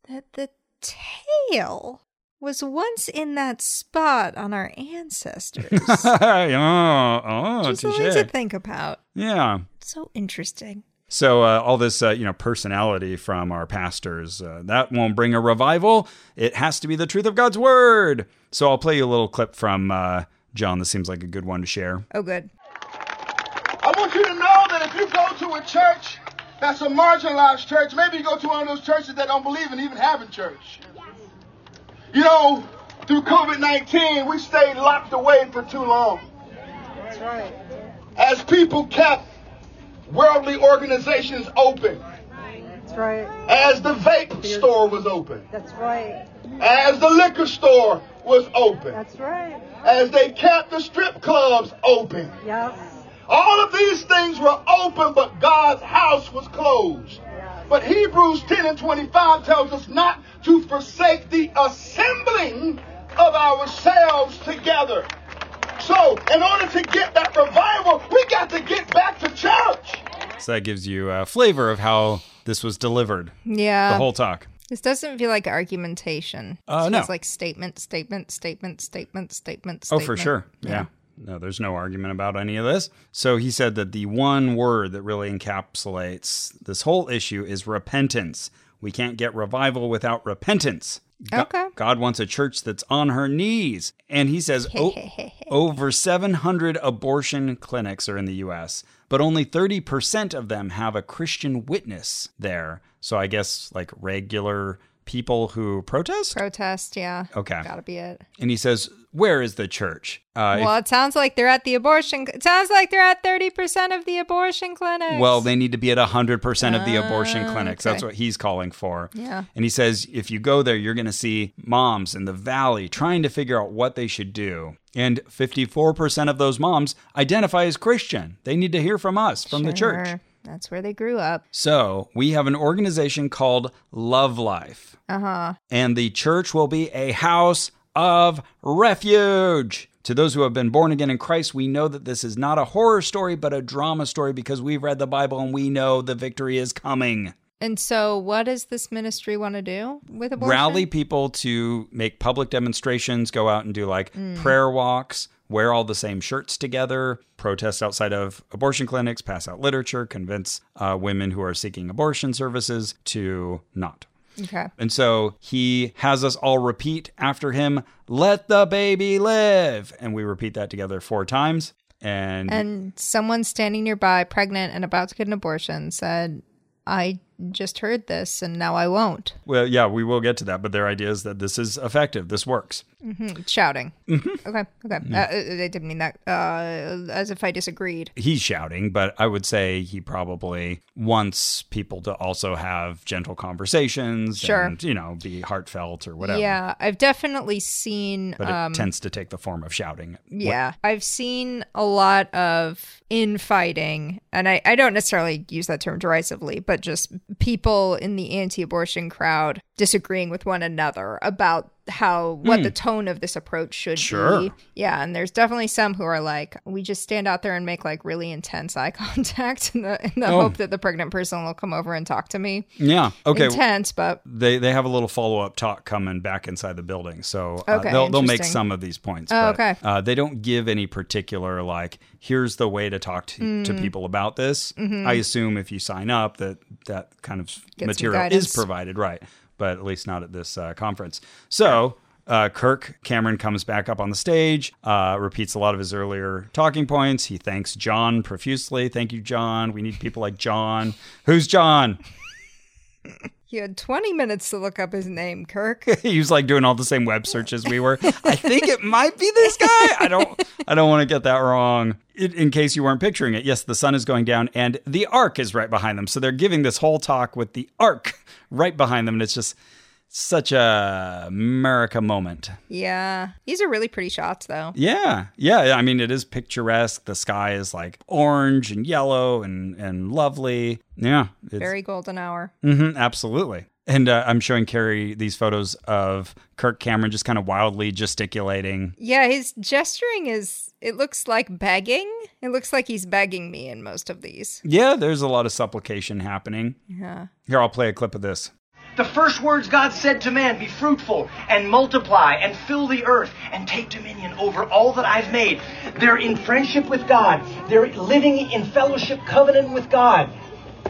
Speaker 1: that the tail was once in that spot on our
Speaker 2: *laughs*
Speaker 1: ancestors.
Speaker 2: oh, oh,
Speaker 1: Just something
Speaker 2: touche.
Speaker 1: to think about.
Speaker 2: Yeah.
Speaker 1: So interesting.
Speaker 2: So uh, all this, uh, you know, personality from our pastors, uh, that won't bring a revival. It has to be the truth of God's word. So I'll play you a little clip from uh, John. This seems like a good one to share.
Speaker 1: Oh, good.
Speaker 6: I want you to know that if you go to a church that's a marginalized church, maybe you go to one of those churches that don't believe in even having church. You know, through COVID 19, we stayed locked away for too long. That's right. As people kept worldly organizations open,
Speaker 7: That's right.
Speaker 6: as the vape store was open,
Speaker 7: That's right.
Speaker 6: as the liquor store was open,
Speaker 7: That's right.
Speaker 6: as they kept the strip clubs open.
Speaker 7: Yes.
Speaker 6: All of these things were open, but God's house was closed. But Hebrews 10 and 25 tells us not to forsake the assembling of ourselves together. So, in order to get that revival, we got to get back to church.
Speaker 2: So that gives you a flavor of how this was delivered, the
Speaker 1: Yeah.
Speaker 2: whole talk.
Speaker 1: this doesn't feel like argumentation.
Speaker 2: Uh,
Speaker 1: This
Speaker 2: no.
Speaker 1: feels like statement, statement, statement, statement, statement,
Speaker 2: Oh,
Speaker 1: statement.
Speaker 2: for sure. Yeah. No, there's no argument about any of this. So he said that the one word that really encapsulates this whole issue is repentance. We can't get revival without repentance. Go-
Speaker 1: Okay.
Speaker 2: God wants a church that's on her knees. And he says o-
Speaker 1: *laughs*
Speaker 2: over 700 abortion clinics are in the U.S., but only 30% of them have a Christian witness there. So I guess like regular people who protest?
Speaker 1: Protest, yeah.
Speaker 2: Okay.
Speaker 1: Gotta be it.
Speaker 2: and he says, Where is the church? Uh, if-
Speaker 1: Well, it sounds like they're at the abortion. It sounds like they're at 30% of the abortion clinics. Oh,
Speaker 2: Well, they need to be at 100% of the abortion clinics. That's
Speaker 1: okay.
Speaker 2: what he's calling for.
Speaker 1: Yeah.
Speaker 2: And he says if you go there, you're going to see moms in the valley trying to figure out what they should do. And 54% of those moms identify as Christian. They need to hear from us, from the church.
Speaker 1: Sure. That's where they grew up.
Speaker 2: So we have an organization called Love Life. Uh huh. And the church will be a house of refuge. To those who have been born again in Christ, we know that this is not a horror story, but a drama story because we've read the Bible and we know the victory is coming.
Speaker 1: And so, what does this ministry want to do with abortion?
Speaker 2: Rally people to make public demonstrations, go out and do like prayer walks, wear all the same shirts together, protest outside of abortion clinics, pass out literature, convince uh, women who are seeking abortion services to not.
Speaker 1: Okay.
Speaker 2: And so he has us all repeat after him, let the baby live. And we repeat that together four times. And,
Speaker 1: And someone standing nearby, pregnant and about to get an abortion, said, I just heard this and now I won't.
Speaker 2: well, yeah, we will get to that. But their idea is that this is effective, this works.
Speaker 1: Shouting.
Speaker 2: Mm-hmm.
Speaker 1: Okay. Okay.
Speaker 2: Mm.
Speaker 1: Uh, Uh, they didn't mean that. Uh, as if I disagreed.
Speaker 2: He's shouting, but I would say he probably wants people to also have gentle conversations
Speaker 1: Sure.
Speaker 2: and, you know, be heartfelt or whatever.
Speaker 1: Yeah, I've definitely seen.
Speaker 2: But it
Speaker 1: um,
Speaker 2: tends to take the form of shouting.
Speaker 1: Yeah. I've seen a lot of infighting, and I, I don't necessarily use that term derisively, but just people in the anti abortion crowd disagreeing with one another about how what the tone of this approach should
Speaker 2: Mm. Sure.
Speaker 1: be. Yeah, and there's definitely some who are like, we just stand out there and make like really intense eye *laughs* contact in the in the
Speaker 2: Oh.
Speaker 1: hope that the pregnant person will come over and talk to me.
Speaker 2: Yeah. Okay.
Speaker 1: Intense, but
Speaker 2: they they have a little follow up talk coming back inside the building, so uh,
Speaker 1: Okay,
Speaker 2: they'll they'll make
Speaker 1: interesting.
Speaker 2: some of these points.
Speaker 1: Oh,
Speaker 2: but,
Speaker 1: okay.
Speaker 2: Uh, they don't give any particular like here's the way to talk to, to
Speaker 1: Mm.
Speaker 2: people about this. I assume if you sign up that that kind of
Speaker 1: Mm-hmm. some
Speaker 2: material is
Speaker 1: guidance.
Speaker 2: provided, right? But at least not at this uh, conference. So. Uh, Kirk Cameron comes back up on the stage, uh, repeats a lot of his earlier talking points. He thanks John profusely. Thank you, John. We need people like John. Who's John?
Speaker 1: you had 20 minutes to look up his name,
Speaker 2: *laughs*
Speaker 1: Kirk.
Speaker 2: he was like doing all the same web searches we were. I think it might be this guy. I don't I don't want to get that wrong. In- in case you weren't picturing it, yes, the sun is going down and the arc is right behind them. So they're giving this whole talk with the arc right behind them and it's just such a America moment.
Speaker 1: yeah. These are really pretty shots though.
Speaker 2: Yeah. Yeah, I mean it is picturesque. The sky is like orange and yellow and and lovely. Yeah. It's,
Speaker 1: Very golden hour.
Speaker 2: hmm absolutely. And uh, I'm showing Carrie these photos of Kirk Cameron just kind of wildly gesticulating.
Speaker 1: Yeah, his gesturing is it looks like begging. It looks like he's begging me in most of these.
Speaker 2: Yeah, there's a lot of supplication happening.
Speaker 1: Yeah.
Speaker 2: Here, I'll play a clip of this.
Speaker 8: The first words God said to man, be fruitful and multiply and fill the earth and take dominion over all that I've made. They're in friendship with God. They're living in fellowship covenant with God.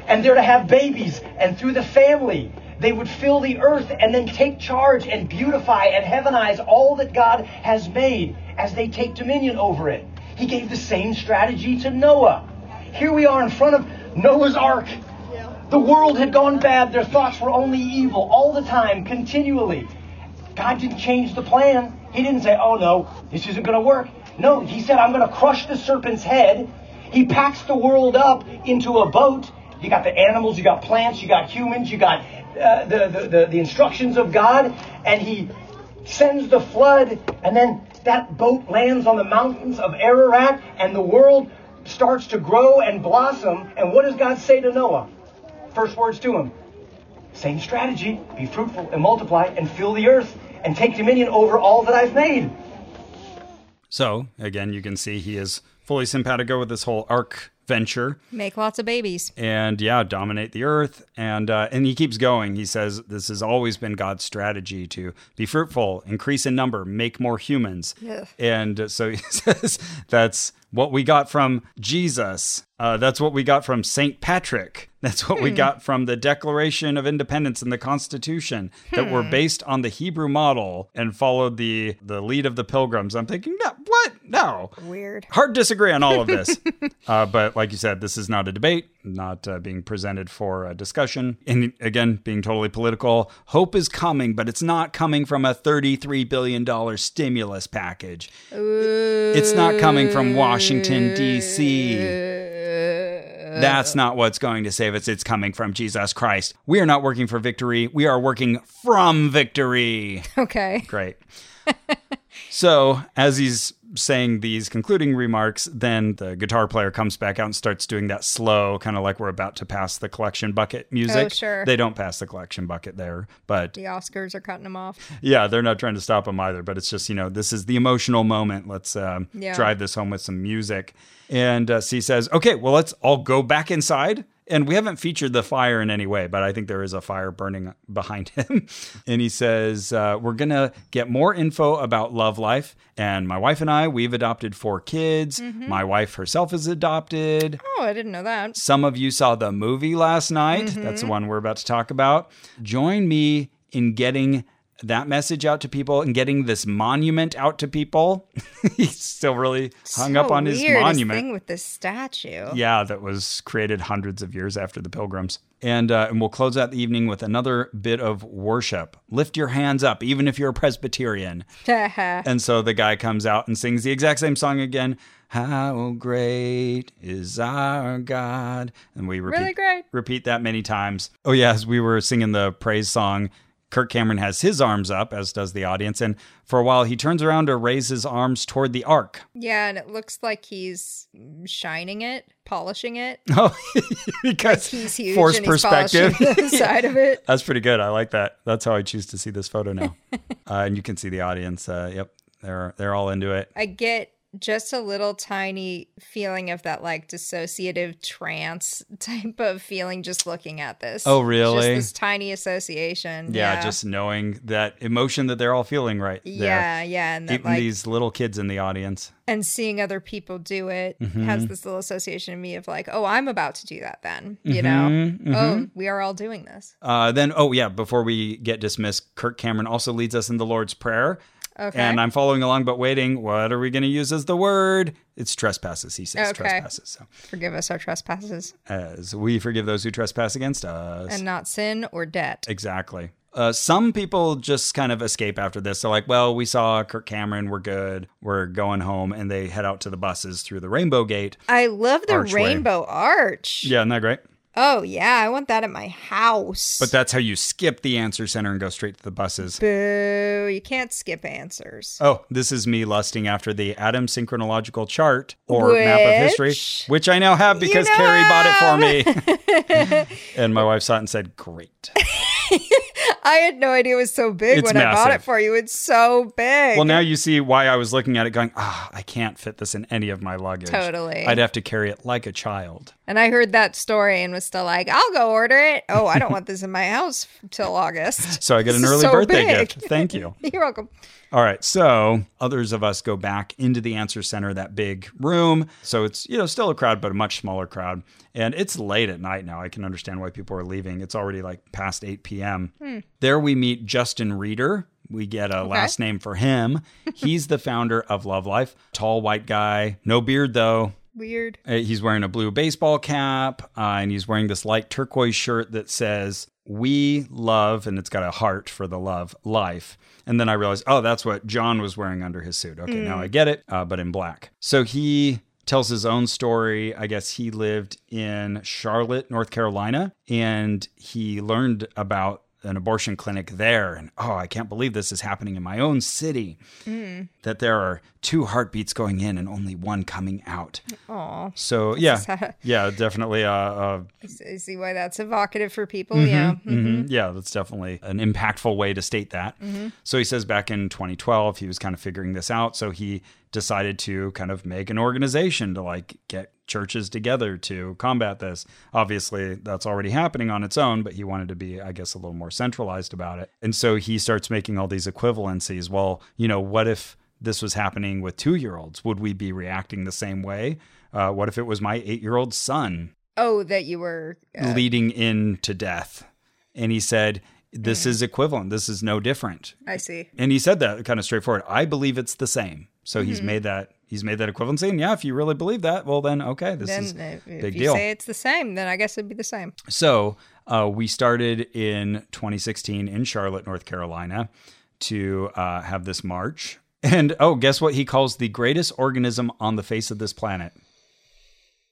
Speaker 8: And they're to have babies and through the family they would fill the earth and then take charge and beautify and heavenize all that God has made as they take dominion over it. He gave the same strategy to Noah. Here we are in front of Noah's ark. The world had gone bad. Their thoughts were only evil all the time, continually. God didn't change the plan. He didn't say, oh no, this isn't going to work. No, He said, I'm going to crush the serpent's head. He packs the world up into a boat. You got the animals, you got plants, you got humans, you got uh, the, the, the, the instructions of God, and He sends the flood, and then that boat lands on the mountains of Ararat, and the world starts to grow and blossom. And what does God say to Noah? First words to him. Same strategy be fruitful and multiply and fill the earth and take dominion over all that I've made.
Speaker 2: So, again, you can see he is fully simpatico with this whole arc venture
Speaker 1: Make lots of babies.
Speaker 2: and yeah dominate the earth and uh, and he keeps going he says this has always been god's strategy to be fruitful increase in number make more humans
Speaker 1: Yeah.
Speaker 2: and uh, so he *laughs* says that's what we got from jesus uh, that's what we got from saint patrick that's what we got from the declaration of independence and the constitution that were based on the hebrew model and followed the the lead of the pilgrims i'm thinking no, what no
Speaker 1: Weird.
Speaker 2: hard disagree on all of this. uh, but like you said, this is not a debate, not uh, being presented for a discussion. And again, being totally political, hope is coming, but it's not coming from a $33 billion stimulus package. It's not coming from Washington, D.C. That's not what's going to save us. It's coming from Jesus Christ. We are not working for victory. We are working from victory.
Speaker 1: Okay.
Speaker 2: Great. *laughs* so, as he's saying these concluding remarks, then the guitar player comes back out and starts doing that slow, kind of like we're about to pass the collection bucket music.
Speaker 1: Oh, sure.
Speaker 2: They don't pass the collection bucket there, but
Speaker 1: The Oscars are cutting him off.
Speaker 2: *laughs* yeah, they're not trying to stop him either. But it's just, you know, this is the emotional moment. Let's um,
Speaker 1: Yeah.
Speaker 2: drive this home with some music. And uh, C says, okay, well, let's all go back inside. And we haven't featured the fire in any way, but I think there is a fire burning behind *laughs* him. and he says, uh, We're going to get more info about love life. And my wife and I, we've adopted four kids. My wife herself is adopted.
Speaker 1: Oh, I didn't know that.
Speaker 2: Some of you saw the
Speaker 1: Mm-hmm.
Speaker 2: movie last night. That's the one we're about to talk about. Join me in getting that message out to people and getting this monument out to people. *laughs* He's still really hung up
Speaker 1: So
Speaker 2: on his
Speaker 1: weird,
Speaker 2: monument.
Speaker 1: thing with this statue.
Speaker 2: Yeah, that was created hundreds of years after the pilgrims. And, uh, and we'll close out the evening with another bit of worship. Lift your hands up, even if you're a Presbyterian.
Speaker 1: *laughs*
Speaker 2: And so the guy comes out and sings the exact same song again. How great is our God? And we repeat,
Speaker 1: Really great.
Speaker 2: repeat that many times. Oh, yeah, as we were singing the praise song, Kirk Cameron has his arms up, as does the audience. And for a while, he turns around to raise his arms toward the ark. *laughs*
Speaker 1: yeah, and it looks like he's shining it, polishing
Speaker 2: *laughs*
Speaker 1: it.
Speaker 2: Oh, because
Speaker 1: He's huge
Speaker 2: forced
Speaker 1: and he's
Speaker 2: perspective. *laughs*
Speaker 1: polishing *laughs* the side of it.
Speaker 2: That's pretty good. I like that. That's how I choose to see this
Speaker 1: *laughs*
Speaker 2: photo now. uh, and you can see the audience. Uh, yep, they're they're all into it.
Speaker 1: I get just a little tiny feeling of that like dissociative trance *laughs* type of feeling just looking at this.
Speaker 2: Oh, really?
Speaker 1: Just this tiny association.
Speaker 2: Yeah, just knowing that emotion that they're all feeling right there.
Speaker 1: yeah, yeah, and that
Speaker 2: Even
Speaker 1: like
Speaker 2: these little kids in the audience.
Speaker 1: and seeing other people do it
Speaker 2: Mm-hmm.
Speaker 1: has this little association in me of like, oh, I'm about to do that then, you
Speaker 2: Mm-hmm,
Speaker 1: know? Oh, we are all doing this.
Speaker 2: Uh, then, oh yeah, before we get dismissed, Kirk Cameron also leads us in the Lord's Prayer.
Speaker 1: Okay.
Speaker 2: And I'm following along, but waiting. What are we going to use as the word? It's trespasses. He says
Speaker 1: Okay.
Speaker 2: trespasses. So,
Speaker 1: Forgive us our trespasses
Speaker 2: as we forgive those who trespass against us.
Speaker 1: and not sin or debt.
Speaker 2: Exactly. Uh, some people just kind of escape after this. They're like, well, we saw Kirk Cameron. We're good. We're going home. And they head out to the buses through the Rainbow Gate.
Speaker 1: I love the
Speaker 2: Archway.
Speaker 1: rainbow arch.
Speaker 2: Yeah, isn't that great?
Speaker 1: Oh yeah, I want that at my house.
Speaker 2: But that's how you skip the answer center and go straight to the buses.
Speaker 1: Boo, you can't skip answers.
Speaker 2: Oh, this is me lusting after the Adam Synchronological Chart or map of history,
Speaker 1: Which-
Speaker 2: which I now have because
Speaker 1: now
Speaker 2: Carrie bought it for me.
Speaker 1: *laughs*
Speaker 2: and my wife saw it and said, great.
Speaker 1: I had no idea it was so big
Speaker 2: It's
Speaker 1: when I bought
Speaker 2: massive.
Speaker 1: it for you. It's so big.
Speaker 2: Well, now you see why I was looking at it going, ah, I can't fit this in any of my luggage.
Speaker 1: Totally.
Speaker 2: I'd have to carry it like a child.
Speaker 1: and I heard that story and was still like, I'll go order it. Oh, I don't want this in my house till August.
Speaker 2: *laughs* So I get an
Speaker 1: This is
Speaker 2: early
Speaker 1: so
Speaker 2: birthday
Speaker 1: big.
Speaker 2: gift. Thank you.
Speaker 1: *laughs* You're welcome.
Speaker 2: All right. So others of us go back into the answer center, that big room. So it's, you know, still a crowd, but a much smaller crowd. And it's late at night now. I can understand why people are leaving. It's already like past 8 p.m. There we meet Justin Reeder. We get a last name for him. He's the founder of Love Life. Tall white guy, no beard though.
Speaker 1: Weird.
Speaker 2: Uh, He's wearing a blue baseball cap uh, and he's wearing this light turquoise shirt that says, We love, and it's got a heart for the love, life. And then I realized, oh, that's what John was wearing under his suit. Okay, now I get it, uh, but in black. So he tells his own story. I guess he lived in Charlotte, North Carolina, and he learned about an abortion clinic there. And oh, I can't believe this is happening in my own city. That there are two heartbeats going in and only one coming out.
Speaker 1: Aw.
Speaker 2: So yeah, yeah, definitely. Uh, uh,
Speaker 1: I see why that's evocative for people. Yeah.
Speaker 2: mhm. Yeah, that's definitely an impactful way to state that. So he says back in 2012, he was kind of figuring this out. So he decided to kind of make an organization to like get churches together to combat this. Obviously, that's already happening on its own, but he wanted to be, I guess, a little more centralized about it. And so he starts making all these equivalencies. Well, you know, what if this was happening with two year olds? Would we be reacting the same way? Uh, what if it was my eight year old son
Speaker 1: Oh, that you were. Uh,
Speaker 2: leading in to death. And he said, This
Speaker 1: Mm.
Speaker 2: is equivalent. This is no different.
Speaker 1: I see.
Speaker 2: And he said that kind of straightforward. I believe it's the same. So
Speaker 1: Mm-hmm.
Speaker 2: he's made that he's made that equivalency. And yeah, if you really believe that, well then okay, this
Speaker 1: Then
Speaker 2: is
Speaker 1: uh, if
Speaker 2: big
Speaker 1: you
Speaker 2: deal.
Speaker 1: say it's the same, then I guess it'd be the same.
Speaker 2: So uh, we started in 2016 in Charlotte, North Carolina, to uh, have this march. And oh, guess what he calls the greatest organism on the face of this planet?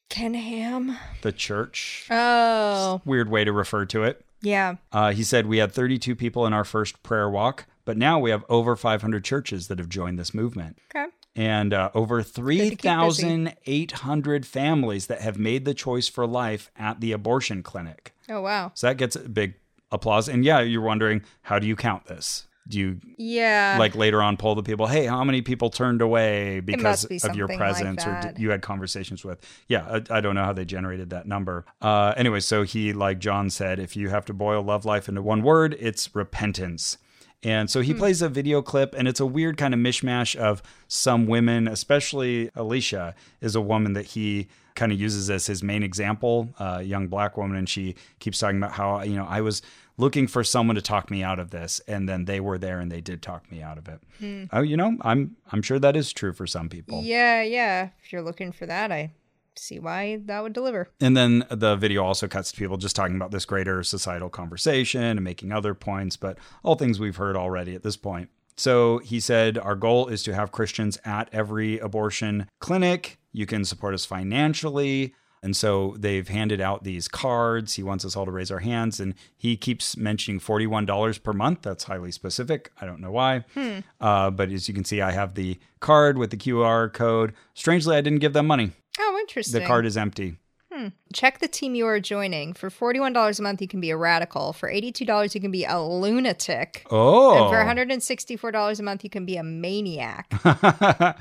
Speaker 1: Ken Ham.
Speaker 2: The church.
Speaker 1: Oh,
Speaker 2: Weird way to refer to it.
Speaker 1: yeah.
Speaker 2: Uh, he said, We had 32 people in our first prayer walk, but now we have over 500 churches that have joined this movement
Speaker 1: Okay.
Speaker 2: and uh, over
Speaker 1: keep busy.
Speaker 2: 3,800 families that have made the choice for life at the abortion clinic.
Speaker 1: Oh, wow.
Speaker 2: So that gets big applause. And yeah, you're wondering, how do you count this? Do you
Speaker 1: Yeah.
Speaker 2: like later on poll the people, hey, how many people turned away because
Speaker 1: must be
Speaker 2: of
Speaker 1: something
Speaker 2: your
Speaker 1: like
Speaker 2: presence or
Speaker 1: that.
Speaker 2: d- you had conversations with? Yeah, I, I don't know how they generated that number. Uh, anyway, so he, like John said, if you have to boil love life into one word, it's repentance. And so he plays a video clip, and it's a weird kind of mishmash of some women, especially Alicia is a woman that he kind of uses as his main example, a young black woman. And she keeps talking about how, you know, I was looking for someone to talk me out of this. And then they were there and they did talk me out of it. Oh, you know, I'm, I'm sure that is true for some people.
Speaker 1: Yeah, yeah. If you're looking for that, I see why that would deliver.
Speaker 2: And then the video also cuts to people just talking about this greater societal conversation and making other points, but all things we've heard already at this point. So he said, Our goal is to have Christians at every abortion clinic. You can support us financially. And so they've handed out these cards. He wants us all to raise our hands. And he keeps mentioning $41 per month. That's highly specific. I don't know why.
Speaker 1: Hmm.
Speaker 2: Uh, but as you can see, I have the card with the QR code. Strangely, I didn't give them money.
Speaker 1: Oh, interesting.
Speaker 2: The card is empty.
Speaker 1: Check the team you are joining. For $41 a month, you can be a radical. For $82, you can be a lunatic.
Speaker 2: Oh.
Speaker 1: And for $164 a month, you can be a
Speaker 2: *laughs*
Speaker 1: maniac. that,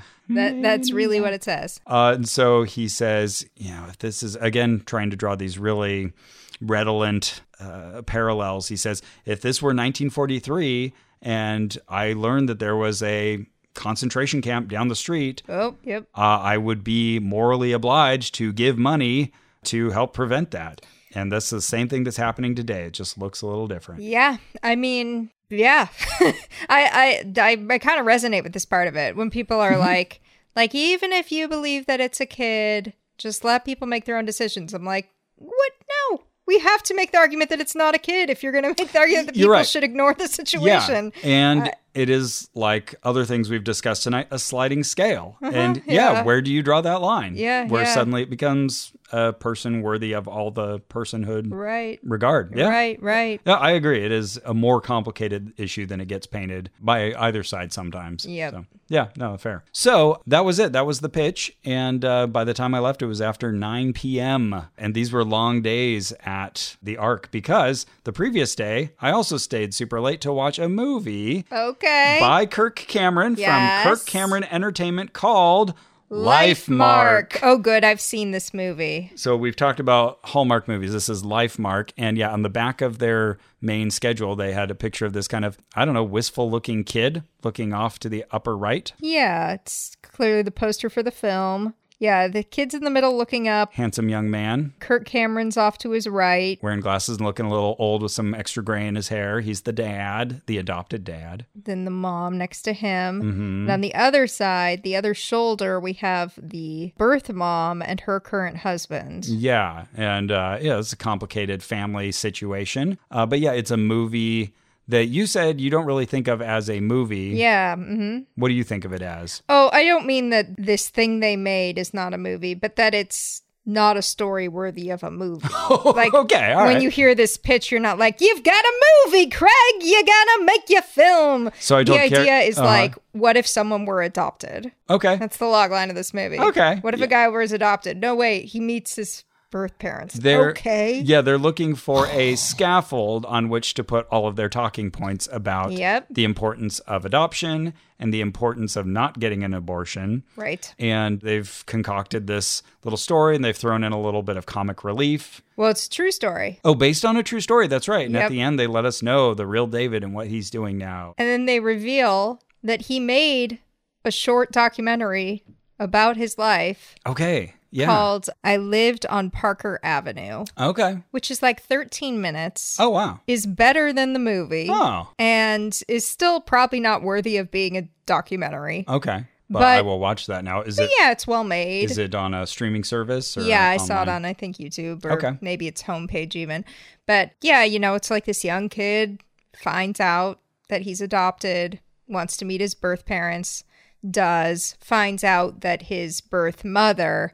Speaker 1: that's really what it says.
Speaker 2: Uh, and so he says, you know, if this is again trying to draw these really redolent uh, parallels, he says, if this were 1943 and I learned that there was a concentration camp down the street,
Speaker 1: Oh, yep.
Speaker 2: uh, I would be morally obliged to give money to help prevent that. And that's the same thing that's happening today. It just looks a little different.
Speaker 1: Yeah, I mean, yeah, *laughs* I I I, I kind of resonate with this part of it when people
Speaker 2: Mm-hmm.
Speaker 1: are like, like even if you believe that it's a kid, just let people make their own decisions. I'm like, what? No, we have to make the argument that it's not a kid. If you're going to *laughs* make the argument that
Speaker 2: You're
Speaker 1: people
Speaker 2: right.
Speaker 1: should ignore the situation, Uh,
Speaker 2: Yeah. And it is like other things we've discussed tonight, a sliding scale. and yeah,
Speaker 1: Uh-huh, yeah.
Speaker 2: where do you draw that line?
Speaker 1: Yeah,
Speaker 2: Where
Speaker 1: yeah.
Speaker 2: suddenly it becomes a person worthy of all the personhood
Speaker 1: right,
Speaker 2: regard. Yeah.
Speaker 1: right, right.
Speaker 2: Yeah, I agree. It is a more complicated issue than it gets painted by either side sometimes.
Speaker 1: Yep.
Speaker 2: So, yeah, no, fair. So that was it. That was the pitch. And uh, by the time I left, it was after 9 p.m. And these were long days at the Arc because the previous day, I also stayed super late to watch a movie
Speaker 1: Okay.
Speaker 2: by Kirk Cameron
Speaker 1: Yes.
Speaker 2: from Kirk Cameron Entertainment called Life Mark.
Speaker 1: Oh, good. I've seen this movie.
Speaker 2: So we've talked about Hallmark movies. This is Life Mark. And yeah, on the back of their main schedule, they had a picture of this kind of, I don't know, wistful looking kid looking off to the upper right.
Speaker 1: Yeah, it's clearly the poster for the film. Yeah, the kid's in the middle looking up.
Speaker 2: Handsome young man
Speaker 1: Kirk Cameron's off to his right.
Speaker 2: wearing glasses and looking a little old with some extra gray in his hair. He's the dad, the adopted dad.
Speaker 1: then the mom next to him.
Speaker 2: Mm-hmm.
Speaker 1: And on the other side, the other shoulder, we have the birth mom and her current
Speaker 2: Mm.
Speaker 1: husband.
Speaker 2: Yeah. And uh, yeah, it's a complicated family situation. Uh, but yeah, it's a movie that you said you don't really think of as a movie.
Speaker 1: Yeah. hmm
Speaker 2: What do you think of it as?
Speaker 1: Oh, I don't mean that this thing they made is not a movie, but that it's not a story worthy of a movie. like
Speaker 2: *laughs* okay, all
Speaker 1: when
Speaker 2: right.
Speaker 1: you hear this pitch, you're not like, "You've got a movie, Craig. You gotta make your film."
Speaker 2: So I
Speaker 1: the
Speaker 2: don't care-
Speaker 1: idea is
Speaker 2: uh-huh.
Speaker 1: like, what if someone were adopted?
Speaker 2: Okay.
Speaker 1: That's the log line of this movie.
Speaker 2: Okay.
Speaker 1: What if a guy was adopted? No, wait, he meets his birth parents.
Speaker 2: They're,
Speaker 1: okay.
Speaker 2: Yeah, they're looking for a scaffold on which to put all of their talking points about
Speaker 1: Yep.
Speaker 2: the importance of adoption and the importance of not getting an abortion.
Speaker 1: Right.
Speaker 2: And they've concocted this little story and they've thrown in a little bit of comic relief.
Speaker 1: Well, it's a true story.
Speaker 2: Oh, based on a true story. That's right. And at
Speaker 1: Yep.
Speaker 2: the end, they let us know the real David and what he's doing now.
Speaker 1: And then they reveal that he made a short documentary about his life
Speaker 2: Okay. Yeah.
Speaker 1: called I Lived on Parker Avenue,
Speaker 2: okay.
Speaker 1: which is like 13 minutes.
Speaker 2: Oh, wow.
Speaker 1: Is better than the movie.
Speaker 2: Oh.
Speaker 1: And is still probably not worthy of being a documentary.
Speaker 2: Okay. But,
Speaker 1: But-
Speaker 2: I will watch that now. Is it?
Speaker 1: yeah, it's well made.
Speaker 2: Uh, Is it on a streaming service? Or
Speaker 1: Yeah, I saw it
Speaker 2: online?
Speaker 1: on I think YouTube or
Speaker 2: Okay.
Speaker 1: maybe its homepage even. But yeah, you know, it's like this young kid finds out that he's adopted, wants to meet his birth parents, does, finds out that his birth mother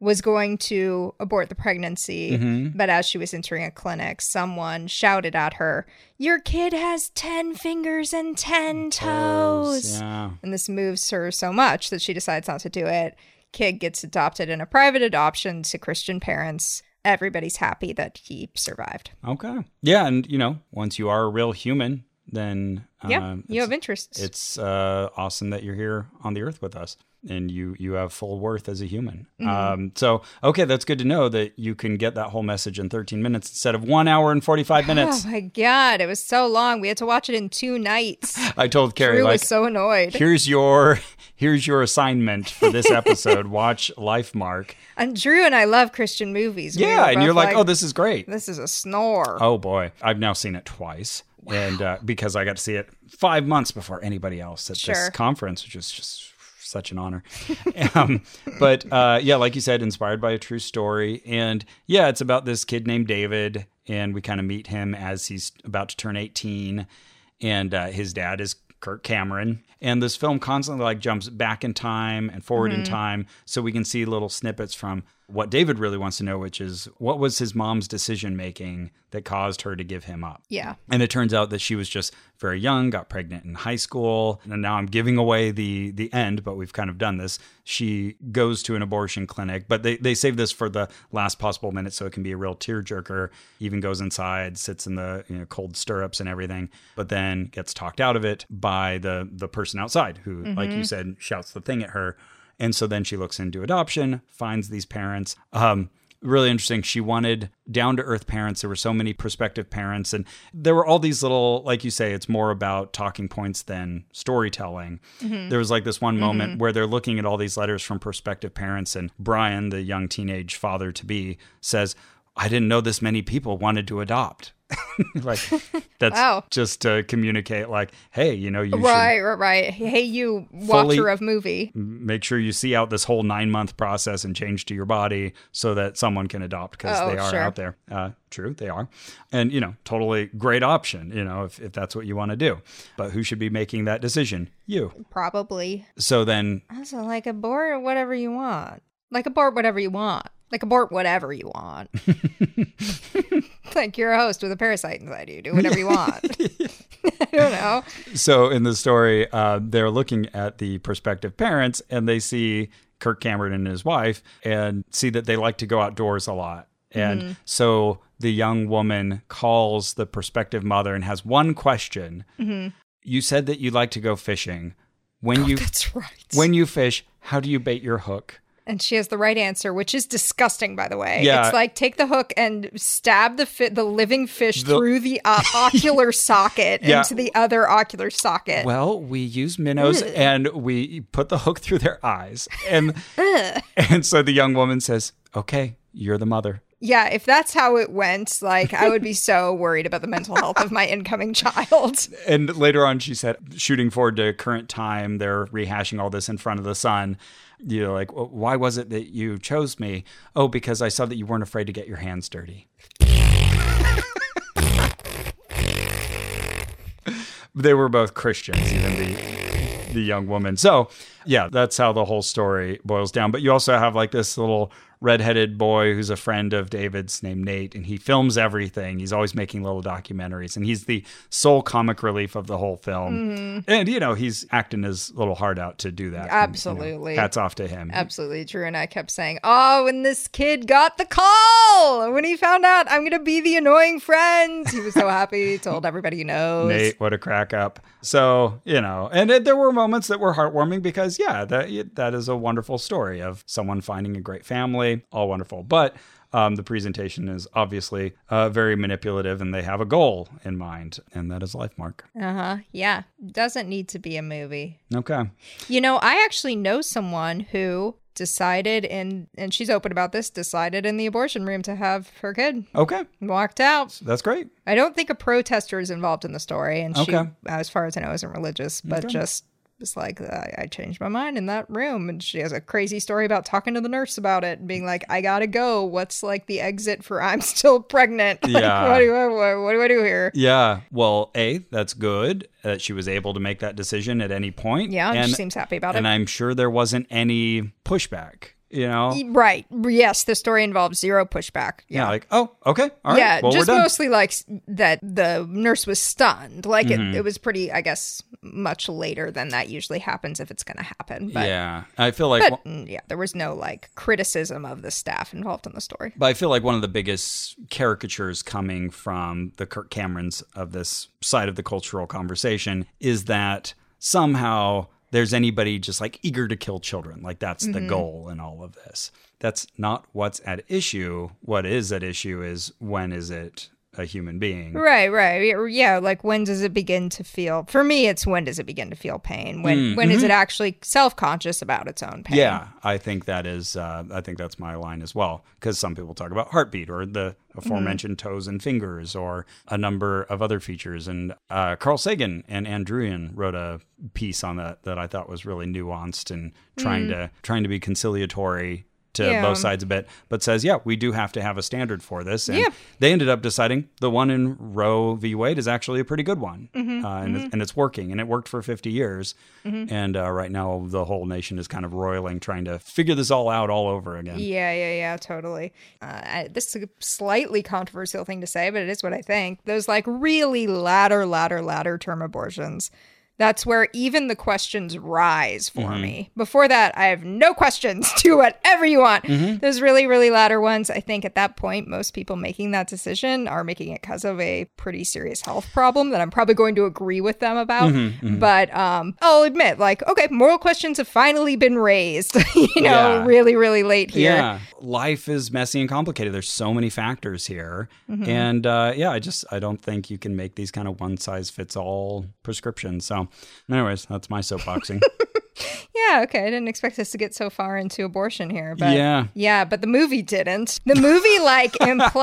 Speaker 1: was going to abort the pregnancy,
Speaker 2: Mm-hmm.
Speaker 1: but as she was entering a clinic, someone shouted at her, "Your kid has 10 fingers and 10 toes."
Speaker 2: Yeah.
Speaker 1: and this moves her so much that she decides not to do it. Kid gets adopted in a private adoption to Christian parents. Everybody's happy that he survived.
Speaker 2: Okay. Yeah, and you know, once you are a real human, then
Speaker 1: yeah,
Speaker 2: um,
Speaker 1: you
Speaker 2: it's, uh,
Speaker 1: have interests.
Speaker 2: it's uh, awesome that you're here on the earth with us. and you you have full worth as a human.
Speaker 1: Mm-hmm.
Speaker 2: Um, so okay, that's good to know that you can get that whole message in 13 minutes instead of one hour and 45
Speaker 1: Oh
Speaker 2: minutes.
Speaker 1: my god, it was so long. We had to watch it in two
Speaker 2: *laughs*
Speaker 1: nights. *laughs*
Speaker 2: I told Carrie
Speaker 1: Drew
Speaker 2: like
Speaker 1: was so annoyed.
Speaker 2: here's your here's your assignment for this
Speaker 1: *laughs*
Speaker 2: episode. Watch Life Mark.
Speaker 1: and Drew and I love Christian movies. We
Speaker 2: Yeah,
Speaker 1: were
Speaker 2: and
Speaker 1: both
Speaker 2: you're like, oh, this is great.
Speaker 1: this is a snore.
Speaker 2: Oh boy, I've now seen it twice, and uh, because I got to see it five months before anybody else at this
Speaker 1: Sure.
Speaker 2: conference, which is just such an honor. *laughs* um, but uh, yeah, like you said, inspired by a true story, and yeah, it's about this kid named David, and we kind of meet him as he's about to turn eighteen, and uh, his dad is. Kirk Cameron and this film constantly like jumps back in time and forward in time so we can see little snippets from what David really wants to know which is what was his mom's decision making that caused her to give him up.
Speaker 1: Yeah.
Speaker 2: And it turns out that she was just very young, got pregnant in high school, and now I'm giving away the the end, but we've kind of done this. She goes to an abortion clinic, but they, they save this for the last possible minute so it can be a real tearjerker. Even goes inside, sits in the you know, cold stirrups and everything, but then gets talked out of it by the the person outside who, like you said, shouts the thing at her. And so then she looks into adoption, finds these parents. Um, really interesting. She wanted down to earth parents. There were so many prospective parents, and there were all these little, like you say, it's more about talking points than storytelling. There was like this one moment where they're looking at all these letters from prospective parents, and Brian, the young teenage father to be, says, I didn't know this many people wanted to adopt. *laughs* like that's
Speaker 1: Wow.
Speaker 2: just to communicate like hey you know you should
Speaker 1: right, right, right. Hey, you
Speaker 2: Fully-
Speaker 1: watcher of movie.
Speaker 2: make sure you see out this whole nine month process and change to your body so that someone can adopt because
Speaker 1: Oh,
Speaker 2: they are
Speaker 1: sure.
Speaker 2: out there. Uh, true, they are. And, you know, totally great option, you know, if, if that's what you want to do. But who should be making that decision? You.
Speaker 1: Probably.
Speaker 2: So then,
Speaker 1: Also, like abort whatever you want. Like abort whatever you want. Like abort whatever you
Speaker 2: *laughs*
Speaker 1: want. like you're a host with a parasite inside you. Do whatever you want.
Speaker 2: *laughs*
Speaker 1: I *laughs* don't know.
Speaker 2: so in the story, uh, they're looking at the prospective parents and they see Kirk Cameron and his wife and see that they like to go outdoors a lot. And
Speaker 1: Mm-hmm.
Speaker 2: so the young woman calls the prospective mother and has one question.
Speaker 1: Mm-hmm.
Speaker 2: You said that you like to go fishing. When you
Speaker 1: Oh, That's right.
Speaker 2: when you fish, how do you bait your hook?
Speaker 1: and she has the right answer, which is disgusting, by the way.
Speaker 2: Yeah.
Speaker 1: It's like take the hook and stab the fi- the living fish
Speaker 2: The-
Speaker 1: through the
Speaker 2: *laughs*
Speaker 1: uh, ocular socket
Speaker 2: Yeah.
Speaker 1: into the other ocular socket.
Speaker 2: Well, we use minnows
Speaker 1: Mm.
Speaker 2: and we put the hook through their eyes.
Speaker 1: *laughs*
Speaker 2: And and so the young woman says, "Okay, you're the mother."
Speaker 1: yeah, if that's how it went, like I would be so worried about the mental health of my incoming child.
Speaker 2: and later on she said shooting forward to current time they're rehashing all this in front of the sun you know like "Wh- why was it that you chose me oh because i saw that you weren't afraid to get your hands dirty they were both christians even the the young woman so yeah that's how the whole story boils down but you also have like this little redheaded boy who's a friend of david's named nate and he films everything he's always making little documentaries and he's the sole comic relief of the whole film and you know he's acting his little heart out to do that And, you know,
Speaker 1: Absolutely.
Speaker 2: hats off to him
Speaker 1: Absolutely. Drew and I kept saying, Oh, when this kid got the call, when he found out I'm going to be the annoying friend, he was so happy, told everybody he knows.
Speaker 2: Nate, what a crack up. So, you know, and it, there were moments that were heartwarming because, yeah, that that is a wonderful story of someone finding a great family, all wonderful. But um, the presentation is obviously uh, very manipulative and they have a goal in mind, and that is life mark.
Speaker 1: Uh huh. Yeah. Doesn't need to be a movie.
Speaker 2: Okay.
Speaker 1: You know, I actually know someone who decided in and she's open about this decided in the abortion room to have her kid
Speaker 2: Okay.
Speaker 1: and walked out
Speaker 2: That's great.
Speaker 1: i don't think a protester is involved in the story and she
Speaker 2: Okay.
Speaker 1: as far as i know isn't religious but just was like uh, I, I changed my mind in that room and she has a crazy story about talking to the nurse about it and being like i gotta go what's like the exit for i'm *laughs* still pregnant Like,
Speaker 2: Yeah.
Speaker 1: what, do I, what, what do i do here
Speaker 2: Yeah. Well, A, that's good that she was able to make that decision at any point.
Speaker 1: yeah and
Speaker 2: And,
Speaker 1: she seems happy about it
Speaker 2: and I'm sure there wasn't any pushback, you know?
Speaker 1: E, Right. Yes, the story involves zero pushback.
Speaker 2: Yeah. Like, oh, okay. All right.
Speaker 1: yeah,
Speaker 2: well, we're
Speaker 1: just
Speaker 2: done.
Speaker 1: mostly like s- that the nurse was stunned. Like
Speaker 2: Mm-hmm.
Speaker 1: it, it was pretty, I guess, much later than that usually happens if it's going to happen. But,
Speaker 2: yeah. I feel like.
Speaker 1: but mm, yeah, there was no like criticism of the staff involved in the story.
Speaker 2: But I feel like one of the biggest caricatures coming from the Kirk Camerons of this side of the cultural conversation is that somehow there's anybody just like eager to kill children. Like that's the
Speaker 1: Mm-hmm.
Speaker 2: goal in all of this. That's not what's at issue. What is at issue is when is it a human being?
Speaker 1: Right, right. Yeah, Yeah, like when does it begin to feel For me it's when does it begin to feel pain? When when is it actually self-conscious about its own pain?
Speaker 2: Yeah, I think that is. Uh, I think that's my line as well. Because some people talk about heartbeat or the
Speaker 1: Mm-hmm.
Speaker 2: aforementioned toes and fingers or a number of other features. And uh, Carl Sagan and Andrewian wrote a piece on that that I thought was really nuanced and trying to trying to be conciliatory to
Speaker 1: Mm. Yeah.
Speaker 2: both sides a bit, but says, yeah, we do have to have a standard for this. And
Speaker 1: Yeah.
Speaker 2: they ended up deciding the one in Roe v. Wade is actually a pretty good one. Uh, and, It's, and it's working, and it worked for 50 years. And uh, right now, the whole nation is kind of roiling, trying to figure this all out all over again.
Speaker 1: Yeah, yeah, yeah, totally. Uh, I, this is a slightly controversial thing to say, but it is what I think. Those like really latter, latter, latter term abortions. That's where even the questions rise for me. Before that, I have no questions. *laughs* Do whatever you want. Those really, really latter ones, I think at that point, most people making that decision are making it because of a pretty serious health problem that I'm probably going to agree with them about. But um, I'll admit, like, okay, moral questions have finally been raised, *laughs* you know,
Speaker 2: Yeah.
Speaker 1: really, really late here.
Speaker 2: Yeah, life is messy and complicated. There's so many factors here, and uh, yeah, I just I don't think you can make these kind of one size fits all prescriptions. So, anyways, that's my soapboxing.
Speaker 1: Yeah, okay. I didn't expect us to get so far into abortion here, but
Speaker 2: Yeah.
Speaker 1: yeah, but the movie didn't. The movie
Speaker 2: *laughs*
Speaker 1: like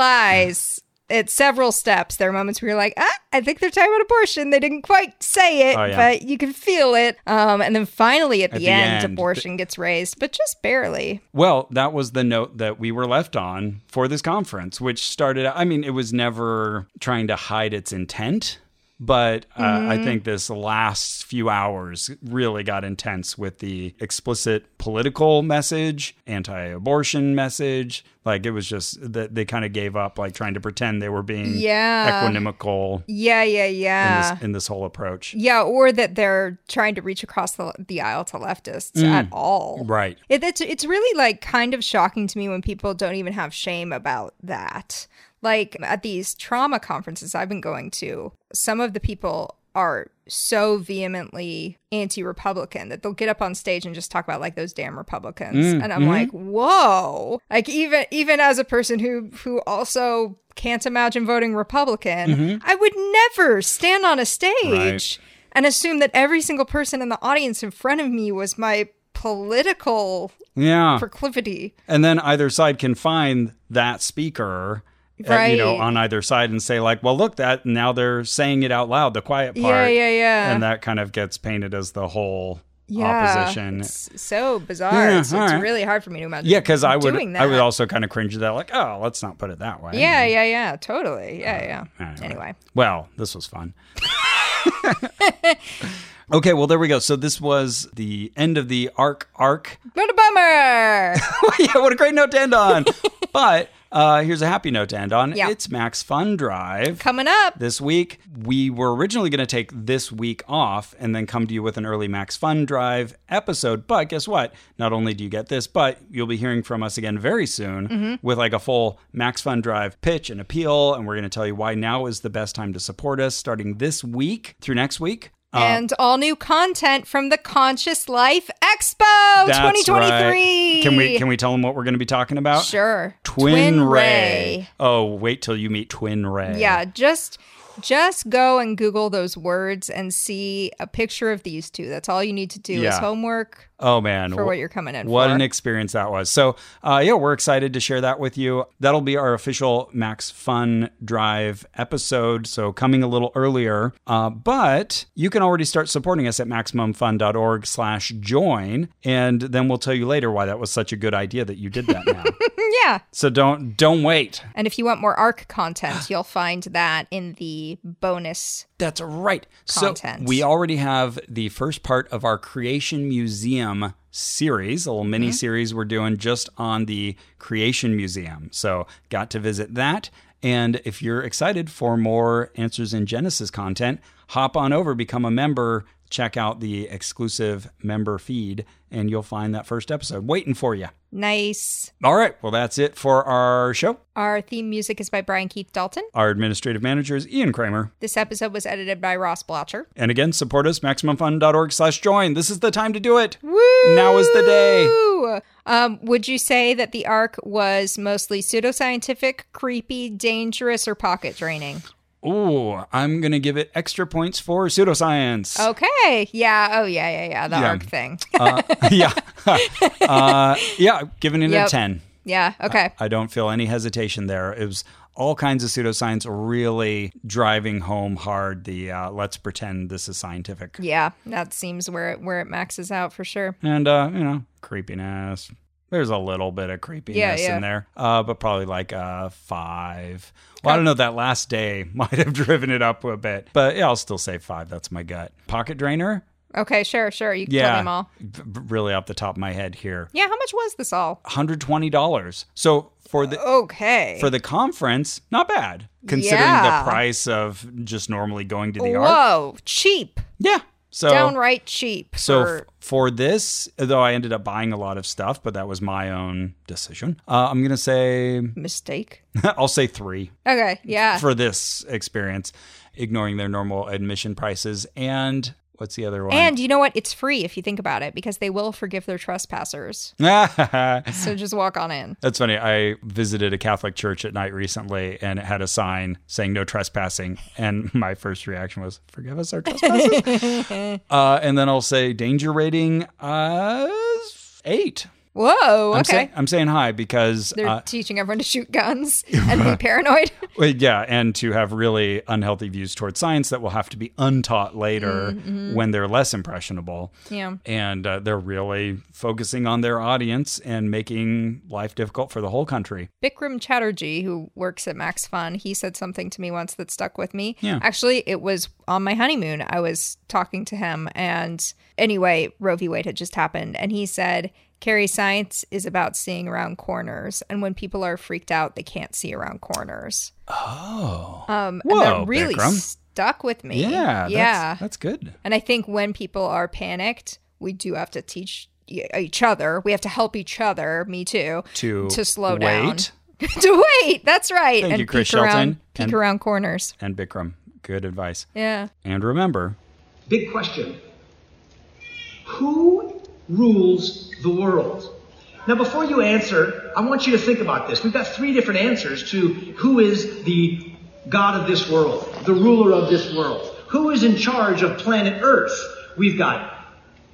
Speaker 1: implies at several steps there are moments where you're like, ah, I think they're talking about abortion. They didn't quite say it,
Speaker 2: Oh, yeah.
Speaker 1: but you can feel it. Um, and then finally at, the,
Speaker 2: the
Speaker 1: end,
Speaker 2: end,
Speaker 1: abortion gets raised, but just barely.
Speaker 2: Well, that was the note that we were left on for this conference, which started, I mean, it was never trying to hide its intent, but uh,
Speaker 1: Mm-hmm.
Speaker 2: I think this last few hours really got intense with the explicit political message, anti abortion message. Like it was just that they kind of gave up, like trying to pretend they were being
Speaker 1: Yeah.
Speaker 2: equanimical
Speaker 1: Yeah, yeah,
Speaker 2: in,
Speaker 1: yeah.
Speaker 2: this, in this whole approach.
Speaker 1: yeah, or that they're trying to reach across the, the aisle to leftists
Speaker 2: Mm.
Speaker 1: at all.
Speaker 2: Right.
Speaker 1: It, it's it's really like kind of shocking to me when people don't even have shame about that. Like at these trauma conferences I've been going to, some of the people are so vehemently anti-republican that they'll get up on stage and just talk about like those damn republicans and i'm like whoa like even even as a person who who also can't imagine voting republican i would never stand on a stage and assume that every single person in the audience in front of me was my political
Speaker 2: Yeah.
Speaker 1: proclivity.
Speaker 2: and then either side can find that speaker uh, you know
Speaker 1: Right.
Speaker 2: on either side and say like well look that now they're saying it out loud the quiet part
Speaker 1: Yeah, yeah, yeah.
Speaker 2: and that kind of gets painted as the whole
Speaker 1: Yeah,
Speaker 2: opposition
Speaker 1: It's so bizarre.
Speaker 2: Yeah,
Speaker 1: it's,
Speaker 2: all
Speaker 1: it's
Speaker 2: right.
Speaker 1: really hard for me to imagine.
Speaker 2: yeah because i would
Speaker 1: doing that.
Speaker 2: i would also kind of cringe at that like oh let's not put it that way
Speaker 1: Yeah, yeah, yeah. Totally. Yeah, yeah.
Speaker 2: right, all
Speaker 1: anyway,
Speaker 2: Well, this was fun. *laughs* okay, well there we go. So this was the end of the arc arc. *laughs*
Speaker 1: what a bummer.
Speaker 2: yeah, what a great note to end on.
Speaker 1: *laughs*
Speaker 2: but uh here's a happy note to end on.
Speaker 1: Yeah.
Speaker 2: It's Max Fun Drive.
Speaker 1: Coming up.
Speaker 2: this week. We were originally going to take this week off and then come to you with an early Max Fun Drive episode. But guess what? Not only do you get this, but you'll be hearing from us again very soon with like a full Max Fun Drive pitch and appeal. And we're going to tell you why now is the best time to support us starting this week through next week.
Speaker 1: and all new content from the Conscious Life Expo
Speaker 2: That's
Speaker 1: 2023.
Speaker 2: right. Can we can we tell them what we're going to be talking about?
Speaker 1: Sure.
Speaker 2: Twin, Ray. Oh, wait till you meet Twin Ray.
Speaker 1: Yeah, just just go and Google those words and see a picture of these two. That's all you need to do is
Speaker 2: Yeah.
Speaker 1: homework.
Speaker 2: Oh man,
Speaker 1: for
Speaker 2: Wh-
Speaker 1: what you're coming in
Speaker 2: What
Speaker 1: for.
Speaker 2: an experience that was. So, uh, yeah, we're excited to share that with you. That'll be our official Max Fun Drive episode. So coming a little earlier, uh, but you can already start supporting us at maximumfun.org/join, and then we'll tell you later why that was such a good idea that you did that now.
Speaker 1: *laughs* Yeah.
Speaker 2: so don't don't wait.
Speaker 1: And if you want more ARC content, you'll find that in the bonus.
Speaker 2: That's right.
Speaker 1: Content.
Speaker 2: So we already have the first part of our Creation Museum series, a little mini series we're doing just on the Creation Museum. So got to visit that. And if you're excited for more Answers in Genesis content, hop on over, become a member. check out the exclusive member feed and you'll find that first episode waiting for you.
Speaker 1: Nice.
Speaker 2: All right. Well, that's it for our show.
Speaker 1: Our theme music is by Brian Keith Dalton.
Speaker 2: Our administrative manager is Ian Kramer.
Speaker 1: This episode was edited by Ross Blotcher.
Speaker 2: And again, support us, MaximumFun.org slash join. This is the time to do it.
Speaker 1: Woo!
Speaker 2: Now is the day.
Speaker 1: Um, would you say that the arc was mostly pseudoscientific, creepy, dangerous, or pocket
Speaker 2: *sighs*
Speaker 1: draining?
Speaker 2: Ooh, I'm going to give it extra points for pseudoscience.
Speaker 1: Oh. Okay. Yeah. Oh, yeah, yeah, yeah. The arc thing.
Speaker 2: *laughs* yeah. *laughs* uh, yeah, giving it
Speaker 1: Yep.
Speaker 2: a 10.
Speaker 1: *laughs* yeah. Okay.
Speaker 2: I don't feel any hesitation there. It was all kinds of pseudoscience really driving home hard the uh, let's pretend this is scientific.
Speaker 1: yeah. That seems where it, where it maxes out for sure.
Speaker 2: And, uh, you know, creepiness. There's a little bit of creepiness
Speaker 1: Yeah, yeah.
Speaker 2: in there, uh, but probably like a five. Well, I don't know. That last day *laughs* might have driven it up a bit, but yeah, I'll still say five. That's my gut. Pocket drainer?
Speaker 1: Okay. Sure. Sure. You can tell
Speaker 2: Yeah.
Speaker 1: them all.
Speaker 2: v- v- really off the top of my head here.
Speaker 1: Yeah. How much was this all?
Speaker 2: $120. So for the
Speaker 1: Okay.
Speaker 2: for the conference, not bad considering
Speaker 1: Yeah.
Speaker 2: the price of just normally going to the art.
Speaker 1: Whoa. Cheap.
Speaker 2: Yeah. So
Speaker 1: Downright cheap.
Speaker 2: so f-
Speaker 1: for-
Speaker 2: for this, though I ended up buying a lot of stuff, but that was my own decision. Uh, I'm gonna say *laughs*
Speaker 1: mistake.
Speaker 2: I'll say three *laughs*
Speaker 1: Okay. Yeah.
Speaker 2: for this experience, ignoring their normal admission prices and what's the other one?
Speaker 1: and you know what? It's free if you think about it because they will forgive their trespassers. So
Speaker 2: *sighs*
Speaker 1: just walk on in.
Speaker 2: *laughs* That's funny. I visited a Catholic church at night recently and it had a sign saying no trespassing. And *laughs* my first reaction was, forgive us our trespasses.
Speaker 1: *laughs*
Speaker 2: uh, and then I'll say danger rating uh, eight.
Speaker 1: Whoa.
Speaker 2: I'm,
Speaker 1: Okay.
Speaker 2: say- I'm saying high because,
Speaker 1: They're
Speaker 2: uh,
Speaker 1: teaching everyone to shoot
Speaker 2: *laughs*
Speaker 1: guns and be paranoid.
Speaker 2: well, yeah, and to have really unhealthy views towards science that will have to be untaught later when they're less impressionable.
Speaker 1: Mm-hmm. yeah.
Speaker 2: And uh, they're really focusing on their audience and making life difficult for the whole country.
Speaker 1: Bikram Chatterjee, who works at Max Fun, he said something to me once that stuck with me.
Speaker 2: Yeah.
Speaker 1: Actually, it was on my honeymoon. I was talking to him, and anyway, Roe v. Wade had just happened, and he said, Carrie, science is about seeing around corners, and when people are freaked out, they can't see around corners.
Speaker 2: Oh.
Speaker 1: Um,
Speaker 2: Whoa,
Speaker 1: and that really
Speaker 2: Bikram.
Speaker 1: stuck with me.
Speaker 2: Yeah.
Speaker 1: yeah.
Speaker 2: That's, that's good.
Speaker 1: And I think when people are panicked, we do have to teach e- each other. We have to help each other. Me too.
Speaker 2: To
Speaker 1: to slow
Speaker 2: wait.
Speaker 1: down. *laughs* to wait. That's right.
Speaker 2: Thank
Speaker 1: and
Speaker 2: you, Chris
Speaker 1: peek around,
Speaker 2: Shelton.
Speaker 1: peek
Speaker 2: And-
Speaker 1: around corners.
Speaker 2: And Bikram, good advice.
Speaker 1: Yeah.
Speaker 2: And remember,
Speaker 8: Big question. Who rules the world? Now, before you answer, I want you to think about this. We've got three different answers to who is the God of this world, the ruler of this world, who is in charge of planet Earth. We've got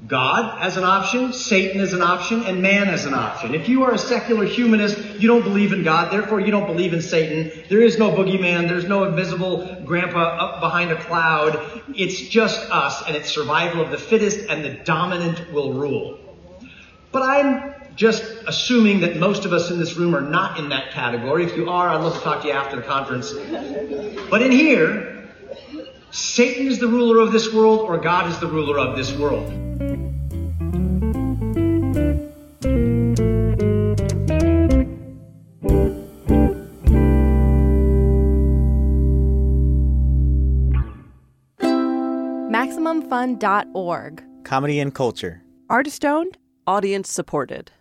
Speaker 8: God as an option, Satan as an option, and man as an option. If you are a secular humanist, you don't believe in God, therefore you don't believe in Satan. There is no boogeyman, there's no invisible grandpa up behind a cloud. It's just us, and it's survival of the fittest, and the dominant will rule. But I'm just assuming that most of us in this room are not in that category. If you are, I'd love to talk to you after the conference. But in here, Satan is the ruler of this world, or God is the ruler of this world.
Speaker 9: MaximumFun.org.
Speaker 10: Comedy and culture.
Speaker 9: Artist owned,
Speaker 11: Audience supported.